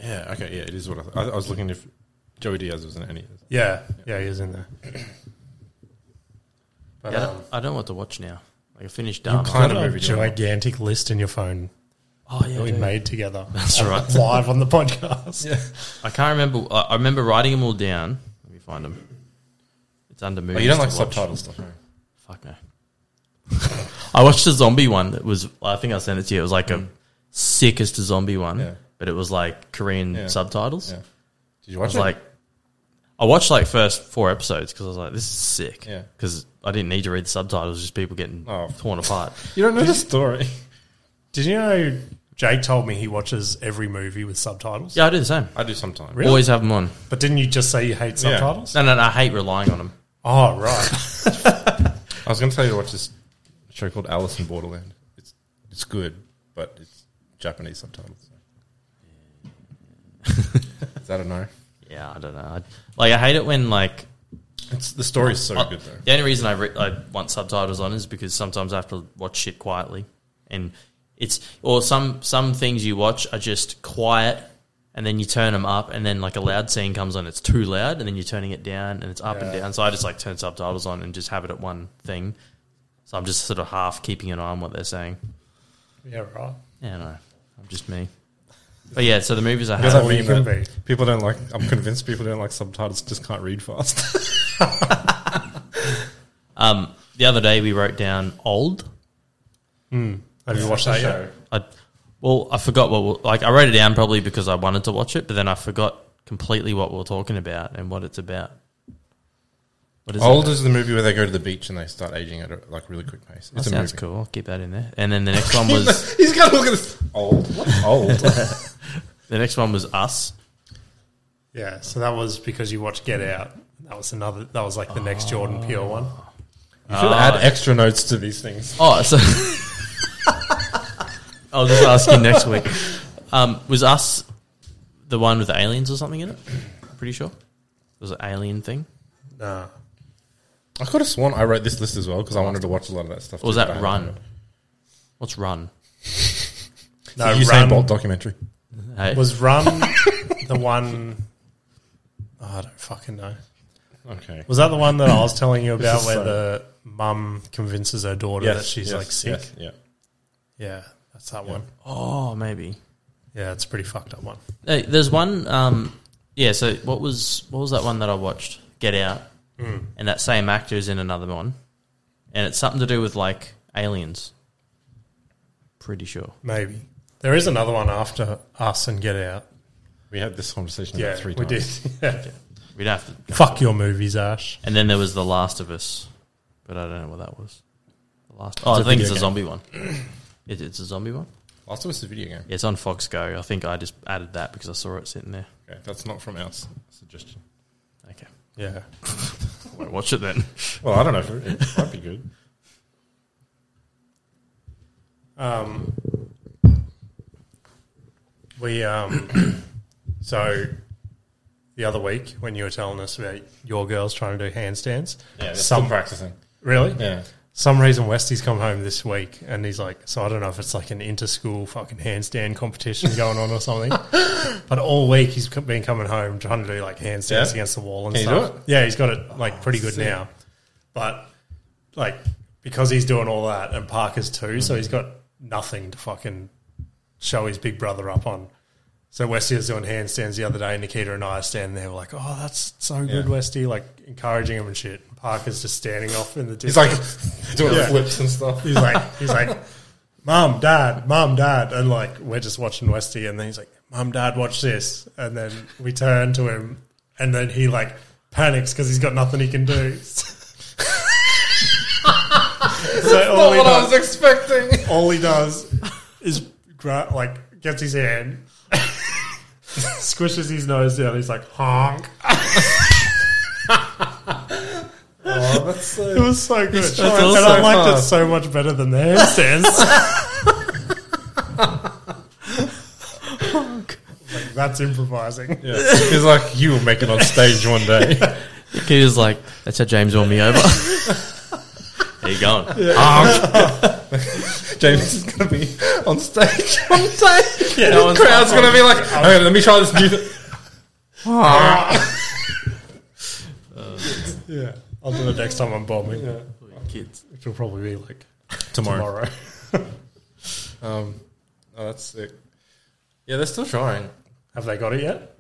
[SPEAKER 3] Yeah, okay, yeah, it is what I thought. I, I was looking if Joey Diaz was in any of this.
[SPEAKER 2] Yeah, yeah, he was in there. [clears throat] But
[SPEAKER 1] Yeah, I,
[SPEAKER 2] um,
[SPEAKER 1] don't, I don't know what to watch now. Like I finished Dharma.
[SPEAKER 3] can't-
[SPEAKER 2] got
[SPEAKER 3] What
[SPEAKER 2] a
[SPEAKER 3] movie do you want?
[SPEAKER 2] gigantic list in your phone
[SPEAKER 1] oh yeah,
[SPEAKER 2] that we
[SPEAKER 1] I do.
[SPEAKER 2] made together.
[SPEAKER 1] [laughs] That's right.
[SPEAKER 2] [laughs] Live on the podcast. Yeah.
[SPEAKER 1] I can't remember. I I remember writing them all down. Let me find them. It's under movies.
[SPEAKER 3] Oh, you don't
[SPEAKER 1] to
[SPEAKER 3] like
[SPEAKER 1] watch.
[SPEAKER 3] subtitle stuff, right?
[SPEAKER 1] Fuck no. [laughs] I watched the zombie one that was. I think I sent it to you. It was like a sickest zombie one,
[SPEAKER 3] Mm. Yeah.
[SPEAKER 1] but it was like Korean
[SPEAKER 3] Yeah.
[SPEAKER 1] subtitles.
[SPEAKER 3] Yeah.
[SPEAKER 1] I
[SPEAKER 3] Did you watch
[SPEAKER 1] was
[SPEAKER 3] it?
[SPEAKER 1] like, I watched like first four episodes because I was like, this is sick.
[SPEAKER 3] Yeah.
[SPEAKER 1] Because I didn't need to read the subtitles. Just people getting
[SPEAKER 3] Oh.
[SPEAKER 1] torn apart.
[SPEAKER 3] you don't know the story.
[SPEAKER 2] Did you know Jake told me he watches every movie with subtitles?
[SPEAKER 1] Yeah, I do the same.
[SPEAKER 3] I do sometimes.
[SPEAKER 2] Really?
[SPEAKER 1] Always have them on.
[SPEAKER 2] But didn't you just say you hate
[SPEAKER 3] Yeah.
[SPEAKER 2] subtitles?
[SPEAKER 1] No, no, no. I hate relying on them.
[SPEAKER 2] Oh, right.
[SPEAKER 3] I
[SPEAKER 2] [laughs]
[SPEAKER 3] was going to tell you to watch this show called Alice in Borderland. It's it's good, but it's Japanese subtitles. Is that a no?
[SPEAKER 1] Yeah, I don't know. I, like I hate it when like
[SPEAKER 3] It's the story's so
[SPEAKER 1] I-
[SPEAKER 3] good though.
[SPEAKER 1] The only reason I, re- I want subtitles on is because sometimes I have to watch shit quietly, and it's or some some things you watch are just quiet, and then you turn them up, and then like a loud scene comes on, it's too loud, and then you're turning it down, and it's up and
[SPEAKER 2] Yeah.
[SPEAKER 1] down. So I just like turn subtitles on and just have it at one thing. So I'm just sort of half keeping an eye on what they're saying.
[SPEAKER 2] Yeah,
[SPEAKER 1] [laughs]
[SPEAKER 2] right.
[SPEAKER 1] Yeah, no, I'm just me. But yeah, so the movies I
[SPEAKER 2] Because
[SPEAKER 1] have.
[SPEAKER 2] I mean, you can be.
[SPEAKER 4] People don't like. I'm convinced people don't like subtitles. Just can't read fast.
[SPEAKER 1] Um, the other day we wrote down old.
[SPEAKER 2] Have you watched that yet?
[SPEAKER 1] I, well, I forgot what we like I wrote it down probably because I wanted to watch it, but then I forgot completely what we were talking about and what it's about. What is
[SPEAKER 3] Old
[SPEAKER 1] it?
[SPEAKER 3] is the movie where they go to the beach and they start aging at a like really quick pace.
[SPEAKER 1] That
[SPEAKER 3] It's a
[SPEAKER 1] sounds
[SPEAKER 3] movie.
[SPEAKER 1] cool. I'll keep that in there. And then the next
[SPEAKER 3] [laughs]
[SPEAKER 1] one was
[SPEAKER 3] He's got to look at this old. What? Old.
[SPEAKER 1] the next one was us.
[SPEAKER 2] Yeah. So that was because you watched Get Out. That was another. That was like the next Jordan Peele one.
[SPEAKER 4] You should add extra notes to these things.
[SPEAKER 1] Oh, so [laughs] I'll just ask you next week. Um, was us the one with the aliens or something in it? Pretty sure. It was an alien thing.
[SPEAKER 2] Nah.
[SPEAKER 3] I could have sworn I wrote this list as well because I wanted to watch a lot of that stuff.
[SPEAKER 1] Or was
[SPEAKER 3] too,
[SPEAKER 1] that
[SPEAKER 3] but I
[SPEAKER 1] Run?
[SPEAKER 3] haven't.
[SPEAKER 1] What's Run?
[SPEAKER 2] No.
[SPEAKER 3] The Usain
[SPEAKER 2] Run
[SPEAKER 3] Bolt documentary.
[SPEAKER 1] Hey,
[SPEAKER 2] was Run the one oh, I don't fucking know.
[SPEAKER 3] Okay.
[SPEAKER 2] Was that the one that I was telling you about
[SPEAKER 3] is
[SPEAKER 2] where
[SPEAKER 3] so-
[SPEAKER 2] the mum convinces her daughter that she's like sick?
[SPEAKER 3] Yeah.
[SPEAKER 2] Yeah, that's that one.
[SPEAKER 1] oh, maybe.
[SPEAKER 2] Yeah, it's a pretty fucked up one.
[SPEAKER 1] Hey, there's one. Um, yeah. So what was what was that one that I watched? Get Out.
[SPEAKER 3] Hmm.
[SPEAKER 1] And that same actor is in another one, and it's something to do with like aliens. Pretty sure.
[SPEAKER 2] Maybe. There is another one after Us and Get Out.
[SPEAKER 3] We had this conversation
[SPEAKER 2] Yeah,
[SPEAKER 3] about three
[SPEAKER 2] we did.
[SPEAKER 3] times.
[SPEAKER 2] [laughs] Yeah.
[SPEAKER 1] We'd have to.
[SPEAKER 2] Fuck your movies, Ash.
[SPEAKER 1] And then there was The Last of Us, but I don't know what that was. The last. Oh, I
[SPEAKER 3] It's a
[SPEAKER 1] think it's a
[SPEAKER 3] video game.
[SPEAKER 1] zombie one. [clears throat] It, it's a zombie one.
[SPEAKER 3] Last of Us is a video game.
[SPEAKER 1] Yeah, it's on Fox Go. I think I just added that because I saw it sitting there.
[SPEAKER 3] Okay, that's not from our s- suggestion.
[SPEAKER 1] Okay,
[SPEAKER 2] Yeah.
[SPEAKER 1] I won't watch it
[SPEAKER 3] [laughs]
[SPEAKER 1] then.
[SPEAKER 3] Well, I don't know if it, it might be good.
[SPEAKER 2] Um, we um, [coughs] so the other week when you were telling us about your girls trying to do handstands,
[SPEAKER 3] [laughs] Yeah, some
[SPEAKER 2] some
[SPEAKER 3] practicing.
[SPEAKER 2] really,
[SPEAKER 3] Yeah.
[SPEAKER 2] some reason Westy's come home this week and he's like, so I don't know if it's like an inter-school fucking handstand competition going on
[SPEAKER 3] [laughs]
[SPEAKER 2] or something, but all week he's co- been coming home trying to do like handstands
[SPEAKER 3] Yeah?
[SPEAKER 2] against the wall and
[SPEAKER 3] Can you do Oh,
[SPEAKER 2] stuff. Yeah, he's got it like pretty good now, but like because he's doing all that and Parker's too, so he's got nothing to fucking show his big brother up on. So Westy was doing handstands the other day. Nikita and I are standing there, we're like, "Oh, that's so good,
[SPEAKER 3] Yeah.
[SPEAKER 2] Westy!" Like encouraging him and shit. Parker's just standing off in the distance.
[SPEAKER 3] He's [laughs] like doing
[SPEAKER 2] Yeah.
[SPEAKER 3] flips and stuff.
[SPEAKER 2] He's like, he's like, mom, dad, mom, dad, and like we're just watching Westy, and then he's like, mom, dad, watch this, and then we turn to him, and then he like panics because he's got nothing he can do. so all, he does,
[SPEAKER 3] expecting.
[SPEAKER 2] all he does is gra- like gets his hand, [laughs] squishes his nose down, he's like honk.
[SPEAKER 3] Oh, that's
[SPEAKER 2] It
[SPEAKER 3] so.
[SPEAKER 2] was so good, and
[SPEAKER 1] trying so
[SPEAKER 2] I liked it
[SPEAKER 3] hard.
[SPEAKER 2] so much better than the [laughs] handstands. That's improvising.
[SPEAKER 3] Yeah. He's like, you will make it on stage one [laughs] day.
[SPEAKER 1] he was like, "That's how James won
[SPEAKER 3] [laughs]
[SPEAKER 1] me over." There you going?
[SPEAKER 3] James is going to be on [laughs] stage one day.
[SPEAKER 2] Yeah,
[SPEAKER 3] the crowd's going to be like, okay, let me try [laughs] this new thing.
[SPEAKER 2] yeah. I'll do it next time I'm bombing,
[SPEAKER 1] Kids.
[SPEAKER 2] which will probably be like
[SPEAKER 3] Tomorrow.
[SPEAKER 2] tomorrow.
[SPEAKER 3] [laughs] Um, oh, that's sick. Yeah, they're still trying.
[SPEAKER 2] Have they got it yet?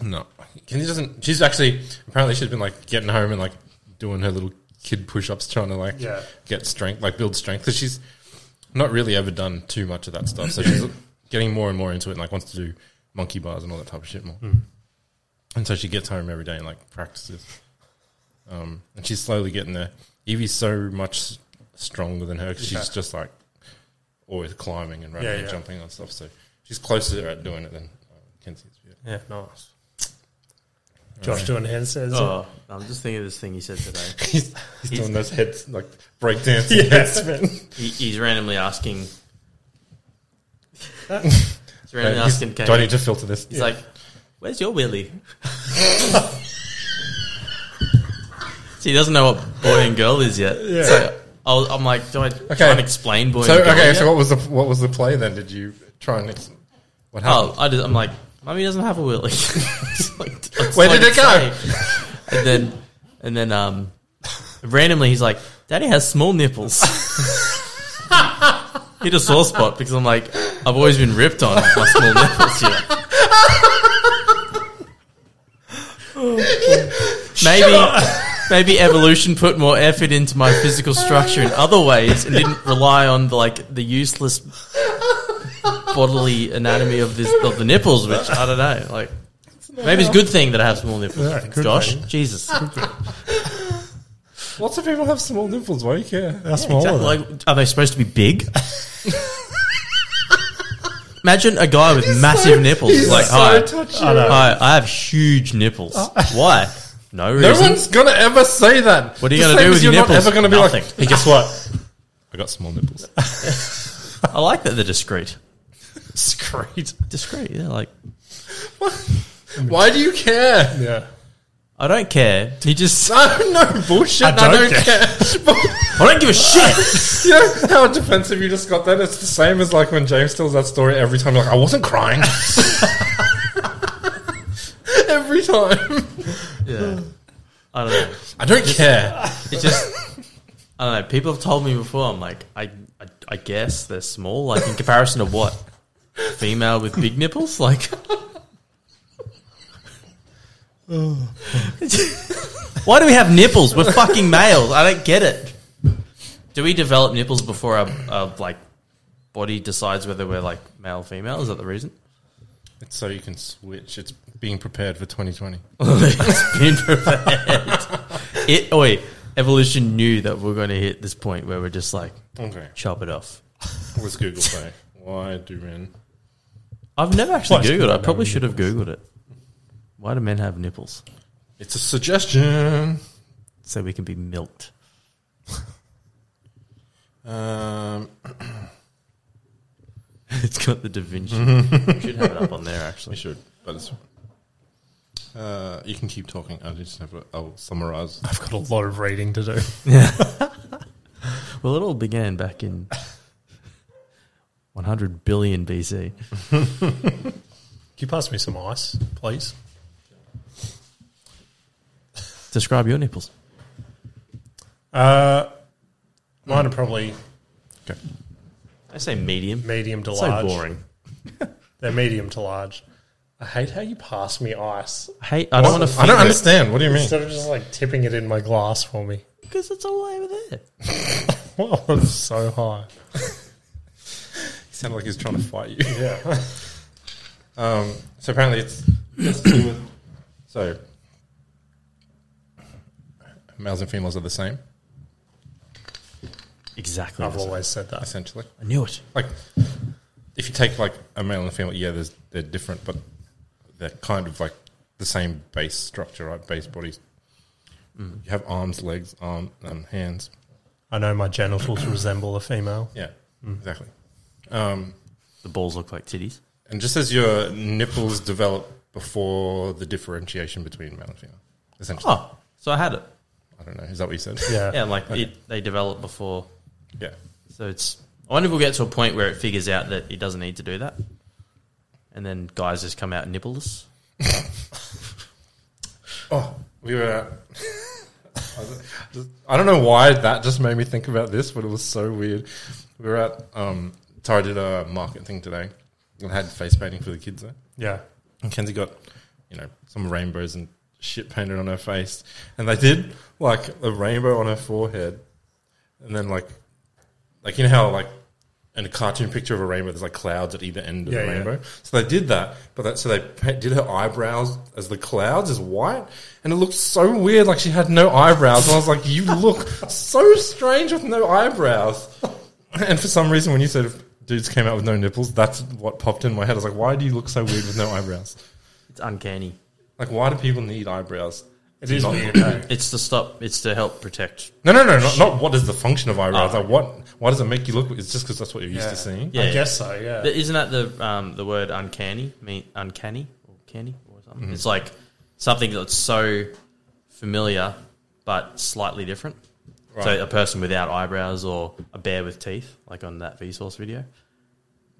[SPEAKER 3] No, Kenzie doesn't. She's actually apparently she's been like getting home and like doing her little kid push-ups, trying to like
[SPEAKER 2] Yeah.
[SPEAKER 3] get strength, like build strength. Because she's not really ever done too much of that stuff, so
[SPEAKER 2] [clears throat]
[SPEAKER 3] she's getting more and more into it, and like wants to do monkey bars and all that type of shit more.
[SPEAKER 2] Hmm.
[SPEAKER 3] And so she gets home every day and like practices, um, and she's slowly getting there. Evie's so much s- stronger than her 'cause she's
[SPEAKER 2] Yeah.
[SPEAKER 3] just like always climbing and running
[SPEAKER 2] Yeah,
[SPEAKER 3] and
[SPEAKER 2] yeah.
[SPEAKER 3] jumping and stuff. So she's closer at doing it than uh, Kenzie is. Yeah.
[SPEAKER 2] Yeah, nice. Josh doing handstands. [laughs]
[SPEAKER 1] Oh, [laughs] I'm just thinking of this thing he said today.
[SPEAKER 3] he's, he's doing those heads like breakdancing [laughs]
[SPEAKER 2] Yeah.
[SPEAKER 3] head spin.
[SPEAKER 1] He, he's randomly asking. [laughs] he's
[SPEAKER 3] Right,
[SPEAKER 1] randomly
[SPEAKER 3] he's-
[SPEAKER 1] asking Kate.
[SPEAKER 3] do I need to filter this?
[SPEAKER 1] he's like, "Where's your Willy?" so he doesn't know what boy and girl is yet.
[SPEAKER 2] Yeah.
[SPEAKER 1] So I was, I'm like, "Do I try and explain boy
[SPEAKER 3] so
[SPEAKER 1] and girl?"
[SPEAKER 3] okay,
[SPEAKER 1] yet?
[SPEAKER 3] so what was the what was the play then? Did you try and ex- what
[SPEAKER 1] oh,
[SPEAKER 3] happened?
[SPEAKER 1] I just, I'm like, Mummy doesn't have a willy. [laughs] It's like- it's
[SPEAKER 3] Where
[SPEAKER 1] like
[SPEAKER 3] did it go?
[SPEAKER 1] saying. And then, and then, um, randomly he's like, "Daddy has small nipples." [laughs] Hit a sore spot because I'm like, I've always been ripped on my small nipples. Yeah. maybe, [laughs] maybe evolution put more effort into my physical structure in other ways and didn't rely on like the useless bodily anatomy of this of the nipples, which I don't know. Like maybe it's a good thing that I have small nipples.
[SPEAKER 2] Yeah, good
[SPEAKER 1] Josh,
[SPEAKER 2] thing.
[SPEAKER 1] Jesus,
[SPEAKER 4] Lots of people have small nipples. Why do you care?
[SPEAKER 2] How small
[SPEAKER 1] Exactly.
[SPEAKER 2] are they?
[SPEAKER 1] like are they supposed to be big? Imagine a guy with massive nipples. like, hi,
[SPEAKER 2] I know. Oh.
[SPEAKER 1] hi, I have huge nipples.
[SPEAKER 2] [laughs]
[SPEAKER 1] Why? No
[SPEAKER 3] No
[SPEAKER 1] reason.
[SPEAKER 3] one's gonna ever say that.
[SPEAKER 1] what are you
[SPEAKER 3] The
[SPEAKER 1] going to do
[SPEAKER 3] same as
[SPEAKER 1] with your
[SPEAKER 3] you're
[SPEAKER 1] nipples?
[SPEAKER 3] Not ever gonna be
[SPEAKER 1] Nothing.
[SPEAKER 3] like,
[SPEAKER 2] Hey, guess what?
[SPEAKER 4] I got small nipples.
[SPEAKER 3] [laughs]
[SPEAKER 1] I like that they're discreet.
[SPEAKER 2] It's
[SPEAKER 4] [laughs]
[SPEAKER 2] great.
[SPEAKER 1] Discreet, yeah. Like,
[SPEAKER 3] why do you care?
[SPEAKER 2] Yeah.
[SPEAKER 1] I don't care. You just,
[SPEAKER 3] [laughs] No, no bullshit. I
[SPEAKER 2] I
[SPEAKER 3] don't,
[SPEAKER 2] don't
[SPEAKER 3] care.
[SPEAKER 1] I don't give a shit.
[SPEAKER 3] you know how defensive you just got that? It's the same as like when James tells that story every time. Like I wasn't crying. [laughs] every time.
[SPEAKER 1] yeah. I don't know.
[SPEAKER 3] I don't care.
[SPEAKER 1] It's just I don't know. People have told me before. I'm like, I, I, I guess they're small. Like in comparison to what? Female with big nipples, like. Why do we have nipples? We're fucking males. I don't get it. Do we develop nipples before our, our like body decides whether we're like male or female? Is that the reason?
[SPEAKER 3] It's so you can switch. It's being prepared for 2020.
[SPEAKER 1] it's been prepared. It. Oh wait, evolution knew that we are going to hit this point where we're just like,
[SPEAKER 3] Okay,
[SPEAKER 1] chop it off.
[SPEAKER 3] let's Google say why do men?
[SPEAKER 1] I've never actually
[SPEAKER 2] Why
[SPEAKER 1] googled.
[SPEAKER 2] do
[SPEAKER 1] it. I
[SPEAKER 2] men
[SPEAKER 1] probably
[SPEAKER 2] have
[SPEAKER 1] should have googled it. Why do men have nipples?
[SPEAKER 3] It's a suggestion.
[SPEAKER 1] So we can be milked. [laughs]
[SPEAKER 3] Um,
[SPEAKER 1] it's got the Da Vinci. we should have it up on there
[SPEAKER 3] we
[SPEAKER 1] actually.
[SPEAKER 3] should, but it's. Uh, you can keep talking. I just have. A, I'll summarize.
[SPEAKER 2] I've got a lot of reading to do.
[SPEAKER 1] Well, it all began back in 100 billion BC.
[SPEAKER 2] Can you pass me some ice, please?
[SPEAKER 1] Describe your nipples.
[SPEAKER 2] Uh, mine are probably
[SPEAKER 1] I say medium.
[SPEAKER 2] medium to
[SPEAKER 1] So
[SPEAKER 2] large.
[SPEAKER 1] boring.
[SPEAKER 2] They're medium to large. I hate how you pass me ice
[SPEAKER 1] I hate. I don't want to.
[SPEAKER 3] I don't understand. What do you mean?
[SPEAKER 2] instead of just like tipping it in my glass for me. [laughs]
[SPEAKER 1] because it's all over there.
[SPEAKER 2] Wow, that's so high.
[SPEAKER 3] Sound like he's trying to fight you.
[SPEAKER 2] Yeah.
[SPEAKER 3] [laughs] Um, so apparently it's just to do with so males and females are the same
[SPEAKER 1] Exactly.
[SPEAKER 2] I've always said that.
[SPEAKER 3] essentially.
[SPEAKER 1] I knew it.
[SPEAKER 3] Like if you take like a male and a female, yeah, there's, they're different, but they're kind of like the same base structure, right? Base bodies. You have arms, legs, arm, um, hands.
[SPEAKER 2] I know my genitals resemble a female.
[SPEAKER 3] Yeah, exactly. Um,
[SPEAKER 1] The balls look like titties.
[SPEAKER 3] and just as your nipples develop before the differentiation between male and female, essentially.
[SPEAKER 1] Oh, so I had it.
[SPEAKER 3] I don't know. Is that what you said?
[SPEAKER 2] Yeah.
[SPEAKER 1] Yeah, like it, they develop before.
[SPEAKER 3] [laughs] yeah.
[SPEAKER 1] So it's. I wonder if we'll get to a point where it figures out that it doesn't need to do that, and then guys just come out nippleless.
[SPEAKER 3] Oh, we were. [laughs] I was- just- I don't know why that just made me think about this, but it was so weird. We were at. Um, so I did a market thing today. and had face painting for the kids there.
[SPEAKER 2] Yeah.
[SPEAKER 3] And Kenzie got, you know, some rainbows and shit painted on her face. And they did like a rainbow on her forehead. And then like like you know how like in a cartoon picture of a rainbow there's like clouds at either end of
[SPEAKER 2] Yeah,
[SPEAKER 3] the
[SPEAKER 2] yeah.
[SPEAKER 3] rainbow. So they did that, but that so they pa- did her eyebrows as the clouds as white and it looked so weird like she had no eyebrows. And I was like, "You look so strange with no eyebrows." [laughs] And for some reason when you said dudes came out with no nipples, that's what popped in my head. I was like, "Why do you look so weird with no eyebrows?"
[SPEAKER 1] It's uncanny.
[SPEAKER 3] Like, why do people need eyebrows?
[SPEAKER 2] It is
[SPEAKER 3] Not-
[SPEAKER 2] weird. though.
[SPEAKER 1] It's to stop. It's to help protect.
[SPEAKER 3] No, no, no, not, not what is the function of eyebrows.
[SPEAKER 1] Oh,
[SPEAKER 2] Ah.
[SPEAKER 3] like, what? Why does it make you look? It's just because that's what you're used to seeing.
[SPEAKER 1] Yeah.
[SPEAKER 2] I guess so, yeah.
[SPEAKER 1] Th- Isn't that the um, the word uncanny? Mean uncanny or canny or something?
[SPEAKER 3] Mm-hmm.
[SPEAKER 1] It's like something that's so familiar but slightly different. So
[SPEAKER 3] Right.
[SPEAKER 1] a person without eyebrows or a bear with teeth, like on that Vsauce video,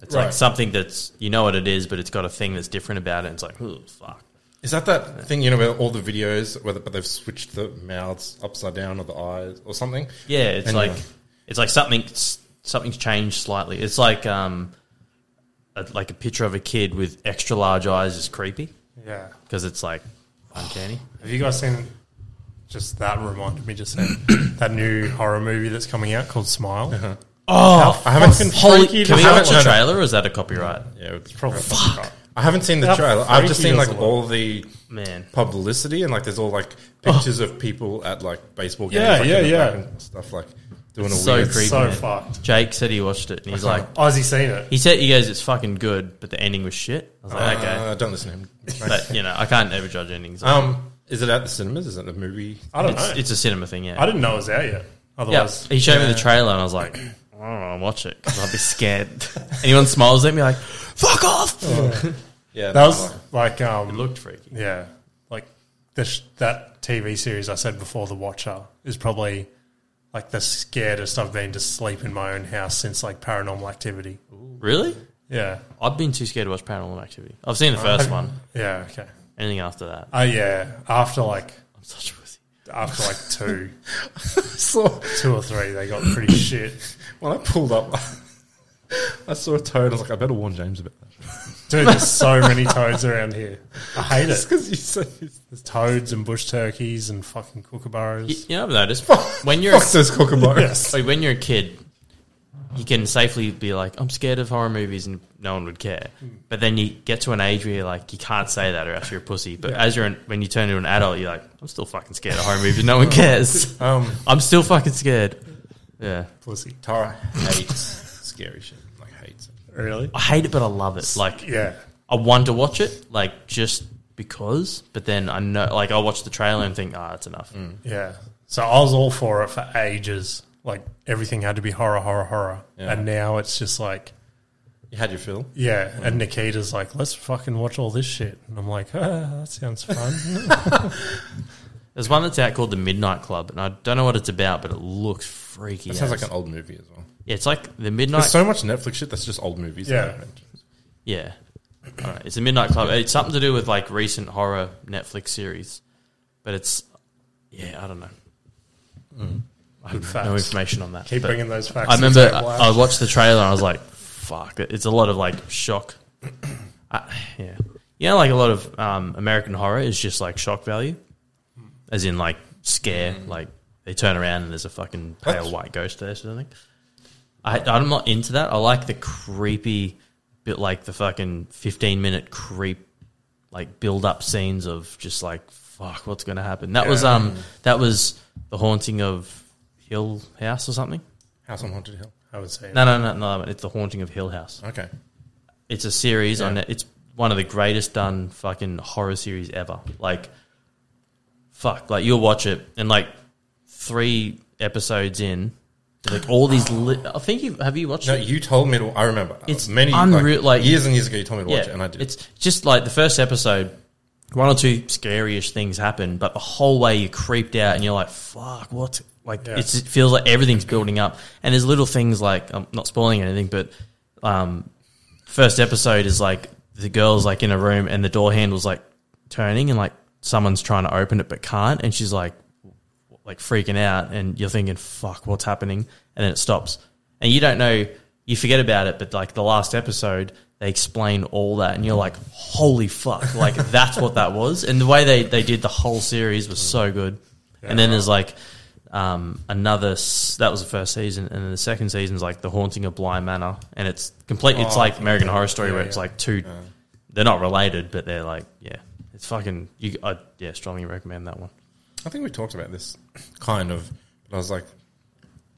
[SPEAKER 1] It's like
[SPEAKER 3] Right.
[SPEAKER 1] something that's you know what it is, but it's got a thing that's different about it. And it's like, oh fuck.
[SPEAKER 3] Is that that thing you know where all the videos whether but they've switched the mouths upside down or the eyes or something?
[SPEAKER 1] Yeah, it's
[SPEAKER 3] Anyway.
[SPEAKER 1] like it's like something something's changed slightly. It's like um, a, like a picture of a kid with extra large eyes is creepy
[SPEAKER 2] Yeah.
[SPEAKER 1] because it's like uncanny.
[SPEAKER 2] Have you guys seen? Just that reminded
[SPEAKER 1] [coughs]
[SPEAKER 2] me just then that new horror movie that's coming out called Smile.
[SPEAKER 1] Oh,
[SPEAKER 3] I haven't seen.
[SPEAKER 1] holy!
[SPEAKER 2] freaky
[SPEAKER 1] Can we
[SPEAKER 2] does it
[SPEAKER 1] watch
[SPEAKER 3] look?
[SPEAKER 1] the trailer, or is that a copyright?
[SPEAKER 3] Yeah,
[SPEAKER 2] Probably fuck.
[SPEAKER 3] I haven't seen the
[SPEAKER 2] How
[SPEAKER 3] trailer. I've just
[SPEAKER 2] freaky
[SPEAKER 3] seen like
[SPEAKER 2] does it look?
[SPEAKER 3] all the
[SPEAKER 1] Man,
[SPEAKER 3] publicity and like there's all like pictures of people at like baseball games,
[SPEAKER 2] Oh. Yeah,
[SPEAKER 3] like,
[SPEAKER 2] yeah,
[SPEAKER 3] in the
[SPEAKER 2] yeah.
[SPEAKER 3] back and stuff like doing a
[SPEAKER 1] so
[SPEAKER 3] weird.
[SPEAKER 1] creepy.
[SPEAKER 2] So
[SPEAKER 1] man.
[SPEAKER 2] fucked.
[SPEAKER 1] Jake said he watched it and he's like,
[SPEAKER 2] Oh, has he seen it?
[SPEAKER 1] he said he goes, it's fucking good, but the ending was shit. I was like, okay,
[SPEAKER 3] Uh, don't listen to him.
[SPEAKER 1] [laughs] but you know, I can't ever judge endings.
[SPEAKER 3] um, is it at the cinemas? Is it the movie?
[SPEAKER 2] I don't
[SPEAKER 1] it's,
[SPEAKER 2] know.
[SPEAKER 1] it's a cinema thing, yeah.
[SPEAKER 2] I didn't know it was out yet.
[SPEAKER 1] Yeah,
[SPEAKER 2] Otherwise,
[SPEAKER 1] he showed me the trailer, and I was like, I don't want to watch it because I'll be scared. Anyone smiles at me like, "Fuck off!"
[SPEAKER 3] Yeah,
[SPEAKER 2] that was like um,
[SPEAKER 1] It looked freaky.
[SPEAKER 2] yeah, like the sh- that TV series I said before, The Watcher, is probably like the scaredest I've been to sleep in my own house since like Paranormal Activity.
[SPEAKER 1] Really?
[SPEAKER 2] Yeah,
[SPEAKER 1] I've been too scared to watch Paranormal Activity. I've seen the first one.
[SPEAKER 2] yeah, okay.
[SPEAKER 1] Anything after that,
[SPEAKER 2] Oh yeah, after like
[SPEAKER 1] I'm such a pussy.
[SPEAKER 2] after like two,
[SPEAKER 3] so
[SPEAKER 2] two or three, they got pretty shit.
[SPEAKER 3] when I pulled up. [laughs] I saw a toad. I was like, I better warn James about that.
[SPEAKER 2] Dude, there's so many toads around here. I
[SPEAKER 3] [laughs]
[SPEAKER 2] hate
[SPEAKER 3] Just
[SPEAKER 2] it.
[SPEAKER 3] because you said
[SPEAKER 2] There's toads and bush turkeys and fucking kookaburras.
[SPEAKER 1] You, you know, I've noticed when you're a,
[SPEAKER 3] fuck those kookaburras.
[SPEAKER 2] Yes.
[SPEAKER 1] like, when you're a kid, you can safely be like, "I'm scared of horror movies," and no one would care. But then you get to an age where you're like, you can't say that, or else you're a pussy. But as you're an, when you turn into an adult, you're like, "I'm still fucking scared of horror movies. No one cares. [laughs]
[SPEAKER 3] Um,
[SPEAKER 1] I'm still fucking scared." Yeah.
[SPEAKER 2] Pussy.
[SPEAKER 3] Tara hates scary shit. Like hates it.
[SPEAKER 2] Really?
[SPEAKER 1] I hate it, but I love it. Like
[SPEAKER 2] Yeah.
[SPEAKER 1] I want to watch it, like just because. But then I know, like I'll watch the trailer and think, ah, that's enough.
[SPEAKER 2] Yeah. So I was all for it for ages. Like everything had to be horror, horror, horror.
[SPEAKER 3] Yeah.
[SPEAKER 2] And now it's just like,
[SPEAKER 3] You had your fill.
[SPEAKER 2] yeah. And Nikita's like, let's fucking watch all this shit. And I'm like, ah, that sounds fun.
[SPEAKER 1] There's one that's out called The Midnight Club, and I don't know what it's about, but it looks freaky.
[SPEAKER 3] It sounds
[SPEAKER 1] as-
[SPEAKER 3] like an old movie as well.
[SPEAKER 1] yeah, it's like the Midnight.
[SPEAKER 3] There's so much Netflix shit that's just old movies. that
[SPEAKER 2] Yeah.
[SPEAKER 3] I haven't-
[SPEAKER 1] yeah, I don't know. it's the Midnight Club. It's something to do with like recent horror Netflix series, but it's yeah, I don't know. I have no
[SPEAKER 2] facts.
[SPEAKER 1] information on that.
[SPEAKER 2] Keep
[SPEAKER 1] but-
[SPEAKER 2] bringing those facts.
[SPEAKER 1] I
[SPEAKER 2] to the
[SPEAKER 1] remember
[SPEAKER 2] table,
[SPEAKER 1] I, I
[SPEAKER 2] Ash.
[SPEAKER 1] watched the trailer and I was like, fuck, it's a lot of like shock. [clears throat] I, yeah. You know, like a lot of um, American horror is just like shock value, as in like scare, like they turn around and there's a fucking pale
[SPEAKER 3] That's-
[SPEAKER 1] white ghost there or something. I, I'm not into that. I like the creepy bit, like the fucking 15 minute creep, like build up scenes of just like, fuck, what's going to happen? That was,
[SPEAKER 3] Yeah.
[SPEAKER 1] um, that was the haunting of Hill House or something.
[SPEAKER 3] House on Haunted Hill.
[SPEAKER 2] I would say.
[SPEAKER 1] No, no, no, no. It's the Haunting of Hill House.
[SPEAKER 3] Okay.
[SPEAKER 1] It's a series on. It's one of the greatest done fucking horror series ever. Like, fuck. Like you'll watch it and like three episodes in, like all these. Li- I think you have you watched
[SPEAKER 3] No,
[SPEAKER 1] it.
[SPEAKER 3] you told me to. I remember.
[SPEAKER 1] It's
[SPEAKER 3] many
[SPEAKER 1] unreal-
[SPEAKER 3] like,
[SPEAKER 1] like-
[SPEAKER 3] years and years ago. You told me to
[SPEAKER 1] yeah,
[SPEAKER 3] watch it, and I did.
[SPEAKER 1] It's just like the first episode. One or two scary-ish things happen, but the whole way you're creeped out and you're like, "Fuck, what?" Like
[SPEAKER 2] Yeah.
[SPEAKER 1] it's, it feels like everything's building up, and there's little things like I'm not spoiling anything, but um, first episode is like the girl's like in a room and the door handle's like turning and like someone's trying to open it but can't and she's like w- like freaking out and you're thinking fuck what's happening and then it stops and you don't know you forget about it but like the last episode they explain all that and you're like holy fuck like [laughs] that's what that was and the way they they did the whole series was so good and then there's like um, another s- that was the first season, and then the second season's like the haunting of Bly Manor, and it's complete. It's like American Horror Story, where it's like two. They're not related, but they're like yeah, it's fucking. You, I yeah, strongly recommend that one.
[SPEAKER 3] I think we talked about this kind of. But I was like,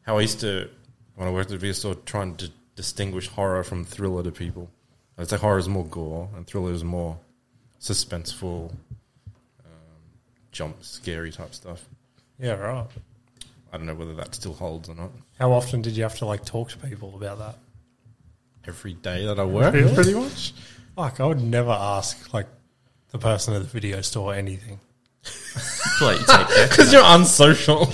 [SPEAKER 3] how I used to when I worked at the video store, trying to distinguish horror from thriller to people. It's like horror is more gore, and thriller is more suspenseful, um, jump, scary type stuff.
[SPEAKER 2] Yeah, right.
[SPEAKER 3] I don't know whether that still holds or not.
[SPEAKER 2] How often did you have to like talk to people about that?
[SPEAKER 3] Every day that I work,
[SPEAKER 2] Really?
[SPEAKER 3] pretty [laughs] much.
[SPEAKER 2] Like, I would never ask like the person at the video store anything.
[SPEAKER 1] It's like you take that.
[SPEAKER 3] Because you're unsocial.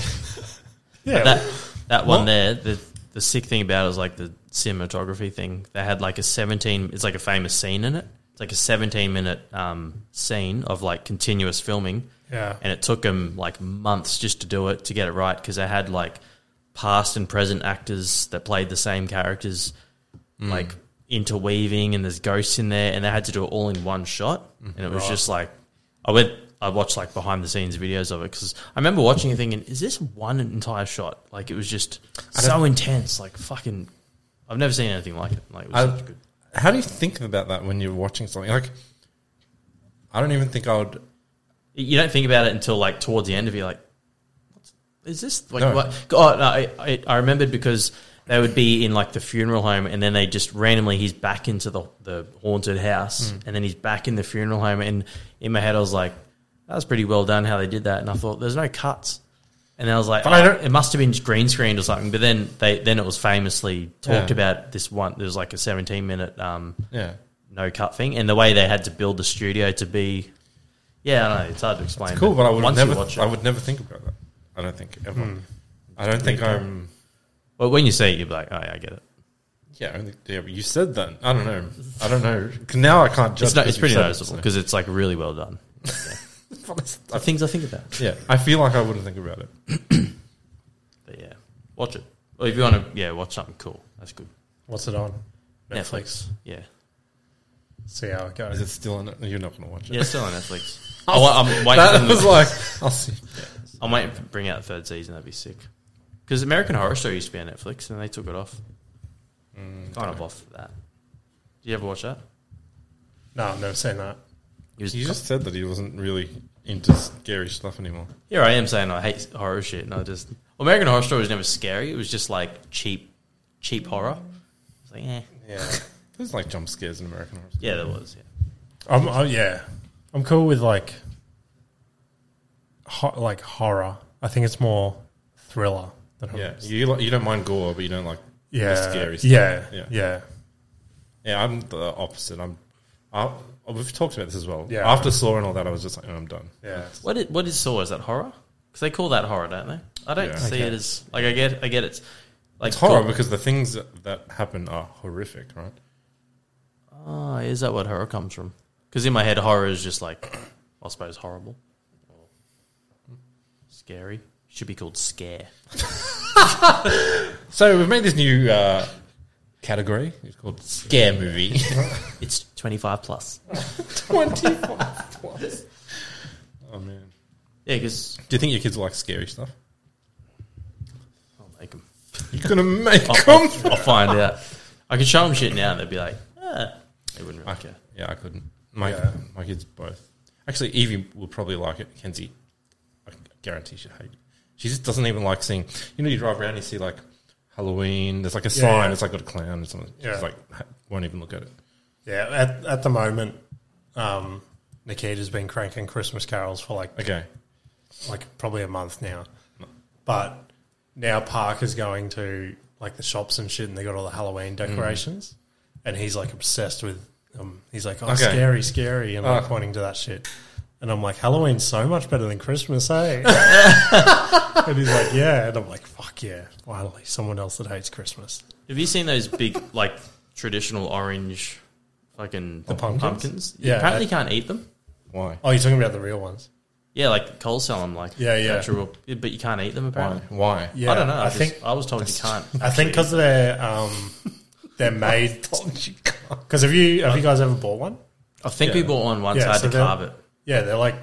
[SPEAKER 2] Yeah.
[SPEAKER 1] that that one there. The the sick thing about it is like the cinematography thing. They had like a 17, it's like a famous scene in it. It's like a 17 minute um, scene of like continuous filming.
[SPEAKER 2] Yeah.
[SPEAKER 1] And it took them like months just to do it, to get it right, because they had like past and present actors that played the same characters, like interweaving, and there's ghosts in there, and they had to do it all in one shot. And it was just like, I went, I watched like behind the scenes videos of it because I remember watching it thinking, is this one entire shot? Like it was just so intense, like fucking. I've never seen anything like it. Like it was
[SPEAKER 3] I-
[SPEAKER 1] such good.
[SPEAKER 3] How do you think about that when you're watching something? Like, I don't even think I would.
[SPEAKER 1] You don't think about it until like towards the end of it, you're like, What's, is this like
[SPEAKER 3] No.
[SPEAKER 1] what? Oh, no, I, I I remembered because they would be in like the funeral home, and then they just randomly he's back into the the haunted house,
[SPEAKER 3] Hmm.
[SPEAKER 1] and then he's back in the funeral home, and in my head I was like, that was pretty well done how they did that, and I thought there's no cuts. And I was like,
[SPEAKER 3] But I don't-
[SPEAKER 1] oh, it must have been green screened or something. But then they then it was famously talked
[SPEAKER 3] Yeah.
[SPEAKER 1] about this one. There was like a 17 minute um,
[SPEAKER 3] Yeah.
[SPEAKER 1] no cut thing, and the way they had to build the studio to be, yeah, I don't know it's hard to explain.
[SPEAKER 3] Cool, but I would
[SPEAKER 1] once
[SPEAKER 3] never.
[SPEAKER 1] you watch it,
[SPEAKER 3] I would never think about that. I don't think ever. I don't think I'm.
[SPEAKER 1] well, when you see it, you're like, oh yeah, I get it.
[SPEAKER 3] Yeah, I don't think, yeah, but you said that. I don't know. I don't know. 'Cause Now I can't judge.
[SPEAKER 1] It's, no, it's
[SPEAKER 3] 'cause you
[SPEAKER 1] pretty
[SPEAKER 3] said it,
[SPEAKER 1] noticeable because it's like really well done.
[SPEAKER 3] so.
[SPEAKER 1] The things I think [laughs] about,
[SPEAKER 3] Yeah, I feel like I wouldn't think about it.
[SPEAKER 1] but yeah, watch it. Or if you want to, yeah, watch something cool. That's good.
[SPEAKER 2] What's it on?
[SPEAKER 1] Netflix. Yeah,
[SPEAKER 2] See how it
[SPEAKER 3] Is
[SPEAKER 2] goes.
[SPEAKER 3] it still on? it? You're not going to watch it. [laughs]
[SPEAKER 1] yeah, it's still on Netflix. I wa- I'm waiting.
[SPEAKER 3] that
[SPEAKER 1] For
[SPEAKER 3] was
[SPEAKER 1] them,
[SPEAKER 3] like I'll see.
[SPEAKER 1] I'm waiting for bring out the third season. That'd be sick. Because American Horror Story used to be on Netflix and they took it off.
[SPEAKER 3] Mm.
[SPEAKER 1] kind of off that. Did you ever watch that?
[SPEAKER 2] No, I've never seen that.
[SPEAKER 1] It was
[SPEAKER 3] He just said that he wasn't really into scary stuff anymore.
[SPEAKER 1] Here I am saying I hate horror shit, and I just well, American Horror Story was never scary. It was just like cheap, cheap horror. It's like, eh.
[SPEAKER 3] Yeah, [laughs] there's like jump scares in American Horror. Story.
[SPEAKER 1] yeah, there was. Yeah.
[SPEAKER 2] I'm, i yeah, I'm cool with like, ho- like horror. I think it's more thriller than horror.
[SPEAKER 3] Yeah, you like, you don't mind gore, but you don't like
[SPEAKER 2] yeah,
[SPEAKER 3] the scary stuff.
[SPEAKER 2] yeah,
[SPEAKER 3] yeah,
[SPEAKER 2] yeah, yeah.
[SPEAKER 3] Yeah, I'm the opposite. I'm. I, we've talked about this as well.
[SPEAKER 2] Yeah.
[SPEAKER 3] After Saw and all that, I was just like, oh, I'm done.
[SPEAKER 1] What is, what is Saw? Is that horror? Because they call that horror, don't they? I don't
[SPEAKER 3] Yeah.
[SPEAKER 1] see it as like I get I get it's like
[SPEAKER 3] It's horror
[SPEAKER 1] gore-
[SPEAKER 3] because the things that, that happen are horrific, right?
[SPEAKER 1] Oh, is that what horror comes from? Because in my head, horror is just like I suppose horrible, scary. Should be called scare.
[SPEAKER 3] So we've made this new uh, category. It's called scare movie.
[SPEAKER 1] It's twenty five plus.
[SPEAKER 3] Twenty five plus. [laughs] Oh man,
[SPEAKER 1] Yeah, because
[SPEAKER 3] do you think your kids like scary stuff?
[SPEAKER 1] I'll make 'em.
[SPEAKER 3] You're gonna make [laughs]
[SPEAKER 1] I'll,
[SPEAKER 3] them.
[SPEAKER 1] I'll, I'll find out. I could show them shit now, and they'd be like, ah. they wouldn't really care.
[SPEAKER 3] Yeah, I couldn't. My
[SPEAKER 2] Yeah.
[SPEAKER 3] my kids both. Actually, Evie will probably like it. Kenzie, I guarantee she'd hate it. She just doesn't even like seeing. You know, you drive around, you see like Halloween. There's like a sign.
[SPEAKER 2] yeah.
[SPEAKER 3] It's like got a clown or something.
[SPEAKER 2] Yeah.
[SPEAKER 3] She's like ha- won't even look at it.
[SPEAKER 2] Yeah, at, at the moment, um, Nikita's been cranking Christmas carols for like
[SPEAKER 3] Okay.
[SPEAKER 2] like probably a month now. But now Park is going to like the shops and shit, and they got all the
[SPEAKER 1] Hmm.
[SPEAKER 2] Halloween decorations, and he's like obsessed with. Um, he's like, oh,
[SPEAKER 3] Okay.
[SPEAKER 2] scary, scary, and like
[SPEAKER 3] Oh.
[SPEAKER 2] pointing to that shit. And I'm like, Halloween's so much better than Christmas,
[SPEAKER 1] [laughs]
[SPEAKER 2] eh? and he's like, yeah. And I'm like, fuck yeah. Finally, someone else that hates Christmas.
[SPEAKER 1] Have you seen those big, like, traditional orange fucking the
[SPEAKER 2] pumpkins?
[SPEAKER 1] You
[SPEAKER 2] Yeah.
[SPEAKER 1] apparently can't eat them.
[SPEAKER 3] Why?
[SPEAKER 2] Oh, you're talking about the real ones?
[SPEAKER 1] Yeah, like Cole sell them, like
[SPEAKER 2] Yeah, yeah.
[SPEAKER 1] natural, but you can't eat them
[SPEAKER 3] Why?
[SPEAKER 1] apparently.
[SPEAKER 3] Why?
[SPEAKER 2] Yeah,
[SPEAKER 1] I don't know. I,
[SPEAKER 2] I
[SPEAKER 1] just,
[SPEAKER 2] think-
[SPEAKER 1] I was told you can't.
[SPEAKER 2] [laughs] I think because they're um,
[SPEAKER 1] [laughs]
[SPEAKER 2] they're made. Because have you have you guys ever bought one?
[SPEAKER 1] I think we bought one once.
[SPEAKER 2] Yeah,
[SPEAKER 1] I had
[SPEAKER 2] so
[SPEAKER 1] to
[SPEAKER 2] they're-
[SPEAKER 1] carve it.
[SPEAKER 2] Yeah, they're like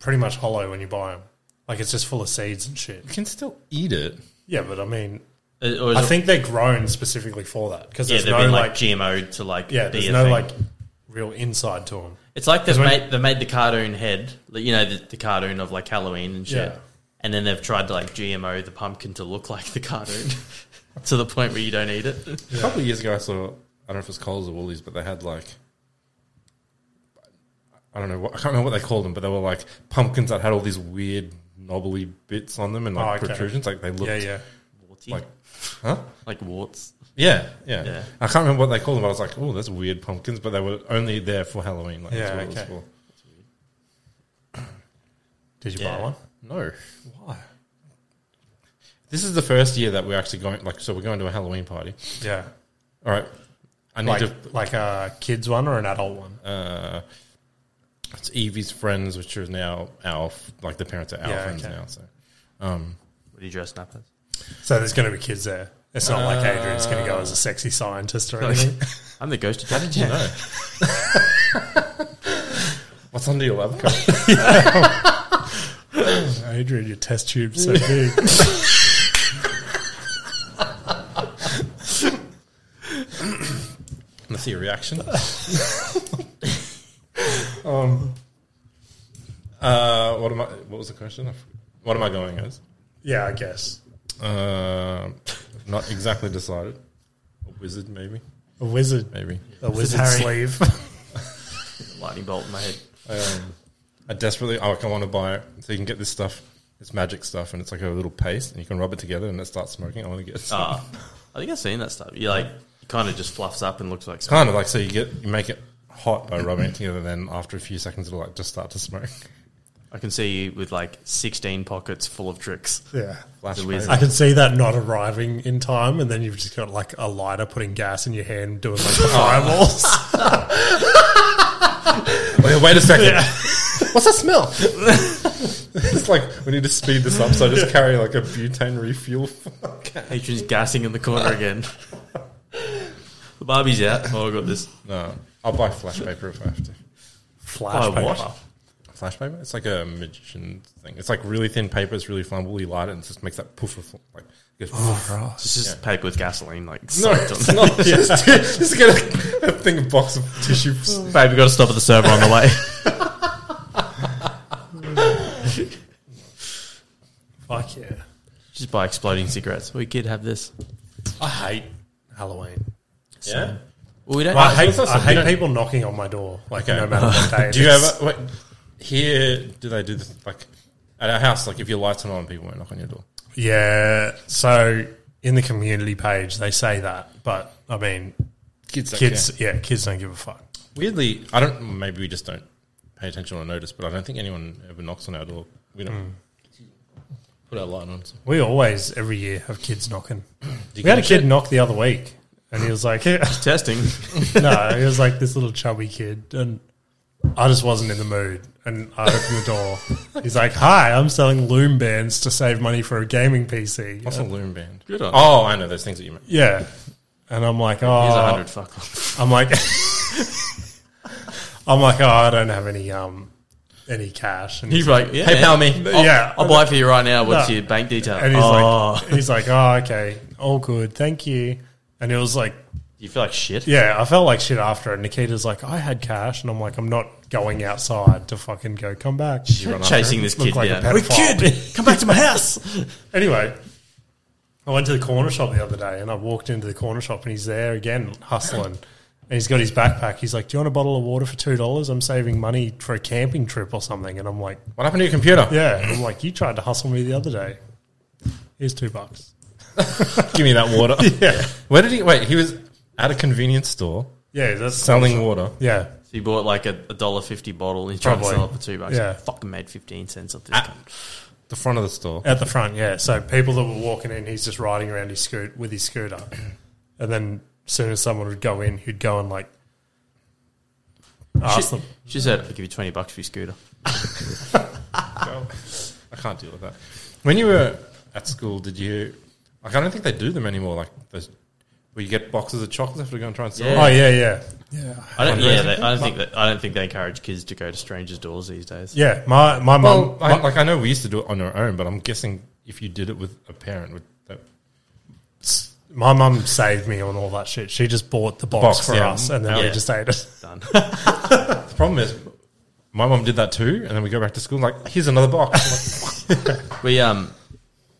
[SPEAKER 2] pretty much hollow when you buy them. Like it's just full of seeds and shit.
[SPEAKER 3] You can still eat it.
[SPEAKER 2] Yeah, but I mean,
[SPEAKER 1] Uh, Or is
[SPEAKER 2] I
[SPEAKER 1] it-
[SPEAKER 2] think they're grown specifically for that because
[SPEAKER 1] yeah,
[SPEAKER 2] there's
[SPEAKER 1] they've
[SPEAKER 2] no
[SPEAKER 1] been like,
[SPEAKER 2] like,
[SPEAKER 1] GMO to like
[SPEAKER 2] yeah,
[SPEAKER 1] be
[SPEAKER 2] there's
[SPEAKER 1] a
[SPEAKER 2] no
[SPEAKER 1] thing.
[SPEAKER 2] like real inside to them.
[SPEAKER 1] It's like they've
[SPEAKER 2] when-
[SPEAKER 1] made they made the cartoon head, like, you know, the, the cartoon of like Halloween and shit,
[SPEAKER 2] Yeah.
[SPEAKER 1] and then they've tried to like GMO the pumpkin to look like the cartoon [laughs] to the point where you don't eat it.
[SPEAKER 3] A couple of years ago, I saw. I don't know if it was Coles or Woolies, but they had like. I don't know. What, I can't remember what they called them, but they were like pumpkins that had all these weird knobbly bits on them and like
[SPEAKER 2] Oh, okay.
[SPEAKER 3] protrusions. Like they looked
[SPEAKER 2] Yeah, yeah,
[SPEAKER 1] Warty,
[SPEAKER 3] like,
[SPEAKER 1] like,
[SPEAKER 3] huh?
[SPEAKER 1] warts.
[SPEAKER 3] Yeah, yeah,
[SPEAKER 1] Yeah.
[SPEAKER 3] I can't remember what they called them. But I was like, oh, that's weird pumpkins, but they were only there for Halloween. Like, that's
[SPEAKER 2] Yeah,
[SPEAKER 3] what it was
[SPEAKER 2] okay.
[SPEAKER 3] for.
[SPEAKER 2] Did you
[SPEAKER 1] Yeah.
[SPEAKER 2] buy one?
[SPEAKER 3] No, why? This is the first year that we're actually going. Like, so we're going to a Halloween party,
[SPEAKER 2] Yeah,
[SPEAKER 3] All right. I need
[SPEAKER 2] Like
[SPEAKER 3] to.
[SPEAKER 2] like a kids one or an adult one?
[SPEAKER 3] Uh, it's Evie's friends, which are now our f- like the parents are our
[SPEAKER 2] Yeah,
[SPEAKER 3] friends
[SPEAKER 2] okay.
[SPEAKER 3] now. So, um,
[SPEAKER 1] What do you dress up as?
[SPEAKER 2] So there's going to be kids there. It's not like Adrian's going to go as a sexy scientist or anything.
[SPEAKER 1] I'm the ghost detective. How did you know?
[SPEAKER 3] what's under your lab coat?
[SPEAKER 2] [laughs] Adrian, your test tube's [laughs] so big.
[SPEAKER 3] Let's see your
[SPEAKER 2] [laughs]
[SPEAKER 3] reaction.
[SPEAKER 5] Um,
[SPEAKER 3] Uh, what am I? What was the question? I forgot. What am I going as?
[SPEAKER 2] yeah, I guess
[SPEAKER 3] Uh, not exactly decided. A wizard, maybe.
[SPEAKER 2] a wizard,
[SPEAKER 3] Maybe.
[SPEAKER 2] a wizard
[SPEAKER 1] Harry.
[SPEAKER 2] sleeve. [laughs]
[SPEAKER 1] [laughs] Lightning bolt in my head.
[SPEAKER 3] Um, I desperately, oh, I want to buy it. So you can get this stuff. It's magic stuff, and it's like a little paste, and you can rub it together, and it starts smoking. I want to get some.
[SPEAKER 1] Ah, I think I've seen that stuff. You like kind of just fluffs up and looks like
[SPEAKER 3] kind of like so you get you make it hot by rubbing it together. Then after a few seconds, it'll like just start to smoke.
[SPEAKER 1] I can see you with like 16 pockets full of tricks.
[SPEAKER 2] yeah.
[SPEAKER 3] Flash
[SPEAKER 1] The
[SPEAKER 3] flavor.
[SPEAKER 1] wizard.
[SPEAKER 2] I can see that not arriving in time, and then you've just got like a lighter putting gas in your hand, doing
[SPEAKER 3] [laughs] Oh.
[SPEAKER 2] like the fireballs.
[SPEAKER 3] [laughs] Wait, wait a second. What's that smell? it's like we need to speed this up. So I just carry like a butane refuel. [laughs]
[SPEAKER 1] Patron's gassing in the corner again. [laughs] the Barbie's out. Oh, I got this.
[SPEAKER 3] no, I'll buy flash paper if I have to.
[SPEAKER 2] Flash
[SPEAKER 1] Oh,
[SPEAKER 2] paper.
[SPEAKER 1] what?
[SPEAKER 3] Flash paper? It's like a magician thing. It's like really thin paper. It's really flammable. You light it, and it just makes that poof of like. it goes
[SPEAKER 1] It's just paper with gasoline. Like,
[SPEAKER 3] No,
[SPEAKER 1] soaked
[SPEAKER 3] [laughs] it's
[SPEAKER 1] on.
[SPEAKER 3] not. [laughs] Just, just get a, [laughs] a thing, a box of
[SPEAKER 2] [laughs]
[SPEAKER 3] tissue.
[SPEAKER 1] Babe, we got to stop at the server on the [laughs] way.
[SPEAKER 2] Fuck yeah!
[SPEAKER 1] just buy exploding cigarettes. We could have this.
[SPEAKER 2] I hate Halloween.
[SPEAKER 3] Yeah.
[SPEAKER 1] Well, we don't.
[SPEAKER 2] I hate,
[SPEAKER 3] it's not
[SPEAKER 2] I
[SPEAKER 3] something-
[SPEAKER 2] hate people knocking on my door, like
[SPEAKER 3] Okay.
[SPEAKER 2] no matter what
[SPEAKER 3] [laughs]
[SPEAKER 2] day. it
[SPEAKER 3] Do you
[SPEAKER 2] is.
[SPEAKER 3] ever wait, here? Do they do this like at our house? Like if your lights are on, people won't knock on your door.
[SPEAKER 2] Yeah. So in the community page, they say that, but I mean,
[SPEAKER 3] Kids,
[SPEAKER 2] kids, yeah, kids don't give a fuck.
[SPEAKER 3] Weirdly, I don't. Maybe we just don't pay attention or notice, but I don't think anyone ever knocks on our door. We don't put our light on. So.
[SPEAKER 2] We always every year have kids knocking.
[SPEAKER 3] you
[SPEAKER 2] We had a
[SPEAKER 3] get
[SPEAKER 2] kid knock the other week, and he was like, [laughs] "No,"
[SPEAKER 1] testing.
[SPEAKER 2] he was like this little chubby kid, and I just wasn't in the mood. And I opened the door. He's like, "Hi, I'm selling loom bands to save money for a gaming PC."
[SPEAKER 3] What's [laughs] a loom band?
[SPEAKER 1] Good on
[SPEAKER 3] Oh, I know those things that you make.
[SPEAKER 2] Yeah, and I'm like,
[SPEAKER 1] Here's a
[SPEAKER 2] "Oh,
[SPEAKER 1] hundred. Fuck off.
[SPEAKER 2] I'm like, [laughs] I'm like, oh, I don't have any um any cash. And
[SPEAKER 1] He's like, yeah,
[SPEAKER 3] PayPal
[SPEAKER 1] man.
[SPEAKER 3] me.
[SPEAKER 1] I'll,
[SPEAKER 2] Yeah.
[SPEAKER 1] I'll buy it for you right now. What's
[SPEAKER 2] No.
[SPEAKER 1] your bank detail?
[SPEAKER 2] and he's
[SPEAKER 1] oh,
[SPEAKER 2] like, he's like, oh, okay, all good, thank you. And it was like,
[SPEAKER 1] you feel like shit.
[SPEAKER 2] yeah, I felt like shit after. And Nikita's like, I had cash, and I'm like, I'm not going outside to fucking go. Come back.
[SPEAKER 3] You run after
[SPEAKER 1] Chasing
[SPEAKER 3] him.
[SPEAKER 1] this kid
[SPEAKER 2] Look like
[SPEAKER 1] down.
[SPEAKER 2] a pedophile.
[SPEAKER 1] come back to my house.
[SPEAKER 2] [laughs] Anyway, I went to the corner shop the other day and I walked into the corner shop and he's there again hustling. And he's got his backpack. He's like, Do you want a bottle of water for $2? I'm saving money for a camping trip or something. And I'm like,
[SPEAKER 3] What happened to your computer?
[SPEAKER 2] Yeah. And I'm like, You tried to hustle me the other day. Here's two bucks.
[SPEAKER 3] Give me that
[SPEAKER 2] [laughs]
[SPEAKER 3] water.
[SPEAKER 2] Yeah.
[SPEAKER 3] Where did he? Wait, he was at a convenience store
[SPEAKER 2] Yeah. That's
[SPEAKER 3] selling water.
[SPEAKER 2] Yeah.
[SPEAKER 1] So you bought like a, a dollar fifty bottle and you tried to
[SPEAKER 2] Probably.
[SPEAKER 1] sell it for two bucks.
[SPEAKER 2] Yeah.
[SPEAKER 1] Fucking made fifteen cents off this.
[SPEAKER 3] Ah.
[SPEAKER 1] cunt.
[SPEAKER 3] The front of the store.
[SPEAKER 2] At the front. Yeah. So people that were walking in, he's just riding around his scoot with his scooter. [clears throat] And then as soon as someone would go in, he'd go and like ask
[SPEAKER 1] she,
[SPEAKER 2] them.
[SPEAKER 1] she said, "I'll give you twenty bucks for your scooter."
[SPEAKER 3] I can't deal with that. When you were at school, did you? Like, I don't think they do them anymore. Like those, where you get boxes of chocolates after to go and try and sell.
[SPEAKER 1] Yeah.
[SPEAKER 3] them.
[SPEAKER 2] Oh, yeah. Yeah. Yeah.
[SPEAKER 1] I don't. Yeah, they, I don't think that. I don't think they encourage kids to go to strangers' doors these days.
[SPEAKER 2] Yeah, my my
[SPEAKER 3] Well,
[SPEAKER 2] mum.
[SPEAKER 3] I,
[SPEAKER 2] my-
[SPEAKER 3] like I know we used to do it on our own, but I'm guessing if you did it with a parent, would that,
[SPEAKER 2] my mum saved me on all that shit. She just bought the box,
[SPEAKER 3] box,
[SPEAKER 2] for
[SPEAKER 3] yeah.
[SPEAKER 2] us, and then we
[SPEAKER 1] Yeah.
[SPEAKER 2] just ate it.
[SPEAKER 1] Done.
[SPEAKER 3] the problem is. My mom did that too, and then we go back to school. Like, here's another box.
[SPEAKER 1] We um,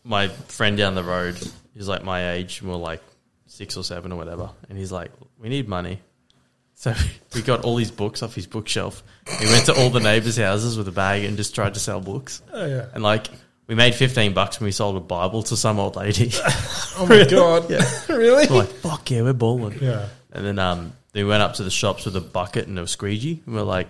[SPEAKER 1] my friend down the road, he's like my age, and we're like six or seven or whatever, and he's like, "We need money." So [laughs] we got all his books off his bookshelf. We went to all the neighbors' houses with a bag and just tried to sell books.
[SPEAKER 2] Oh yeah,
[SPEAKER 1] And like, we made fifteen bucks when we sold a Bible to some old lady. [laughs]
[SPEAKER 3] oh my god! [laughs] really?
[SPEAKER 1] we're like, "Fuck yeah, we're balling."
[SPEAKER 2] yeah.
[SPEAKER 1] And then um, they went up to the shops with a bucket and a squeegee, and we're like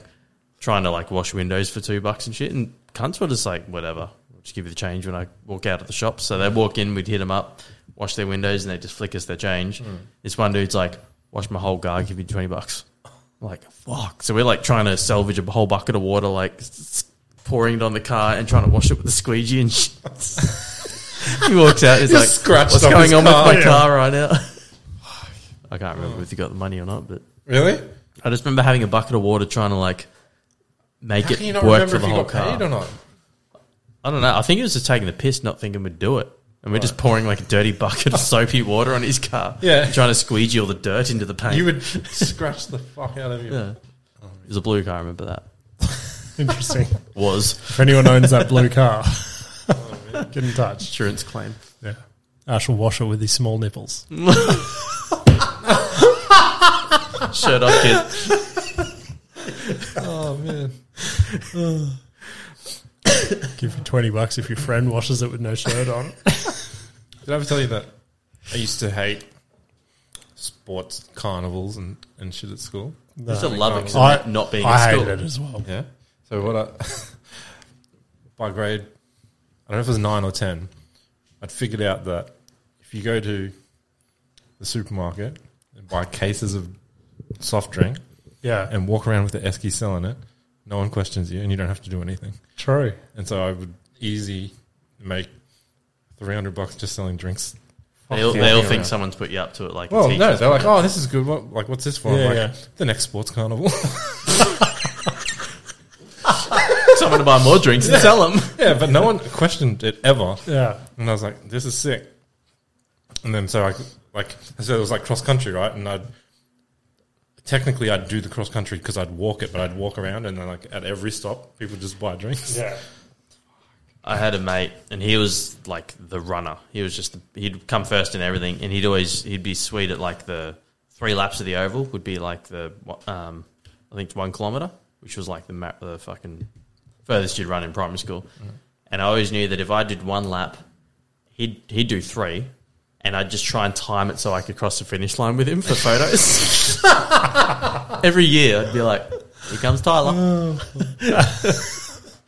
[SPEAKER 1] trying to like wash windows for two bucks and shit. And cunts were just like, whatever, we'll just give you the change when I walk out of the shop. So they walk in, we'd hit them up. wash their windows and they just flick us their change. This one dude's like, wash my whole guy, give you 20 bucks. I'm like, fuck. So we're like trying to salvage a whole bucket of water, like s- pouring it on the car and trying to wash it with the squeegee and shit. [laughs] he walks out, he's like,
[SPEAKER 6] scratched
[SPEAKER 1] what's
[SPEAKER 6] up
[SPEAKER 1] going
[SPEAKER 6] his
[SPEAKER 1] on
[SPEAKER 6] car,
[SPEAKER 1] with my
[SPEAKER 6] yeah. Oh.
[SPEAKER 1] car
[SPEAKER 6] [sighs]
[SPEAKER 1] right now? [laughs] I can't remember if you got the money or not, but
[SPEAKER 6] Really?
[SPEAKER 1] I just remember having a bucket of water trying to like make
[SPEAKER 6] How can you
[SPEAKER 1] it
[SPEAKER 6] not
[SPEAKER 1] work
[SPEAKER 6] remember
[SPEAKER 1] for
[SPEAKER 6] if
[SPEAKER 1] the
[SPEAKER 6] you
[SPEAKER 1] whole
[SPEAKER 6] got
[SPEAKER 1] car.
[SPEAKER 6] paid or not?
[SPEAKER 1] I don't know. I think he was just taking the piss, not thinking we'd do it. And we're just pouring like a dirty bucket of soapy water on his car.
[SPEAKER 6] Yeah.
[SPEAKER 1] Trying to squeegee all the dirt into the paint.
[SPEAKER 6] You would
[SPEAKER 1] [laughs]
[SPEAKER 6] scratch the fuck out of you.
[SPEAKER 1] yeah. It was a blue car, I remember that.
[SPEAKER 2] Interesting.
[SPEAKER 1] Was.
[SPEAKER 2] if anyone owns that blue car, [laughs] get in touch.
[SPEAKER 1] Insurance claim.
[SPEAKER 2] Yeah. Ash will wash it with his small nipples.
[SPEAKER 1] Shirt off, [laughs] kid.
[SPEAKER 6] Oh man.
[SPEAKER 2] Give you 20 bucks if your friend washes it with no
[SPEAKER 1] [laughs]
[SPEAKER 2] shirt on.
[SPEAKER 3] Did I ever tell you that I used to hate sports carnivals and, and shit at school?
[SPEAKER 1] I used to
[SPEAKER 2] No.
[SPEAKER 1] love it 'cause
[SPEAKER 2] I-
[SPEAKER 1] of not being
[SPEAKER 2] I
[SPEAKER 1] at
[SPEAKER 2] hated
[SPEAKER 1] school.
[SPEAKER 2] it as well.
[SPEAKER 3] Yeah. So what I [laughs] by grade, I don't know if it was nine or ten, I'd figured out that if you go to the supermarket and buy cases of soft drink
[SPEAKER 2] Yeah.
[SPEAKER 3] and walk around with the esky cell in it, no one questions you and you don't have to do anything.
[SPEAKER 2] True.
[SPEAKER 3] And so I would easy make three hundred bucks just selling drinks.
[SPEAKER 1] They all,
[SPEAKER 3] Fucking
[SPEAKER 1] they all
[SPEAKER 3] around.
[SPEAKER 1] think someone's put you up to it. Like,
[SPEAKER 3] Well,
[SPEAKER 1] a
[SPEAKER 3] no,
[SPEAKER 1] teacher.
[SPEAKER 3] they're like, oh, this is good. What, like, what's this for? I'm
[SPEAKER 2] Yeah,
[SPEAKER 3] like,
[SPEAKER 2] yeah.
[SPEAKER 3] the next sports carnival.
[SPEAKER 1] someone to buy more drinks and sell
[SPEAKER 2] [laughs]
[SPEAKER 1] them.
[SPEAKER 3] [laughs] yeah, but no one questioned it ever.
[SPEAKER 2] Yeah.
[SPEAKER 3] And I was like, this is sick. And then so I like so it was like cross country, right? And I'd technically I'd do the cross country because I'd walk it, but I'd walk around and then like at every stop, people just buy drinks. [laughs]
[SPEAKER 2] Yeah.
[SPEAKER 1] I had a mate, and he was like the runner. He was just he'd come first in everything, and he'd always he'd be sweet at like the three laps of the oval would be like the um, I think it's one kilometer, which was like the map, the fucking furthest you'd run in primary school. And I always knew that if I did one lap, he'd he'd do three, and I'd just try and time it so I could cross the finish line with him for photos. Every year, I'd be like, "Here comes Tyler."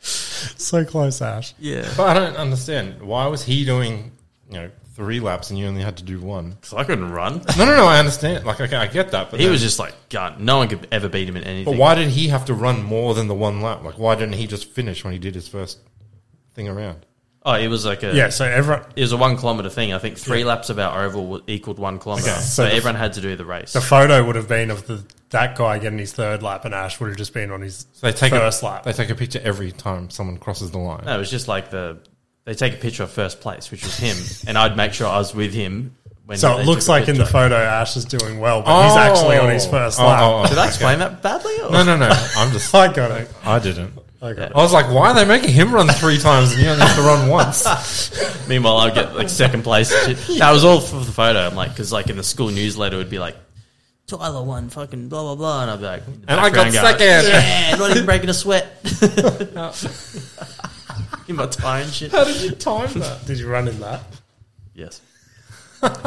[SPEAKER 2] So close, Ash.
[SPEAKER 1] Yeah,
[SPEAKER 3] But I don't understand. Why was he doing, you know, three laps and you only had to do one?
[SPEAKER 1] because I couldn't run.
[SPEAKER 3] No, no, no, I understand. Like okay, I get that, but
[SPEAKER 1] He
[SPEAKER 3] then-
[SPEAKER 1] was just like gun. No one could ever beat him in
[SPEAKER 3] But
[SPEAKER 1] anything.
[SPEAKER 3] why did he have to run more than the one lap? Like why didn't he just finish when he did his first thing around?
[SPEAKER 1] Oh, it was like a
[SPEAKER 2] Yeah. So everyone,
[SPEAKER 1] It was a one kilometer thing. I think three laps of our oval wa- equaled one kilometer.
[SPEAKER 2] Okay,
[SPEAKER 1] so
[SPEAKER 2] so the-
[SPEAKER 1] everyone had to do the race.
[SPEAKER 2] the photo would have been of the that guy getting his third lap, and Ash would have just been on his
[SPEAKER 3] So they take
[SPEAKER 2] first
[SPEAKER 3] a,
[SPEAKER 2] lap.
[SPEAKER 3] They take a picture every time someone crosses the line.
[SPEAKER 1] no, it was just like the they take a picture of first place, which was him, and I'd make sure I was with him. When
[SPEAKER 2] So
[SPEAKER 1] they
[SPEAKER 2] it looks
[SPEAKER 1] took
[SPEAKER 2] like in the
[SPEAKER 1] picture.
[SPEAKER 2] photo, Ash is doing well, but he's actually on his first
[SPEAKER 3] Oh,
[SPEAKER 2] lap.
[SPEAKER 3] oh, oh.
[SPEAKER 1] Did I explain that badly? Or?
[SPEAKER 3] No, no, no. I'm just.
[SPEAKER 2] [laughs] I got it.
[SPEAKER 3] I didn't.
[SPEAKER 2] I got
[SPEAKER 3] I was like, why are they making him run three times and you only have to run
[SPEAKER 2] [laughs]
[SPEAKER 3] once?
[SPEAKER 1] Meanwhile, I get like second place. and shit. That was all for the photo. I'm like, because like in the school newsletter, it would be like. Tyler won fucking blah blah blah, and I'd be like, in the
[SPEAKER 3] And I got
[SPEAKER 1] background going,
[SPEAKER 3] second.
[SPEAKER 1] Yeah, not
[SPEAKER 3] [laughs]
[SPEAKER 1] even breaking a sweat. in my tie and shit.
[SPEAKER 3] How did you time that?
[SPEAKER 2] it. Did you run in that?
[SPEAKER 1] Yes.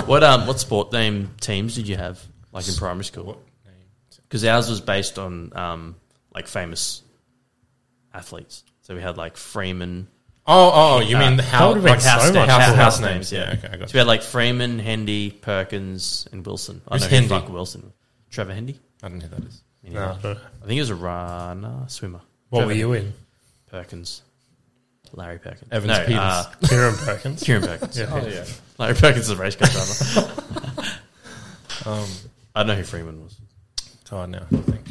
[SPEAKER 1] what um what sport name teams did you have like in primary school? Because ours was based on um like famous athletes. So we had like Freeman,
[SPEAKER 3] Oh, oh, you mean
[SPEAKER 1] Uh,
[SPEAKER 3] how?
[SPEAKER 2] that would've been
[SPEAKER 3] Like house,
[SPEAKER 2] so
[SPEAKER 3] names,
[SPEAKER 2] much
[SPEAKER 3] house,
[SPEAKER 1] fun.
[SPEAKER 3] house
[SPEAKER 1] House names,
[SPEAKER 3] names.
[SPEAKER 1] yeah.
[SPEAKER 3] Yeah, okay, I got
[SPEAKER 1] So we had like Freeman, Hendy, Perkins, and Wilson. I
[SPEAKER 3] Who's
[SPEAKER 1] don't know who
[SPEAKER 3] Hendy?
[SPEAKER 1] fuck Wilson. Trevor Hendy.
[SPEAKER 3] I don't know who that is.
[SPEAKER 1] I mean, he was- I think he was a runner, swimmer.
[SPEAKER 2] What were you in?
[SPEAKER 1] Perkins, Larry Perkins,
[SPEAKER 3] Evans Peters.
[SPEAKER 1] uh,
[SPEAKER 2] Kieran Perkins.
[SPEAKER 1] Kieran
[SPEAKER 3] [laughs]
[SPEAKER 1] Perkins.
[SPEAKER 2] Yeah.
[SPEAKER 3] yeah.
[SPEAKER 1] Larry Perkins is a race car driver.
[SPEAKER 3] [laughs] Um,
[SPEAKER 1] I don't know who Freeman was.
[SPEAKER 3] Tired now, I think.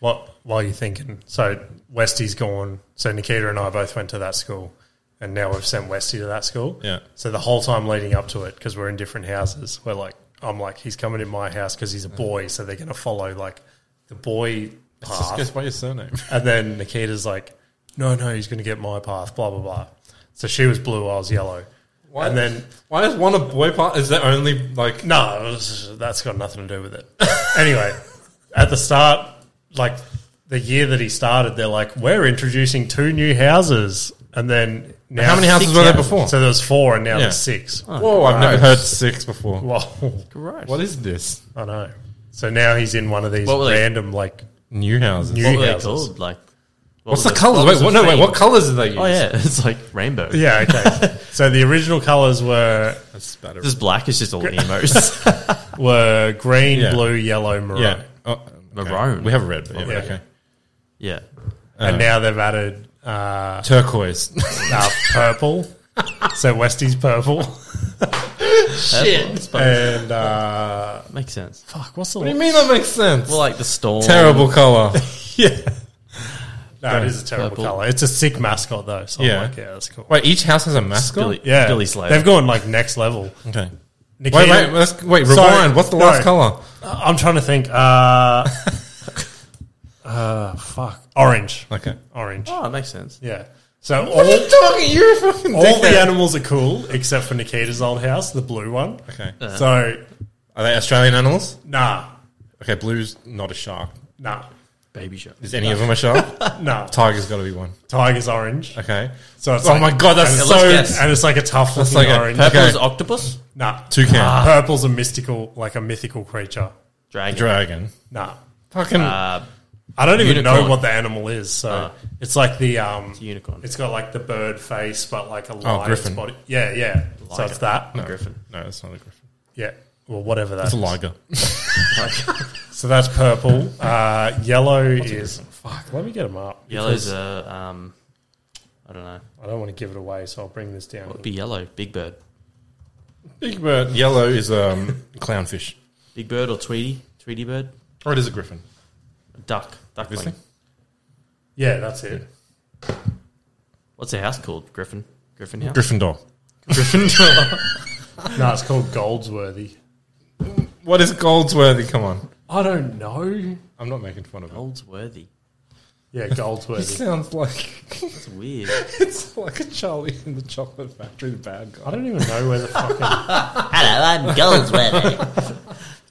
[SPEAKER 2] What? While you're thinking, so Westy's gone. So Nikita and I both went to that school, and now we've sent Westy to that school.
[SPEAKER 3] Yeah.
[SPEAKER 2] So the whole time leading up to it, because we're in different houses, we're like, I'm like, he's coming in my house because he's
[SPEAKER 3] Mm.
[SPEAKER 2] a boy, so they're going to follow like the boy
[SPEAKER 3] Just
[SPEAKER 2] path.
[SPEAKER 3] guess by your [laughs] surname.
[SPEAKER 2] And then Nikita's like, no, no, he's going to get my path, blah, blah, blah. So she was blue, I was yellow. And then,
[SPEAKER 3] why is one a boy part? Is that only like?
[SPEAKER 2] no, it was- that's got nothing to do with it. [laughs] anyway, at the start, like the year that he started, they're like, we're introducing two new houses. And then now.
[SPEAKER 3] How many houses
[SPEAKER 1] Six
[SPEAKER 3] were there
[SPEAKER 1] houses.
[SPEAKER 3] before?
[SPEAKER 2] So there was four, and now
[SPEAKER 3] Yeah. Oh.
[SPEAKER 2] there's six.
[SPEAKER 3] Whoa, I've never heard six before.
[SPEAKER 2] Well,
[SPEAKER 1] Gross.
[SPEAKER 3] What is this?
[SPEAKER 2] I know. So now he's in one of these
[SPEAKER 1] What were they-
[SPEAKER 2] random, like,
[SPEAKER 3] New houses.
[SPEAKER 2] New-
[SPEAKER 1] what were they
[SPEAKER 2] houses.
[SPEAKER 1] called? Like, what
[SPEAKER 3] What's
[SPEAKER 1] were
[SPEAKER 3] the colours? Wait, what, no, wait.
[SPEAKER 1] fame?
[SPEAKER 3] What colours did they use?
[SPEAKER 1] Oh yeah, [laughs] it's like rainbow.
[SPEAKER 2] Yeah, okay.
[SPEAKER 1] [laughs]
[SPEAKER 2] so the original colors were
[SPEAKER 3] That's about it.
[SPEAKER 1] This black is just all
[SPEAKER 3] [laughs]
[SPEAKER 1] emos.
[SPEAKER 2] were green,
[SPEAKER 3] Yeah.
[SPEAKER 2] blue, yellow, maroon,
[SPEAKER 3] Yeah. Oh, okay.
[SPEAKER 1] Maroon.
[SPEAKER 3] We have red, but yeah,
[SPEAKER 2] Yeah.
[SPEAKER 3] okay.
[SPEAKER 1] yeah, uh-huh.
[SPEAKER 2] and now they've added uh,
[SPEAKER 3] Turquoise.
[SPEAKER 2] uh,
[SPEAKER 1] [laughs]
[SPEAKER 2] purple. so Westie's purple,
[SPEAKER 1] shit
[SPEAKER 2] and uh,
[SPEAKER 1] makes sense.
[SPEAKER 2] fuck, what's the
[SPEAKER 3] what do you mean that makes sense?
[SPEAKER 1] Well, like the storm.
[SPEAKER 3] Terrible colour.
[SPEAKER 2] No, it is a terrible
[SPEAKER 1] Purple.
[SPEAKER 2] color. It's a sick mascot though. So
[SPEAKER 3] Yeah.
[SPEAKER 2] I'm like, yeah, that's cool.
[SPEAKER 3] [laughs] Wait, each house has a mascot?
[SPEAKER 1] Billy,
[SPEAKER 2] yeah,
[SPEAKER 1] Billy Slater.
[SPEAKER 2] They've gone like next level.
[SPEAKER 3] Okay.
[SPEAKER 2] Nikita,
[SPEAKER 3] Wait, wait, let's, wait, rewind.
[SPEAKER 2] Sorry.
[SPEAKER 3] What's the
[SPEAKER 2] No.
[SPEAKER 3] last colour?
[SPEAKER 2] I'm trying to think. Uh,
[SPEAKER 1] [laughs]
[SPEAKER 2] uh, fuck, orange,
[SPEAKER 3] Okay.
[SPEAKER 2] orange.
[SPEAKER 1] oh, it makes sense.
[SPEAKER 2] Yeah. So all
[SPEAKER 3] talking? You're a fucking
[SPEAKER 2] all the animals are cool except for Nikita's old house, the blue one.
[SPEAKER 3] Okay.
[SPEAKER 2] So
[SPEAKER 3] Are they Australian animals?
[SPEAKER 2] nah,
[SPEAKER 3] Okay, blue's not a shark.
[SPEAKER 2] nah,
[SPEAKER 1] Baby shark.
[SPEAKER 3] Is any of them a shark?
[SPEAKER 2] [laughs] nah.
[SPEAKER 3] Tiger's got to be one.
[SPEAKER 2] Tiger's orange.
[SPEAKER 3] Okay.
[SPEAKER 2] So it's
[SPEAKER 3] Oh
[SPEAKER 2] like-
[SPEAKER 3] my god, that's
[SPEAKER 2] and it's
[SPEAKER 3] so
[SPEAKER 1] let's
[SPEAKER 2] like-
[SPEAKER 1] guess.
[SPEAKER 2] and it's like a tough looking
[SPEAKER 3] like a
[SPEAKER 2] orange.
[SPEAKER 3] purple-
[SPEAKER 1] Purple
[SPEAKER 3] Okay.
[SPEAKER 1] is octopus.
[SPEAKER 2] nah,
[SPEAKER 3] toucan.
[SPEAKER 2] purple's a mystical, like a mythical creature.
[SPEAKER 1] Dragon.
[SPEAKER 3] Dragon.
[SPEAKER 2] Nah.
[SPEAKER 3] Fucking
[SPEAKER 1] uh,
[SPEAKER 2] I don't even know
[SPEAKER 1] Unicorn.
[SPEAKER 2] what the animal is. So
[SPEAKER 1] Ah.
[SPEAKER 2] it's like the um,
[SPEAKER 1] unicorn.
[SPEAKER 2] It's got like the bird face, but like a lion's
[SPEAKER 3] Oh, griffin.
[SPEAKER 2] body. Yeah, yeah. so
[SPEAKER 1] Lion.
[SPEAKER 2] it's that.
[SPEAKER 1] No. griffin.
[SPEAKER 3] No, it's not a griffin.
[SPEAKER 2] Yeah. Well, whatever that.
[SPEAKER 3] It's a
[SPEAKER 2] is.
[SPEAKER 3] liger.
[SPEAKER 2] So that's purple. Uh, yellow is fuck. Let me get them up.
[SPEAKER 1] [laughs] Yellow's a um, I don't know.
[SPEAKER 2] I don't want to give it away, so I'll bring this down.
[SPEAKER 1] What would be yellow? Big bird.
[SPEAKER 3] Big bird. Yellow is um clownfish.
[SPEAKER 1] Big bird or Tweety? Tweety bird?
[SPEAKER 3] Or it is a griffin.
[SPEAKER 1] Duck. Duckling.
[SPEAKER 3] Obviously.
[SPEAKER 2] Yeah, that's it.
[SPEAKER 1] What's the house called? Griffin. Griffin house.
[SPEAKER 3] Gryffindor.
[SPEAKER 2] No, it's called Goldsworthy.
[SPEAKER 3] [laughs] What is Goldsworthy? Come on.
[SPEAKER 2] I don't know.
[SPEAKER 3] I'm not making fun of him.
[SPEAKER 1] Goldsworthy.
[SPEAKER 2] Yeah,
[SPEAKER 3] He [laughs]
[SPEAKER 2] Goldsworthy.
[SPEAKER 3] sounds like
[SPEAKER 1] That's weird.
[SPEAKER 3] it's like a Charlie in the Chocolate Factory, the bad guy.
[SPEAKER 2] I don't even know where the fucking.
[SPEAKER 7] [laughs] Hello, I'm Goldsworthy.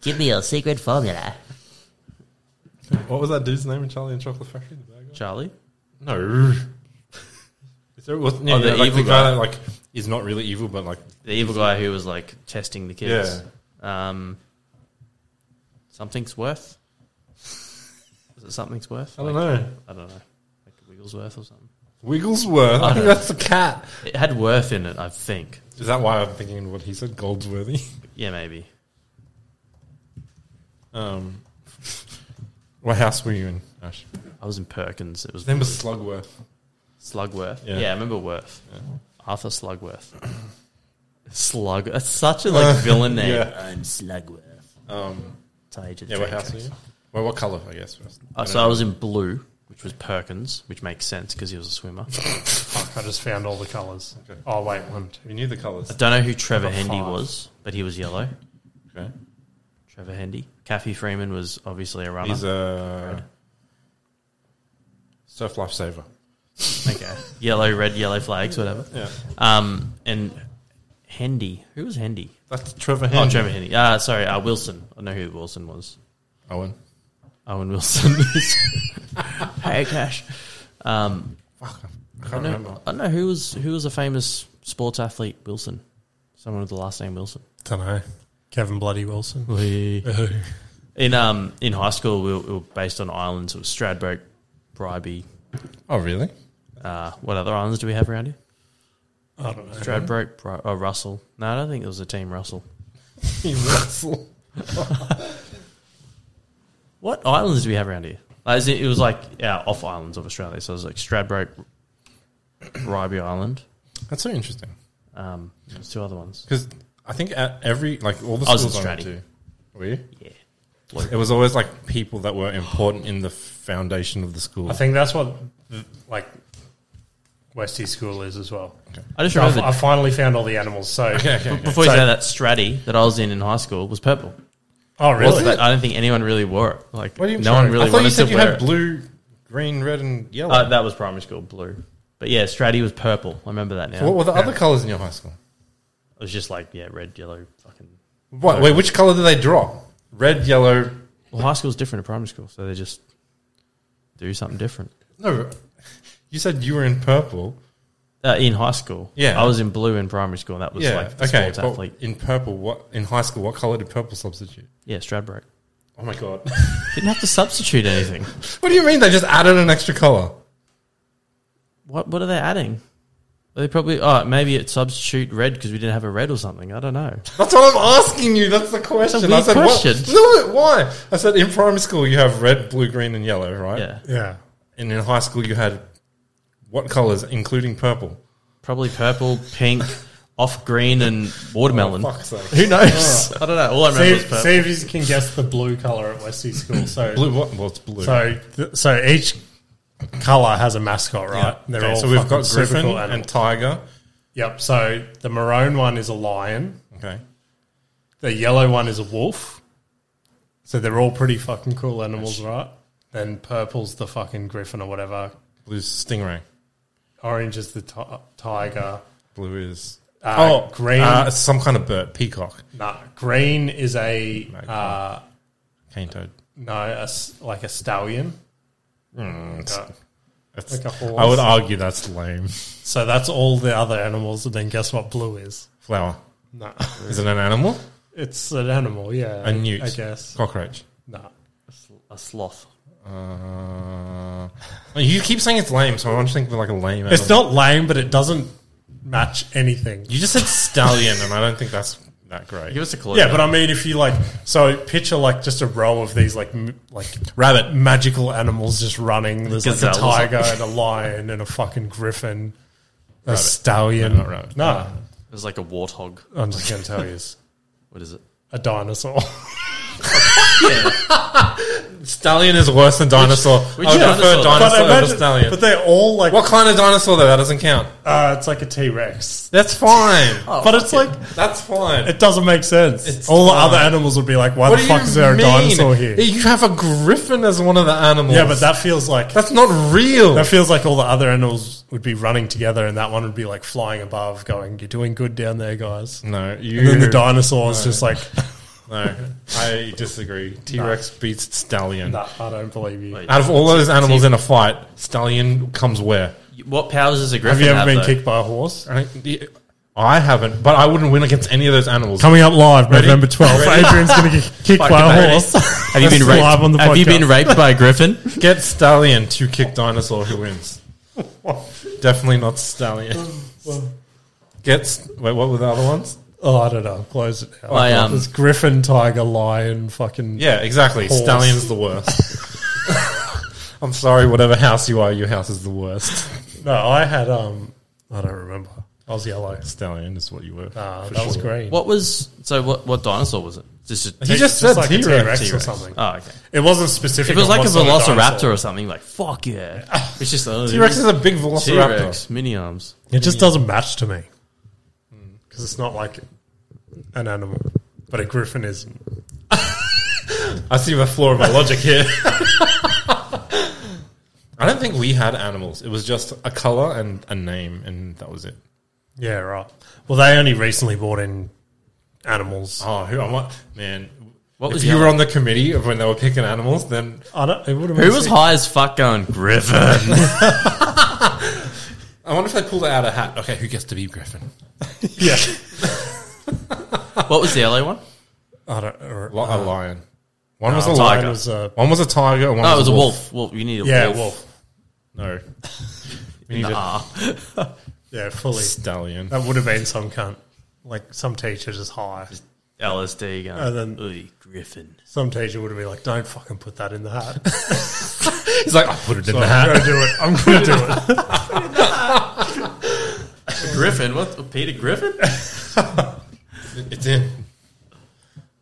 [SPEAKER 7] Give me your secret formula.
[SPEAKER 3] What was that dude's name in Charlie and Chocolate Factory? The bad guy?
[SPEAKER 1] Charlie.
[SPEAKER 3] No. [laughs] Is there, was yeah,
[SPEAKER 1] Oh, the
[SPEAKER 3] yeah, like
[SPEAKER 1] evil
[SPEAKER 3] the guy
[SPEAKER 1] guy.
[SPEAKER 3] that like is not really evil, but like
[SPEAKER 1] The evil guy who was like testing the kids. Um, something's worth. Is it something's worth?
[SPEAKER 3] I don't know.
[SPEAKER 1] I don't know. Like Wigglesworth or something.
[SPEAKER 3] Wigglesworth. I
[SPEAKER 1] I
[SPEAKER 3] think
[SPEAKER 1] don't
[SPEAKER 3] that's the cat.
[SPEAKER 1] It had worth in it, I think.
[SPEAKER 3] Is that why I'm thinking what he said? Goldsworthy.
[SPEAKER 1] Yeah, maybe.
[SPEAKER 3] [laughs] Um, what house were you in, Ash?
[SPEAKER 1] I was in Perkins. It was
[SPEAKER 3] His name was Slugworth.
[SPEAKER 1] Slugworth.
[SPEAKER 3] Yeah.
[SPEAKER 1] Yeah, I remember Worth. Arthur Slugworth. [coughs] Slug. That's such a
[SPEAKER 3] [laughs]
[SPEAKER 1] like villain name.
[SPEAKER 3] yeah.
[SPEAKER 7] I'm Slugworth.
[SPEAKER 3] Um,
[SPEAKER 7] Tied to the
[SPEAKER 3] yeah, what house were you? Well, what color? I guess. first?
[SPEAKER 1] Uh, so I was in blue, which was Perkins, which makes sense because he was a swimmer.
[SPEAKER 3] [laughs]
[SPEAKER 2] Fuck, I just found all the colours. Oh, wait, one, two.
[SPEAKER 3] We knew the colors.
[SPEAKER 1] I don't know who Trevor Hendy
[SPEAKER 2] five.
[SPEAKER 1] was, but he was yellow.
[SPEAKER 3] Okay.
[SPEAKER 1] Trevor Hendy. Kathy Freeman was obviously a runner.
[SPEAKER 3] He's a surf lifesaver.
[SPEAKER 1] okay. Yellow, red, yellow flags, whatever.
[SPEAKER 3] Yeah,
[SPEAKER 1] Um, and Hendy. Who was Hendy?
[SPEAKER 3] that's Trevor
[SPEAKER 1] Oh,
[SPEAKER 3] Henry.
[SPEAKER 1] Trevor Hendy. Uh, sorry, uh, Wilson. I know who Wilson was.
[SPEAKER 3] Owen.
[SPEAKER 1] Owen
[SPEAKER 3] [laughs]
[SPEAKER 1] Wilson. hey, Cash. Um,
[SPEAKER 3] Fuck, I
[SPEAKER 1] I
[SPEAKER 3] can't
[SPEAKER 1] don't,
[SPEAKER 3] remember.
[SPEAKER 1] know, I don't know who was who was a famous sports athlete. Wilson. Someone with the last name Wilson.
[SPEAKER 2] Don't know. Kevin Bloody Wilson.
[SPEAKER 1] In um in high school, we were, we were based on islands. It was Stradbroke, Bribey.
[SPEAKER 3] Oh, really?
[SPEAKER 1] Uh, what other islands do we have around here?
[SPEAKER 2] I don't know.
[SPEAKER 1] Stradbroke, Bri- oh, Russell. No, I don't think it was a team Russell.
[SPEAKER 3] [laughs] He wrestled.
[SPEAKER 1] What islands do we have around here? Like, is it, it was like yeah, off islands of Australia. So it was like Stradbroke, Bribey Island.
[SPEAKER 3] That's so interesting
[SPEAKER 1] Um, there's two other ones.
[SPEAKER 3] because I think at every like all the
[SPEAKER 1] I was in
[SPEAKER 3] schools I went
[SPEAKER 1] Stratty.
[SPEAKER 3] to, were you?
[SPEAKER 1] Yeah.
[SPEAKER 3] It was always like people that were important in the foundation of the school.
[SPEAKER 2] I think that's what, th- like, Westie School is as well.
[SPEAKER 1] I just
[SPEAKER 2] So I've-
[SPEAKER 1] remember
[SPEAKER 2] I finally found all the animals. So,
[SPEAKER 1] before you
[SPEAKER 2] so-
[SPEAKER 1] say that Stratty that I was in in high school was purple.
[SPEAKER 2] oh really?
[SPEAKER 1] But I don't think anyone really wore it. Like
[SPEAKER 3] [laughs] What do you-
[SPEAKER 1] no
[SPEAKER 3] sorry.
[SPEAKER 1] one really
[SPEAKER 3] I thought you
[SPEAKER 1] wanted to
[SPEAKER 3] said you
[SPEAKER 1] wear
[SPEAKER 3] had
[SPEAKER 1] it.
[SPEAKER 3] blue, green, red, and yellow.
[SPEAKER 1] Uh, that was primary school blue. But yeah, Stratty was purple. I remember that now.
[SPEAKER 3] what were the other colors in your high school?
[SPEAKER 1] It was just like yeah, red, yellow, fucking.
[SPEAKER 3] What? Wait, which color did they draw? Red, yellow.
[SPEAKER 1] Well, high school's different to primary school, so they just do something different.
[SPEAKER 3] No, you said you were in purple.
[SPEAKER 1] Uh, in high school,
[SPEAKER 3] Yeah.
[SPEAKER 1] I was in blue in primary school. And that was
[SPEAKER 3] Yeah,
[SPEAKER 1] like the
[SPEAKER 3] okay.
[SPEAKER 1] sports
[SPEAKER 3] but
[SPEAKER 1] athlete.
[SPEAKER 3] in purple, what in high school? What color did purple substitute?
[SPEAKER 1] Yeah, Stradbroke.
[SPEAKER 3] Oh my god!
[SPEAKER 1] Didn't have to substitute anything.
[SPEAKER 3] what do you mean they just added an extra color?
[SPEAKER 1] What what are they adding? Are they probably oh maybe it substitute red because we didn't have a red or something. I don't know.
[SPEAKER 3] That's what I'm asking you. That's the question.
[SPEAKER 1] weird
[SPEAKER 3] I said, what-
[SPEAKER 1] question.
[SPEAKER 3] No, why? I said in primary school you have red, blue, green, and yellow, right?
[SPEAKER 1] Yeah,
[SPEAKER 2] [laughs] Yeah.
[SPEAKER 3] And in high school you had what colors, including purple?
[SPEAKER 1] probably purple, pink, off green, and watermelon.
[SPEAKER 3] Fuck's sake.
[SPEAKER 1] Who knows? I don't know. All I
[SPEAKER 2] Oh, See
[SPEAKER 1] remember is
[SPEAKER 2] if,
[SPEAKER 1] purple.
[SPEAKER 2] see if you can guess the blue color at Westie School. [laughs] So
[SPEAKER 3] Blue. What? Well, it's blue.
[SPEAKER 2] So th- so each color has a mascot, right?
[SPEAKER 3] Yeah.
[SPEAKER 2] They're
[SPEAKER 3] Okay,
[SPEAKER 2] all
[SPEAKER 3] so we've
[SPEAKER 2] fucking
[SPEAKER 3] got
[SPEAKER 2] super
[SPEAKER 3] griffin
[SPEAKER 2] cool
[SPEAKER 3] and
[SPEAKER 2] animals.
[SPEAKER 3] tiger.
[SPEAKER 2] yep. So the maroon one is a lion.
[SPEAKER 3] Okay.
[SPEAKER 2] The yellow one is a wolf. So they're all pretty fucking cool animals, right? Then purple's the fucking griffin or whatever.
[SPEAKER 3] Blue's stingray.
[SPEAKER 2] Orange is the ti tiger.
[SPEAKER 3] Blue is
[SPEAKER 2] Uh,
[SPEAKER 3] oh
[SPEAKER 2] green.
[SPEAKER 3] Uh, it's some kind of bird, peacock,
[SPEAKER 2] Nah, green is a
[SPEAKER 3] Magpie.
[SPEAKER 2] uh,
[SPEAKER 3] cane toad.
[SPEAKER 2] no, a s like a stallion.
[SPEAKER 3] Hmm,
[SPEAKER 2] Uh,
[SPEAKER 3] That's-
[SPEAKER 2] Like a horse.
[SPEAKER 3] I would argue that's lame.
[SPEAKER 2] so that's all the other animals. And then guess what? Blue is
[SPEAKER 3] Flower
[SPEAKER 2] no.
[SPEAKER 3] is it an animal?
[SPEAKER 2] It's an animal, yeah.
[SPEAKER 3] A newt.
[SPEAKER 2] I guess.
[SPEAKER 3] Cockroach.
[SPEAKER 2] No.
[SPEAKER 1] a sloth.
[SPEAKER 3] Uh, you keep saying it's lame, so I want to think of like a lame.
[SPEAKER 2] It's
[SPEAKER 3] animal.
[SPEAKER 2] not lame, but it doesn't match anything.
[SPEAKER 3] You just said stallion, and I don't think that's that great.
[SPEAKER 1] Give us a clue.
[SPEAKER 2] Yeah, but I mean, if you like, so picture like just a row of these like m- like rabbit magical animals just running. There's like
[SPEAKER 1] Gazelles.
[SPEAKER 2] a tiger and a lion and a fucking griffin, a
[SPEAKER 3] Rabbit.
[SPEAKER 2] stallion.
[SPEAKER 3] No, not rabbit.
[SPEAKER 2] No,
[SPEAKER 1] it was like a warthog.
[SPEAKER 2] I'm just gonna tell you, it's
[SPEAKER 1] What is it?
[SPEAKER 2] a dinosaur.
[SPEAKER 3] Stallion is worse than dinosaur.
[SPEAKER 2] [laughs]
[SPEAKER 1] which
[SPEAKER 3] I would
[SPEAKER 1] dinosaur? But
[SPEAKER 3] prefer dinosaur over
[SPEAKER 2] imagine-
[SPEAKER 3] stallion.
[SPEAKER 2] but they're all like
[SPEAKER 3] what kind of dinosaur though? That doesn't count.
[SPEAKER 2] uh, it's like a T Rex,
[SPEAKER 3] That's fine.
[SPEAKER 2] but it's like
[SPEAKER 3] That's fine.
[SPEAKER 2] it doesn't make sense.
[SPEAKER 3] Oh, It's
[SPEAKER 2] all
[SPEAKER 3] fine.
[SPEAKER 2] the other animals would be like, why
[SPEAKER 3] what
[SPEAKER 2] the
[SPEAKER 3] do
[SPEAKER 2] fuck
[SPEAKER 3] you
[SPEAKER 2] is there a
[SPEAKER 3] mean?
[SPEAKER 2] dinosaur here?
[SPEAKER 3] You have a griffin as one of the animals.
[SPEAKER 2] Yeah, but that feels like
[SPEAKER 3] that's not real.
[SPEAKER 2] That feels like all the other animals would be running together, and that one would be like flying above, going, "You're doing good down there, guys."
[SPEAKER 3] no, you.
[SPEAKER 2] And then the dinosaurs just
[SPEAKER 3] [laughs]
[SPEAKER 2] like,
[SPEAKER 3] no, I disagree. T Rex beats stallion.
[SPEAKER 2] "Nah, I don't believe you."
[SPEAKER 1] Wait.
[SPEAKER 3] Out of all those animals in a fight, stallion comes where?
[SPEAKER 1] What powers is a
[SPEAKER 2] Have
[SPEAKER 1] griffin?
[SPEAKER 2] you ever been
[SPEAKER 1] though?
[SPEAKER 2] kicked by a horse?
[SPEAKER 3] I, don't- I haven't, but I wouldn't win against any of those animals.
[SPEAKER 2] Coming up live
[SPEAKER 3] Ready?
[SPEAKER 2] November twelfth, Adrian's
[SPEAKER 3] [laughs]
[SPEAKER 2] going to get kicked by a
[SPEAKER 3] Fucking [laughs]
[SPEAKER 2] horse.
[SPEAKER 1] Have you been
[SPEAKER 2] That's
[SPEAKER 1] raped?
[SPEAKER 2] live on the
[SPEAKER 1] Have you
[SPEAKER 2] podcast.
[SPEAKER 1] been raped by a
[SPEAKER 2] [laughs]
[SPEAKER 1] griffin?
[SPEAKER 3] Get stallion to kick dinosaur. Who wins? Definitely not stallion. Get s- wait. What were the other ones?
[SPEAKER 2] oh, I don't know. Close it. Down.
[SPEAKER 1] I, um,
[SPEAKER 2] There's griffin, tiger, lion, fucking
[SPEAKER 3] Yeah, exactly.
[SPEAKER 2] Horse.
[SPEAKER 3] Stallion's the worst. [laughs] I'm sorry. Whatever house you are, your house is the worst.
[SPEAKER 2] No, I had um, I don't remember. I was yellow.
[SPEAKER 3] Stallion is what you were.
[SPEAKER 2] Nah,
[SPEAKER 3] for
[SPEAKER 2] Ah, that was
[SPEAKER 3] sure.
[SPEAKER 2] green.
[SPEAKER 1] What was so? What what dinosaur was it? Just a,
[SPEAKER 3] He just said
[SPEAKER 2] like a
[SPEAKER 3] T-Rex.
[SPEAKER 2] T-Rex or
[SPEAKER 3] T-Rex.
[SPEAKER 2] something.
[SPEAKER 1] oh okay.
[SPEAKER 2] It wasn't specific.
[SPEAKER 1] If it was
[SPEAKER 2] on
[SPEAKER 1] like a
[SPEAKER 2] what sort of dinosaur.
[SPEAKER 1] velociraptor or something, like fuck yeah, it's just uh,
[SPEAKER 3] T-Rex is a big velociraptor.
[SPEAKER 1] T-Rex, mini arms.
[SPEAKER 2] It just doesn't match to me because it's not like an animal, but a griffin is.
[SPEAKER 3] I see the flaw of my logic here. I don't think we had animals. It was just a color and a name, and that was it.
[SPEAKER 2] Yeah, right. Well, they only recently brought in animals.
[SPEAKER 3] Oh, who I want, man.
[SPEAKER 1] What
[SPEAKER 3] if
[SPEAKER 1] was
[SPEAKER 3] you
[SPEAKER 1] the
[SPEAKER 3] were
[SPEAKER 1] other-
[SPEAKER 3] on the committee of when they were picking animals, then
[SPEAKER 2] I don't. It would have
[SPEAKER 1] Who was high as fuck going
[SPEAKER 3] [laughs]
[SPEAKER 1] griffin?
[SPEAKER 3] I wonder if they pulled out a hat. Okay, who gets to be Griffin?
[SPEAKER 2] Yeah,
[SPEAKER 1] what was the LA [laughs] one?
[SPEAKER 2] I don't. Or,
[SPEAKER 3] Li- a lion. One was a
[SPEAKER 1] tiger.
[SPEAKER 3] lion.
[SPEAKER 2] mine was a
[SPEAKER 3] One was a tiger. One
[SPEAKER 1] Oh, it
[SPEAKER 3] was
[SPEAKER 1] was a wolf. Wolf. You need a
[SPEAKER 2] yeah
[SPEAKER 1] wolf.
[SPEAKER 2] wolf.
[SPEAKER 3] [laughs] No, we need
[SPEAKER 1] Nah.
[SPEAKER 2] Yeah,
[SPEAKER 3] a [laughs]
[SPEAKER 2] fully.
[SPEAKER 3] stallion.
[SPEAKER 2] That would have been some cunt, like some teacher just high.
[SPEAKER 1] LSD going.
[SPEAKER 2] And then-
[SPEAKER 1] "Ooh, griffin.
[SPEAKER 2] Some teacher would have been like, "Don't fucking put that in the hat."
[SPEAKER 3] He's like, I put it in
[SPEAKER 2] So
[SPEAKER 3] the
[SPEAKER 2] I'm
[SPEAKER 3] hat.
[SPEAKER 2] gonna do it. I'm gonna do it.
[SPEAKER 1] griffin. What? Peter Griffin?
[SPEAKER 3] It's in.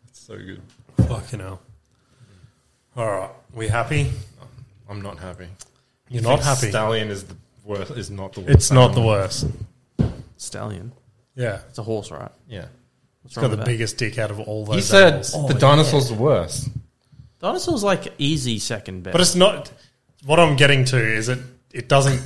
[SPEAKER 3] It's so good.
[SPEAKER 2] fucking hell. All right, we happy?
[SPEAKER 3] I'm not happy.
[SPEAKER 2] You're not happy.
[SPEAKER 3] Stallion is the worst. Is not the worst.
[SPEAKER 2] It's not the
[SPEAKER 3] animal.
[SPEAKER 2] worst.
[SPEAKER 1] Stallion.
[SPEAKER 2] Yeah.
[SPEAKER 1] It's a horse, right?
[SPEAKER 3] Yeah. Oh,
[SPEAKER 1] What's
[SPEAKER 2] It's got
[SPEAKER 1] wrong
[SPEAKER 2] the
[SPEAKER 1] with that?
[SPEAKER 2] biggest dick out of all those.
[SPEAKER 3] He said
[SPEAKER 2] animals.
[SPEAKER 3] the dinosaur's the worst.
[SPEAKER 1] Dinosaur's like easy second best.
[SPEAKER 2] but it's not. What I'm getting to is it. It doesn't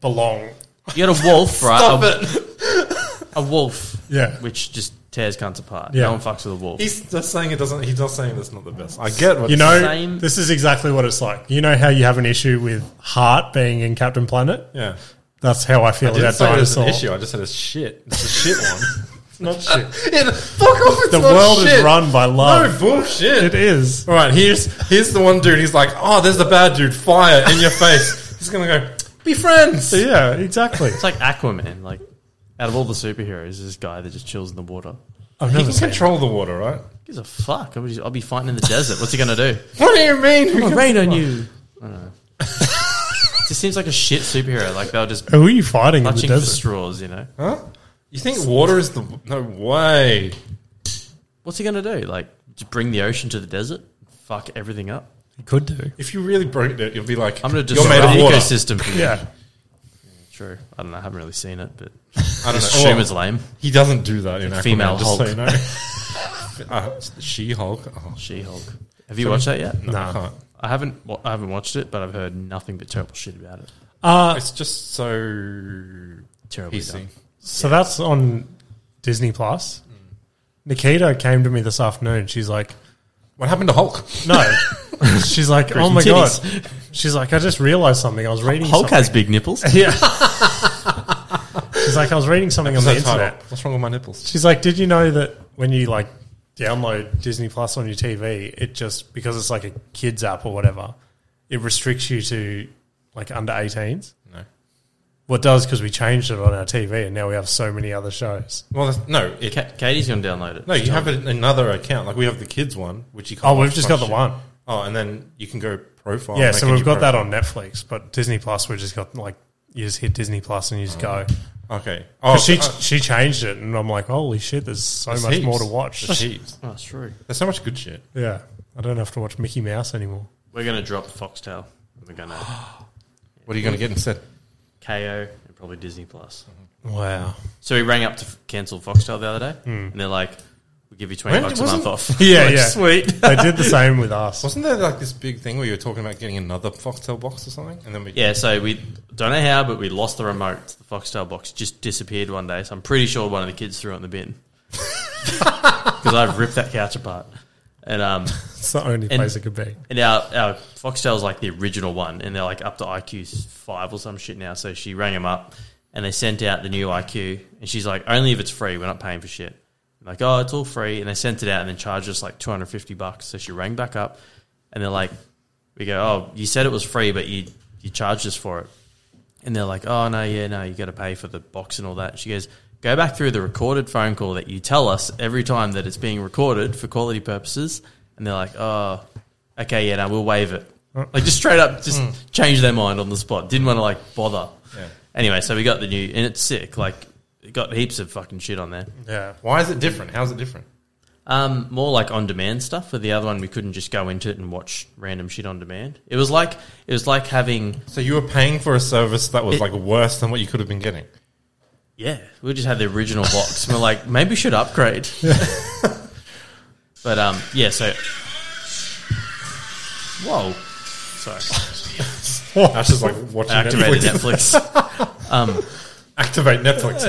[SPEAKER 2] belong.
[SPEAKER 1] you
[SPEAKER 2] [laughs]
[SPEAKER 1] got a wolf, right? a, a wolf,
[SPEAKER 2] Yeah.
[SPEAKER 1] which just tears cunts apart.
[SPEAKER 2] Yeah.
[SPEAKER 1] No one fucks with a wolf.
[SPEAKER 3] [laughs] He's just saying it doesn't. He's just saying it's not the best. I get what
[SPEAKER 2] You know,
[SPEAKER 1] same-
[SPEAKER 2] this is exactly what it's like. You know how you have an issue with Hart being in Captain Planet.
[SPEAKER 3] Yeah.
[SPEAKER 2] That's how I feel
[SPEAKER 3] I didn't
[SPEAKER 2] about
[SPEAKER 3] say it was
[SPEAKER 2] dinosaur.
[SPEAKER 3] an issue. I just said it's shit. It's a shit [laughs] one.
[SPEAKER 2] It's not shit.
[SPEAKER 3] yeah, fuck off. It's
[SPEAKER 2] The
[SPEAKER 3] not
[SPEAKER 2] world
[SPEAKER 3] shit.
[SPEAKER 2] is run by love.
[SPEAKER 3] No bullshit.
[SPEAKER 2] It is.
[SPEAKER 3] All right, here's here's the one dude. He's like, oh, there's the bad dude. Fire in your face. He's gonna go.
[SPEAKER 8] Be friends.
[SPEAKER 3] [laughs]
[SPEAKER 2] Yeah, exactly.
[SPEAKER 1] It's like Aquaman. Like out of all the superheroes, there's this guy that just chills in the water.
[SPEAKER 2] I've
[SPEAKER 3] He
[SPEAKER 2] never
[SPEAKER 3] can
[SPEAKER 2] seen.
[SPEAKER 3] control the water, right?
[SPEAKER 1] Gives a fuck. I'll be, I'll be fighting in the desert. What's he gonna
[SPEAKER 2] [laughs]
[SPEAKER 1] do?
[SPEAKER 3] What do you mean?
[SPEAKER 1] rain on you. I don't know. [laughs] just seems like a shit superhero. Like they'll just
[SPEAKER 2] Who are you fighting in the
[SPEAKER 1] clutching for
[SPEAKER 2] desert?
[SPEAKER 1] straws. You know.
[SPEAKER 3] Huh? You think water is the no way?
[SPEAKER 1] What's he gonna do? Like just bring the ocean to the desert? Fuck everything up.
[SPEAKER 2] He could do.
[SPEAKER 3] If you really broke it, you'll be like,
[SPEAKER 1] I'm gonna
[SPEAKER 3] You're
[SPEAKER 1] disrupt
[SPEAKER 3] made
[SPEAKER 1] the
[SPEAKER 3] of water.
[SPEAKER 1] ecosystem.
[SPEAKER 2] [laughs]
[SPEAKER 1] For you.
[SPEAKER 2] Yeah.
[SPEAKER 1] True. I don't know. I haven't really seen it, but
[SPEAKER 3] I Oh. don't know.
[SPEAKER 1] assume
[SPEAKER 3] Well,
[SPEAKER 1] it's lame.
[SPEAKER 3] he doesn't do that in
[SPEAKER 1] female
[SPEAKER 3] Aquaman, just so
[SPEAKER 1] Hulk.
[SPEAKER 3] you know.
[SPEAKER 2] [laughs]
[SPEAKER 3] uh, she Hulk. Oh,
[SPEAKER 1] She Hulk. Have you watched that yet?
[SPEAKER 3] no, I can't.
[SPEAKER 1] I haven't. Well, I haven't watched it, but I've heard nothing but terrible shit about it.
[SPEAKER 2] Uh,
[SPEAKER 3] It's just so
[SPEAKER 1] Terribly
[SPEAKER 3] PC.
[SPEAKER 1] done.
[SPEAKER 2] so that's on Disney Plus.
[SPEAKER 3] Mm.
[SPEAKER 2] Nikita came to me this afternoon. She's like,
[SPEAKER 3] What happened to Hulk?
[SPEAKER 2] no.
[SPEAKER 3] [laughs]
[SPEAKER 2] She's like, oh my god.
[SPEAKER 1] Titties.
[SPEAKER 2] She's like, I just realized something. I was reading.
[SPEAKER 1] Hulk
[SPEAKER 2] something.
[SPEAKER 1] has big
[SPEAKER 3] [laughs]
[SPEAKER 1] nipples.
[SPEAKER 2] Yeah. She's like, I was reading something on the
[SPEAKER 3] What's that title?
[SPEAKER 2] internet.
[SPEAKER 3] What's wrong with my nipples?
[SPEAKER 2] She's like, did you know that when you like download Disney Plus on your TV, it just because it's like a kids app or whatever, it restricts you to like under 18s.
[SPEAKER 3] No.
[SPEAKER 2] Well, it does because we changed it on our TV, and now we have so many other shows.
[SPEAKER 3] Well, that's, no, it,
[SPEAKER 1] Ka- Katie's gonna download it.
[SPEAKER 3] no. You have it, another account. Like we have the kids one, which you can't.
[SPEAKER 2] Oh, we've
[SPEAKER 3] watch
[SPEAKER 2] just
[SPEAKER 3] much
[SPEAKER 2] got the
[SPEAKER 3] shit.
[SPEAKER 2] one.
[SPEAKER 3] Oh, and then you can go profile.
[SPEAKER 2] yeah,
[SPEAKER 3] and
[SPEAKER 2] so
[SPEAKER 3] make a
[SPEAKER 2] we've
[SPEAKER 3] new
[SPEAKER 2] got that on Netflix, but Disney Plus, we just got like you just hit Disney Plus and you just go.
[SPEAKER 3] profile. Okay. Oh,
[SPEAKER 2] 'Cause she
[SPEAKER 3] uh,
[SPEAKER 2] she changed it, and I'm like, holy shit, there's so
[SPEAKER 3] there's
[SPEAKER 2] much
[SPEAKER 3] heaps.
[SPEAKER 2] more to watch.
[SPEAKER 3] There's heaps.
[SPEAKER 1] Oh, that's true.
[SPEAKER 3] There's so much good shit.
[SPEAKER 2] Yeah, I don't have to watch Mickey Mouse anymore.
[SPEAKER 1] We're gonna drop Foxtail. We're
[SPEAKER 3] [gasps]
[SPEAKER 1] gonna
[SPEAKER 3] What are you going to get instead?
[SPEAKER 1] KO and probably Disney Plus.
[SPEAKER 2] Wow.
[SPEAKER 1] So he rang up to f- cancel Foxtel the other day, and they're like, "We'll give you twenty
[SPEAKER 3] When-
[SPEAKER 1] bucks a month off."
[SPEAKER 2] Hmm. [laughs] Yeah,
[SPEAKER 1] Like,
[SPEAKER 2] yeah.
[SPEAKER 1] Sweet. [laughs]
[SPEAKER 2] They did the same with us.
[SPEAKER 3] Wasn't there like this big thing where you were talking about getting another Foxtel box or something? And then we
[SPEAKER 1] Yeah, so we don't know how, but we lost the remote. The Foxtel box just disappeared one day, so I'm pretty sure one of the kids threw it in the bin [laughs] because I've ripped that couch apart. And um,
[SPEAKER 2] It's the only
[SPEAKER 1] And-
[SPEAKER 2] place it could be.
[SPEAKER 1] and our, our Foxtel's like the original one, and they're like up to IQ five or some shit now. So she rang him up, and they sent out the new IQ, and she's like, "Only if it's free, we're not paying for shit." I'm like, oh, it's all free, and they sent it out, and then charged us like two hundred fifty bucks. So she rang back up, and they're like, "We go, oh, you said it was free, but you you charged us for it." And they're like, oh, no, yeah, no, you got to pay for the box and all that. She goes, go back through the recorded phone call that you tell us every time that it's being recorded for quality purposes. And they're like, oh, okay, yeah, no, we'll waive it. Like, just straight up, just change their mind on the spot. Didn't want to, like, bother. Anyway, so we got the new, and it's sick. Like, it got heaps of fucking shit on there.
[SPEAKER 2] Yeah.
[SPEAKER 3] Why is it different? How's it different?
[SPEAKER 1] Um, more like on demand stuff. For the other one, we couldn't just go into it and watch random shit on demand. It was like it was like having
[SPEAKER 3] So you were paying for a service that was
[SPEAKER 1] It-
[SPEAKER 3] like worse than what you could have been getting.
[SPEAKER 1] Yeah, we just had the original box. and we're like, maybe we should upgrade. but um, yeah. So, whoa, sorry,
[SPEAKER 3] I was just like watching
[SPEAKER 1] I activated
[SPEAKER 3] Netflix.
[SPEAKER 1] Netflix.
[SPEAKER 3] [laughs] Activate Netflix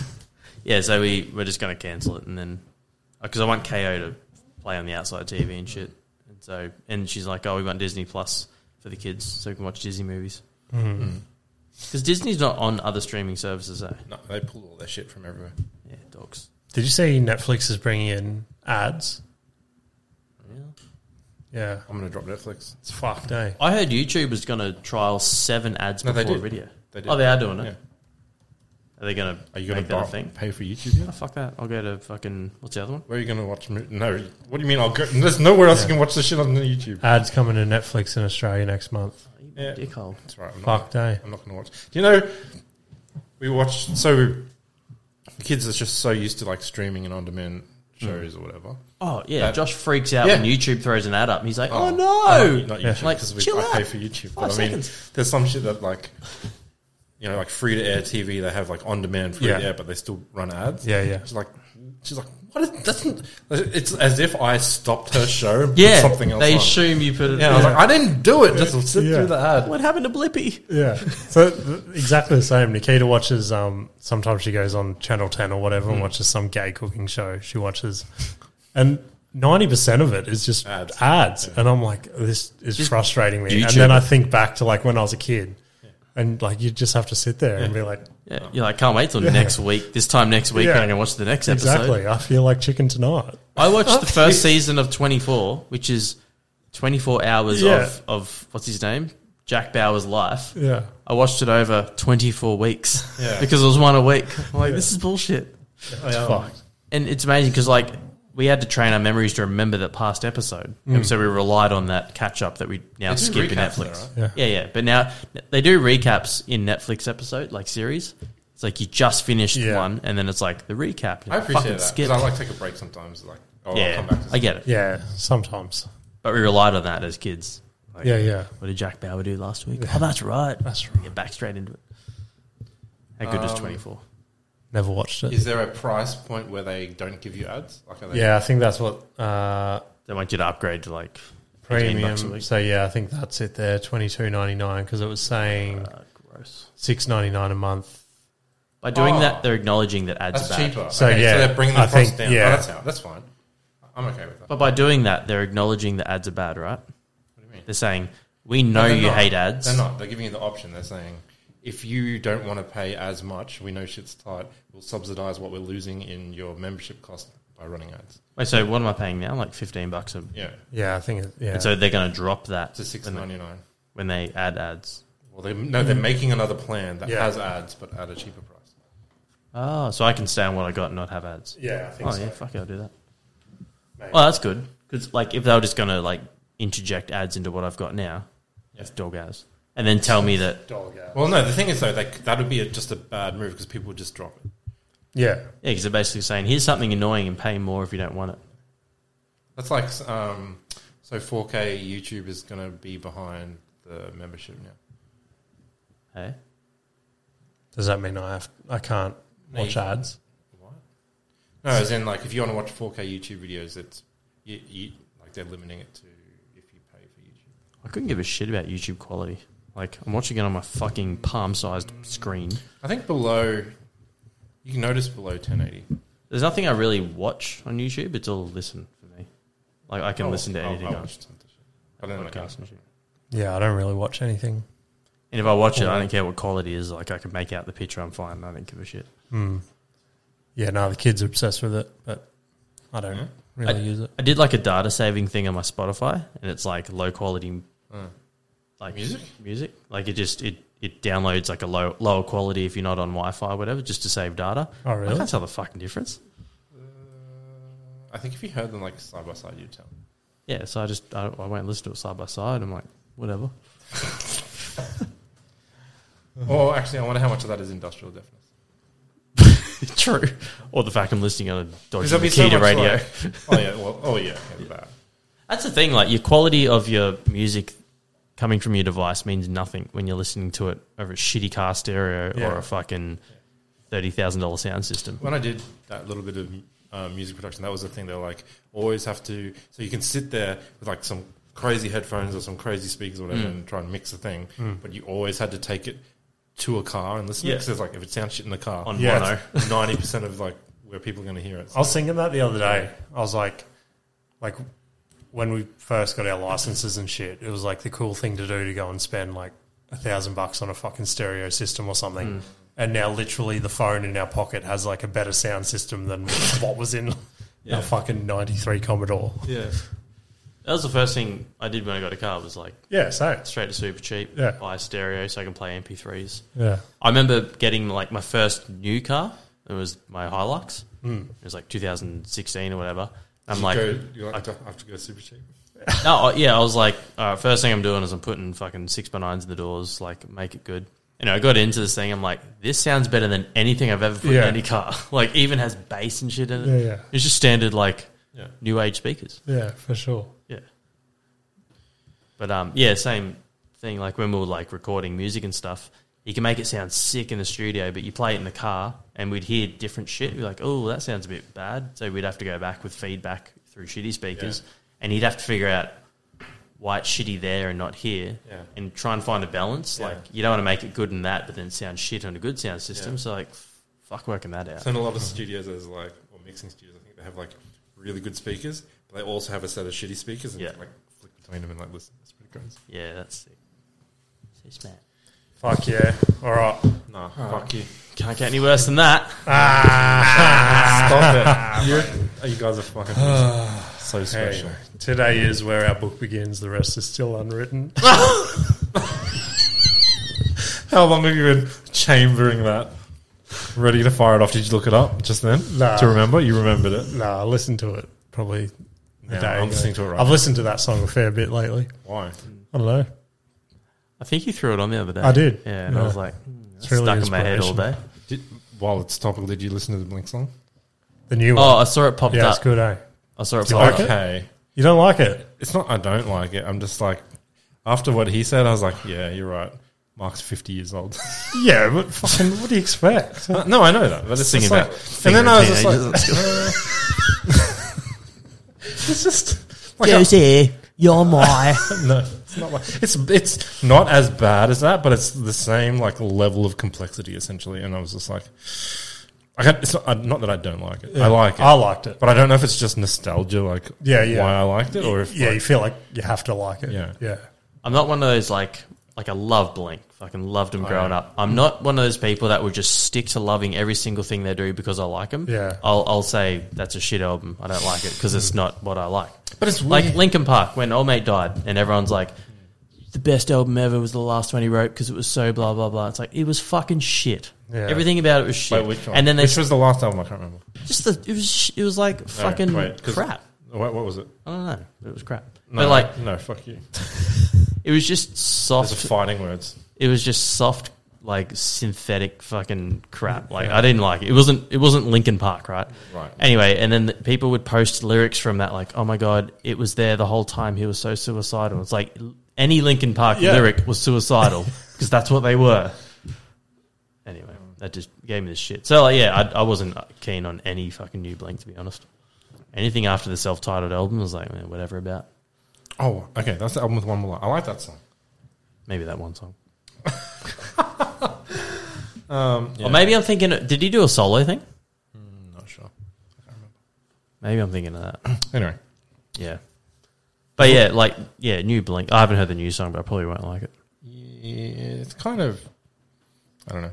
[SPEAKER 3] now.
[SPEAKER 1] yeah, so we we're just gonna cancel it, and then because I want Ko to play on the outside TV and shit, and so and she's like, oh, we want Disney Plus for the kids, so we can watch Disney movies. Because Disney's not on other streaming services, though.
[SPEAKER 3] no, they pulled all their shit from everywhere.
[SPEAKER 1] Yeah, dogs.
[SPEAKER 2] Did you see Netflix is bringing in ads? Yeah.
[SPEAKER 3] I'm going to drop Netflix.
[SPEAKER 2] It's fucked, eh?
[SPEAKER 1] I heard YouTube was going to trial seven ads
[SPEAKER 3] No, they
[SPEAKER 1] before a
[SPEAKER 3] did.
[SPEAKER 1] video.
[SPEAKER 3] They did.
[SPEAKER 1] Oh, they are doing it.
[SPEAKER 3] Yeah.
[SPEAKER 1] Are they going to
[SPEAKER 3] Are you
[SPEAKER 1] make that
[SPEAKER 3] going
[SPEAKER 1] a
[SPEAKER 3] to
[SPEAKER 1] thing?
[SPEAKER 3] pay for YouTube?
[SPEAKER 1] Oh,
[SPEAKER 3] Yet?
[SPEAKER 1] fuck that. I'll go to fucking what's the other one?
[SPEAKER 3] Where are you going to watch? mo- No. What do you mean? I'll go. There's nowhere else you can watch the shit on the YouTube.
[SPEAKER 2] Ads coming to Netflix in Australia next month.
[SPEAKER 1] You
[SPEAKER 3] Yeah.
[SPEAKER 1] Dickhole.
[SPEAKER 3] That's right. I'm not-
[SPEAKER 2] Fucked, eh?
[SPEAKER 3] I'm not going to watch. Do you know? We watched. So the kids are just so used to like streaming and on demand
[SPEAKER 1] Hmm.
[SPEAKER 3] shows or whatever.
[SPEAKER 1] Oh yeah,
[SPEAKER 3] That-
[SPEAKER 1] Josh freaks out
[SPEAKER 3] Yeah.
[SPEAKER 1] when YouTube throws an ad up. He's like, "Oh,
[SPEAKER 3] Oh,
[SPEAKER 1] no!"
[SPEAKER 3] not
[SPEAKER 2] Yeah.
[SPEAKER 3] YouTube
[SPEAKER 1] Like,
[SPEAKER 3] because
[SPEAKER 1] chill
[SPEAKER 3] we I pay
[SPEAKER 1] out.
[SPEAKER 3] for YouTube.
[SPEAKER 1] Five
[SPEAKER 3] But I mean,
[SPEAKER 1] seconds.
[SPEAKER 3] there's some shit that like, you know, like free to air TV. They have like on demand free
[SPEAKER 2] Yeah.
[SPEAKER 3] to air, but they still run ads.
[SPEAKER 2] Yeah, yeah.
[SPEAKER 3] She's like, she's like, what? Is, that's n- it's as if I stopped her show. And
[SPEAKER 1] yeah,
[SPEAKER 3] put something else.
[SPEAKER 1] they
[SPEAKER 3] on.
[SPEAKER 1] assume you put it.
[SPEAKER 3] yeah, I was like, I didn't do it. Just sit
[SPEAKER 2] Yeah.
[SPEAKER 3] through the ad.
[SPEAKER 1] what happened to Blippy?
[SPEAKER 2] Yeah. So th- exactly the same. Nikita watches. Um, sometimes she goes on Channel Ten or whatever
[SPEAKER 1] Mm.
[SPEAKER 2] and watches some gay cooking show. She watches, and ninety percent of it is just ads.
[SPEAKER 3] Ads.
[SPEAKER 2] And I'm like, this is frustrating me. And
[SPEAKER 1] YouTube.
[SPEAKER 2] then I think back to like when I was a kid, and like you just have to sit there and be like,
[SPEAKER 1] Yeah, you're like, can't wait till next week. This time next week,
[SPEAKER 2] Yeah.
[SPEAKER 1] I'm gonna watch the next episode.
[SPEAKER 2] exactly. I feel like chicken tonight.
[SPEAKER 1] I watched
[SPEAKER 3] [laughs]
[SPEAKER 1] the first season of 24, which is 24 hours
[SPEAKER 2] Yeah.
[SPEAKER 1] of of what's his name, Jack Bauer's life.
[SPEAKER 2] Yeah.
[SPEAKER 1] I watched it over 24 weeks
[SPEAKER 3] [laughs] Yeah.
[SPEAKER 1] because it was one a week. I'm like, this is bullshit.
[SPEAKER 2] fucked.
[SPEAKER 1] And it's amazing because, like, we had to train our memories to remember that past episode. And so we relied on that catch up that we now
[SPEAKER 3] Mm. They do
[SPEAKER 1] skip in
[SPEAKER 3] recaps though,
[SPEAKER 1] Netflix.
[SPEAKER 2] right?
[SPEAKER 1] yeah. yeah, But now they do recaps in Netflix episode, like series. It's like you just finished
[SPEAKER 2] Yeah.
[SPEAKER 1] one and then it's like the recap.
[SPEAKER 3] I appreciate
[SPEAKER 1] Fucking
[SPEAKER 3] that
[SPEAKER 1] skip.
[SPEAKER 3] because I like take a break sometimes. Like, oh, I'll come
[SPEAKER 1] yeah,
[SPEAKER 3] back to
[SPEAKER 1] I get it.
[SPEAKER 2] Yeah, sometimes.
[SPEAKER 1] But we relied on that as kids. Like,
[SPEAKER 2] Yeah, yeah.
[SPEAKER 1] What did Jack Bauer do last week? Oh, that's right.
[SPEAKER 2] That's right.
[SPEAKER 1] Get back straight into it. How good
[SPEAKER 3] Um,
[SPEAKER 1] was 24?
[SPEAKER 2] Never watched it.
[SPEAKER 3] Is there a price point where they don't give you ads? Like, are they
[SPEAKER 2] Yeah, I think that's what uh,
[SPEAKER 1] They want you to upgrade to like 18 bucks a
[SPEAKER 2] premium.
[SPEAKER 1] week.
[SPEAKER 2] So yeah, I think that's it there. Twenty two ninety nine because it was
[SPEAKER 3] Mm.
[SPEAKER 2] saying
[SPEAKER 1] Uh, gross.
[SPEAKER 2] six ninety nine a month.
[SPEAKER 1] By doing
[SPEAKER 3] Oh.
[SPEAKER 1] that, they're acknowledging that ads
[SPEAKER 3] That's
[SPEAKER 1] are bad.
[SPEAKER 3] cheaper.
[SPEAKER 2] So,
[SPEAKER 3] okay,
[SPEAKER 2] yeah,
[SPEAKER 3] so they're bringing the
[SPEAKER 2] I
[SPEAKER 3] cost
[SPEAKER 2] think-
[SPEAKER 3] down.
[SPEAKER 2] yeah.
[SPEAKER 3] Oh, that's how, that's fine. I'm okay with that.
[SPEAKER 1] But by doing that, they're acknowledging that ads are bad, right?
[SPEAKER 3] What do you mean?
[SPEAKER 1] They're saying, we know
[SPEAKER 3] they're
[SPEAKER 1] you
[SPEAKER 3] not.
[SPEAKER 1] hate ads.
[SPEAKER 3] They're not. They're giving you the option. They're saying, if you don't want to pay as much, we know shit's tight. We'll subsidize what we're losing in your membership cost by running ads.
[SPEAKER 1] Wait, so what am I paying now? Like 15 bucks a.
[SPEAKER 3] Yeah,
[SPEAKER 2] Yeah, I think it, yeah.
[SPEAKER 1] And so they're going to drop that
[SPEAKER 3] to six
[SPEAKER 1] when, they,
[SPEAKER 3] ninety nine.
[SPEAKER 1] when they add ads.
[SPEAKER 3] Well, they no, they're making another plan that
[SPEAKER 2] Mm. Yeah.
[SPEAKER 3] has ads but at a cheaper price.
[SPEAKER 1] Oh, so I can stay on what I got and not have ads.
[SPEAKER 2] yeah, I think
[SPEAKER 1] Oh
[SPEAKER 2] so.
[SPEAKER 1] yeah, fuck it, I'll do that.
[SPEAKER 2] Maybe.
[SPEAKER 1] Well, that's good because like if they were just gonna like interject ads into what I've got now, it's dog ads, and then tell me that
[SPEAKER 2] Dog out.
[SPEAKER 3] Well, no, the thing is though, like that would be a, just a bad move because people would just drop it.
[SPEAKER 2] Yeah,
[SPEAKER 1] yeah, because they're basically saying here's something annoying and pay more if you don't want it.
[SPEAKER 3] That's like um, so 4K YouTube is going to be behind the membership now.
[SPEAKER 1] Hey,
[SPEAKER 2] does that mean I have I can't watch
[SPEAKER 3] Maybe.
[SPEAKER 2] ads?
[SPEAKER 3] What? No, as in like if you want to watch 4K YouTube videos, it's you, you like they're limiting it to if you pay for YouTube.
[SPEAKER 1] I couldn't give a shit about YouTube quality. Like I'm watching it on my fucking palm-sized screen.
[SPEAKER 3] I think below, you can notice below 1080.
[SPEAKER 1] There's nothing I really watch on YouTube. It's all listen for me. Like I can listen to
[SPEAKER 3] Oh, I'll-
[SPEAKER 1] anything
[SPEAKER 3] I'll
[SPEAKER 1] on
[SPEAKER 3] watch some of the shit. I don't like
[SPEAKER 1] podcasts
[SPEAKER 3] it.
[SPEAKER 1] and shit.
[SPEAKER 2] Yeah, I don't really watch anything.
[SPEAKER 1] And if I watch it, I don't care what quality it is. Like I can make out the picture. I'm fine. I don't give a shit.
[SPEAKER 2] Hmm. Yeah, no, the kids are obsessed with it, but I don't really
[SPEAKER 1] I-
[SPEAKER 2] use it.
[SPEAKER 1] I did like a data saving thing on my Spotify, and it's like low quality, like
[SPEAKER 3] Hmm. Music?
[SPEAKER 1] Music, like it just it it downloads like a low lower quality if you're not on Wi-Fi or whatever, just to save data.
[SPEAKER 2] Oh, really?
[SPEAKER 1] I can't tell the fucking difference.
[SPEAKER 3] Uh, I think if you heard them like side by side, you'd tell.
[SPEAKER 1] Yeah, so I just I, I won't listen to it side by side. I'm like, whatever.
[SPEAKER 3] [laughs] Or actually, I wonder how much of that is industrial deafness.
[SPEAKER 1] [laughs] True, or the fact I'm listening on a dodgy
[SPEAKER 3] Because there'll be so
[SPEAKER 1] Makita
[SPEAKER 3] much
[SPEAKER 1] radio.
[SPEAKER 3] like- [laughs] oh yeah, well, oh yeah, it's bad.
[SPEAKER 1] That's the thing. Like your quality of your music coming from your device means nothing when you're listening to it over a shitty car stereo or
[SPEAKER 2] Yeah.
[SPEAKER 1] a fucking thirty thousand dollar sound system.
[SPEAKER 3] When I did that little bit of um, music production, that was the thing. They're like, always have to. So you can sit there with like some crazy headphones or some crazy speakers or whatever and try and mix a thing, but you always had to take it to a car and listen.
[SPEAKER 1] Yeah.
[SPEAKER 3] Because like, if it sounds shit in the car,
[SPEAKER 1] On
[SPEAKER 2] Yeah,
[SPEAKER 1] mono.
[SPEAKER 3] ninety percent of like where people are going to hear it.
[SPEAKER 2] I was thinking that the other day. I was like, like when we first got our licenses and shit, it was like the cool thing to do to go and spend like a thousand bucks on a fucking stereo system or something. And now, literally, the phone in our pocket has like a better sound system than [laughs] what was in our fucking '93 Commodore.
[SPEAKER 3] yeah,
[SPEAKER 1] That was the first thing I did when I got a car. Was like
[SPEAKER 2] Yeah, so
[SPEAKER 1] straight to super cheap,
[SPEAKER 2] Yeah.
[SPEAKER 1] buy a stereo so I can play MP3s.
[SPEAKER 2] yeah,
[SPEAKER 1] I remember getting like my first new car. It was my Hilux. Mm. It was like 2016 or whatever. I'm like,
[SPEAKER 3] go, Hmm. you like, I have to go super cheap.
[SPEAKER 1] no, I- yeah. I was like, all right, first thing I'm doing is I'm putting fucking six by nines in the doors, like make it good. You know, I got into this thing. I'm like, this sounds better than anything I've ever put
[SPEAKER 2] Yeah.
[SPEAKER 1] in any car. [laughs] Like, even has bass and shit in it.
[SPEAKER 2] Yeah, yeah.
[SPEAKER 1] It's just standard like
[SPEAKER 3] Yeah.
[SPEAKER 1] new age speakers.
[SPEAKER 2] yeah, for sure.
[SPEAKER 1] Yeah. But um, yeah, same thing. Like when we were like recording music and stuff, you can make it sound sick in the studio, but you play it in the car, and we'd hear different shit. We're like, oh, that sounds a bit bad. So we'd have to go back with feedback through shitty speakers, and he'd have to figure out why it's shitty there and not here,
[SPEAKER 3] Yeah.
[SPEAKER 1] and try and find a balance.
[SPEAKER 3] Yeah.
[SPEAKER 1] Like you don't want to make it good in that, but then sound shit on a good sound system.
[SPEAKER 3] Yeah.
[SPEAKER 1] So like, f- fuck working that out.
[SPEAKER 3] So in a lot of studios, there's like or mixing studios, I think they have like really good speakers, but they also have a set of shitty speakers and
[SPEAKER 1] Yeah.
[SPEAKER 3] like flick between them and like listen. That's pretty crazy.
[SPEAKER 1] yeah, that's sick.
[SPEAKER 9] So smart.
[SPEAKER 2] Fuck yeah! All right,
[SPEAKER 3] Nah, fuck you.
[SPEAKER 1] Can't get any worse than that.
[SPEAKER 2] Ah. [laughs]
[SPEAKER 3] Stop it. [laughs] You're, oh, you guys are [sighs] fucking so
[SPEAKER 2] Hey,
[SPEAKER 3] special.
[SPEAKER 2] today is where our book begins. The rest is still unwritten.
[SPEAKER 3] How long have you been chambering that? Ready to fire it off? Did you look it up just then
[SPEAKER 2] Nah.
[SPEAKER 3] to remember? You remembered it.
[SPEAKER 2] [laughs] Nah, I listened to it probably a
[SPEAKER 3] Yeah,
[SPEAKER 2] day
[SPEAKER 3] I'm
[SPEAKER 2] ago.
[SPEAKER 3] listening to it right
[SPEAKER 2] I've
[SPEAKER 3] now.
[SPEAKER 2] listened to that song a fair bit lately.
[SPEAKER 3] Why?
[SPEAKER 2] I don't know.
[SPEAKER 1] I think you threw it on the other day.
[SPEAKER 2] I did.
[SPEAKER 1] Yeah, and
[SPEAKER 2] Yeah.
[SPEAKER 1] I was like, hmm, that's
[SPEAKER 2] It's really
[SPEAKER 1] stuck in my head all
[SPEAKER 2] inspirational.
[SPEAKER 1] day.
[SPEAKER 3] Did, while it's topical, did you listen to the Blink song?
[SPEAKER 2] The new one.
[SPEAKER 1] Oh, I saw it popped
[SPEAKER 2] yeah,
[SPEAKER 1] up.
[SPEAKER 2] it's good, eh?
[SPEAKER 1] I saw it
[SPEAKER 2] Do you
[SPEAKER 1] popped up.
[SPEAKER 2] like it?
[SPEAKER 3] Okay,
[SPEAKER 2] You don't like it?
[SPEAKER 3] it's not. I don't like it. I'm just like after what he said, I was like, yeah, you're right. Mark's 50 years old.
[SPEAKER 2] Yeah, but fucking, what do you expect? [laughs]
[SPEAKER 3] Uh, [laughs] no, I know that, but it's
[SPEAKER 1] Singing
[SPEAKER 3] just like,
[SPEAKER 1] about
[SPEAKER 3] and then
[SPEAKER 1] fingering
[SPEAKER 3] I was just
[SPEAKER 1] teenagers,
[SPEAKER 3] like, [laughs] it's just like a-
[SPEAKER 10] Josie, you're my.
[SPEAKER 3] no, it's not like it's it's not as bad as that, but it's the same like level of complexity essentially. And I was just like, I got, it's not, I- not that I don't like it, I like it,
[SPEAKER 2] I liked it.
[SPEAKER 3] but I don't know if it's just nostalgia, like
[SPEAKER 2] Yeah, yeah.
[SPEAKER 3] why I liked it, or if
[SPEAKER 2] Yeah,
[SPEAKER 3] like,
[SPEAKER 2] you feel like you have to like it.
[SPEAKER 3] Yeah.
[SPEAKER 2] Yeah.
[SPEAKER 1] [laughs] I'm not one of those like like I love Blink. Fucking loved
[SPEAKER 2] Oh,
[SPEAKER 1] them growing up. I'm not one of those people that would just stick to loving every single thing they do because I like them.
[SPEAKER 2] Yeah. Mm.
[SPEAKER 1] I'll I'll say that's a shit album. I don't like it because it's not what I like.
[SPEAKER 3] but it's
[SPEAKER 1] Like
[SPEAKER 3] weird.
[SPEAKER 1] Linkin Park when Old Mate died and everyone's like. The best album ever was the last one he wrote because it was so blah blah blah. It's like it was fucking shit.
[SPEAKER 2] Yeah.
[SPEAKER 1] Everything about it was shit.
[SPEAKER 3] Wait, which one?
[SPEAKER 1] And then they
[SPEAKER 3] which was the last album? I can't remember.
[SPEAKER 1] just the, it was sh- it was like
[SPEAKER 3] No,
[SPEAKER 1] fucking
[SPEAKER 3] wait, 'cause-
[SPEAKER 1] crap.
[SPEAKER 3] What, what was it?
[SPEAKER 1] I don't know. It was crap.
[SPEAKER 3] No,
[SPEAKER 1] but like
[SPEAKER 3] no, fuck you.
[SPEAKER 1] it was just
[SPEAKER 3] Those are
[SPEAKER 1] soft
[SPEAKER 3] fighting words.
[SPEAKER 1] it was just soft like synthetic fucking crap like i didn't like it it wasn't it wasn't linkin park right
[SPEAKER 3] Right.
[SPEAKER 1] anyway and then the, people would post lyrics from that like oh my god it was there the whole time he was so suicidal it's like l- any linkin park
[SPEAKER 2] Yeah.
[SPEAKER 1] lyric was suicidal because that's what they were anyway that just gave me the shit so like, yeah I, I wasn't keen on any fucking new blink to be honest anything after the self-titled album was like eh, whatever about
[SPEAKER 3] Oh, okay, that's the album with one more. Line. I like that song.
[SPEAKER 1] maybe that one song
[SPEAKER 3] Um, yeah,
[SPEAKER 1] or maybe i'm thinking did he do a solo thing
[SPEAKER 3] not sure.
[SPEAKER 1] maybe i'm thinking of that
[SPEAKER 3] Anyway,
[SPEAKER 1] Yeah. But yeah, like yeah, new Blink. I haven't heard the new song, but I probably won't like it.
[SPEAKER 3] Yeah, it's kind of, I don't know,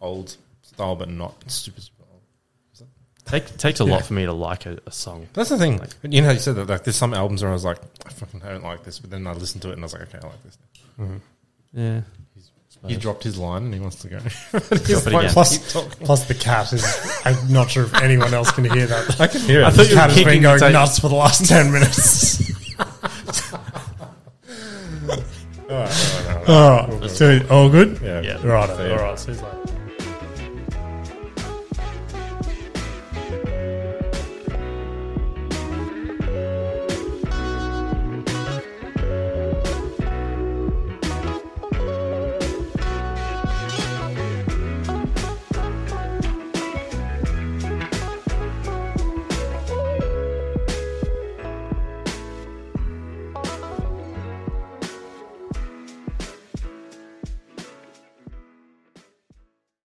[SPEAKER 3] old style, but not super, super old.
[SPEAKER 1] Take, takes a lot for me to like a, a song.
[SPEAKER 3] That's the thing. You know how you said that? Like, there's some albums where I was like, I fucking don't like this, but then I listened to it and I was like, okay, I like this.
[SPEAKER 1] Yeah.
[SPEAKER 3] He dropped his line and he wants to go. [laughs]
[SPEAKER 1] Drop it again.
[SPEAKER 2] Plus, plus the cat is. I'm not sure if anyone else can
[SPEAKER 1] [laughs]
[SPEAKER 2] hear that.
[SPEAKER 3] I can hear it.
[SPEAKER 2] I thought
[SPEAKER 3] you
[SPEAKER 2] your cat has been
[SPEAKER 1] kicking
[SPEAKER 2] going
[SPEAKER 1] the tape.
[SPEAKER 2] nuts for the last [laughs] 10 minutes. all right, all right, all right. All good?
[SPEAKER 3] [laughs] yeah.
[SPEAKER 1] Yeah.
[SPEAKER 2] Right, all
[SPEAKER 3] See you.
[SPEAKER 2] right. So he's like-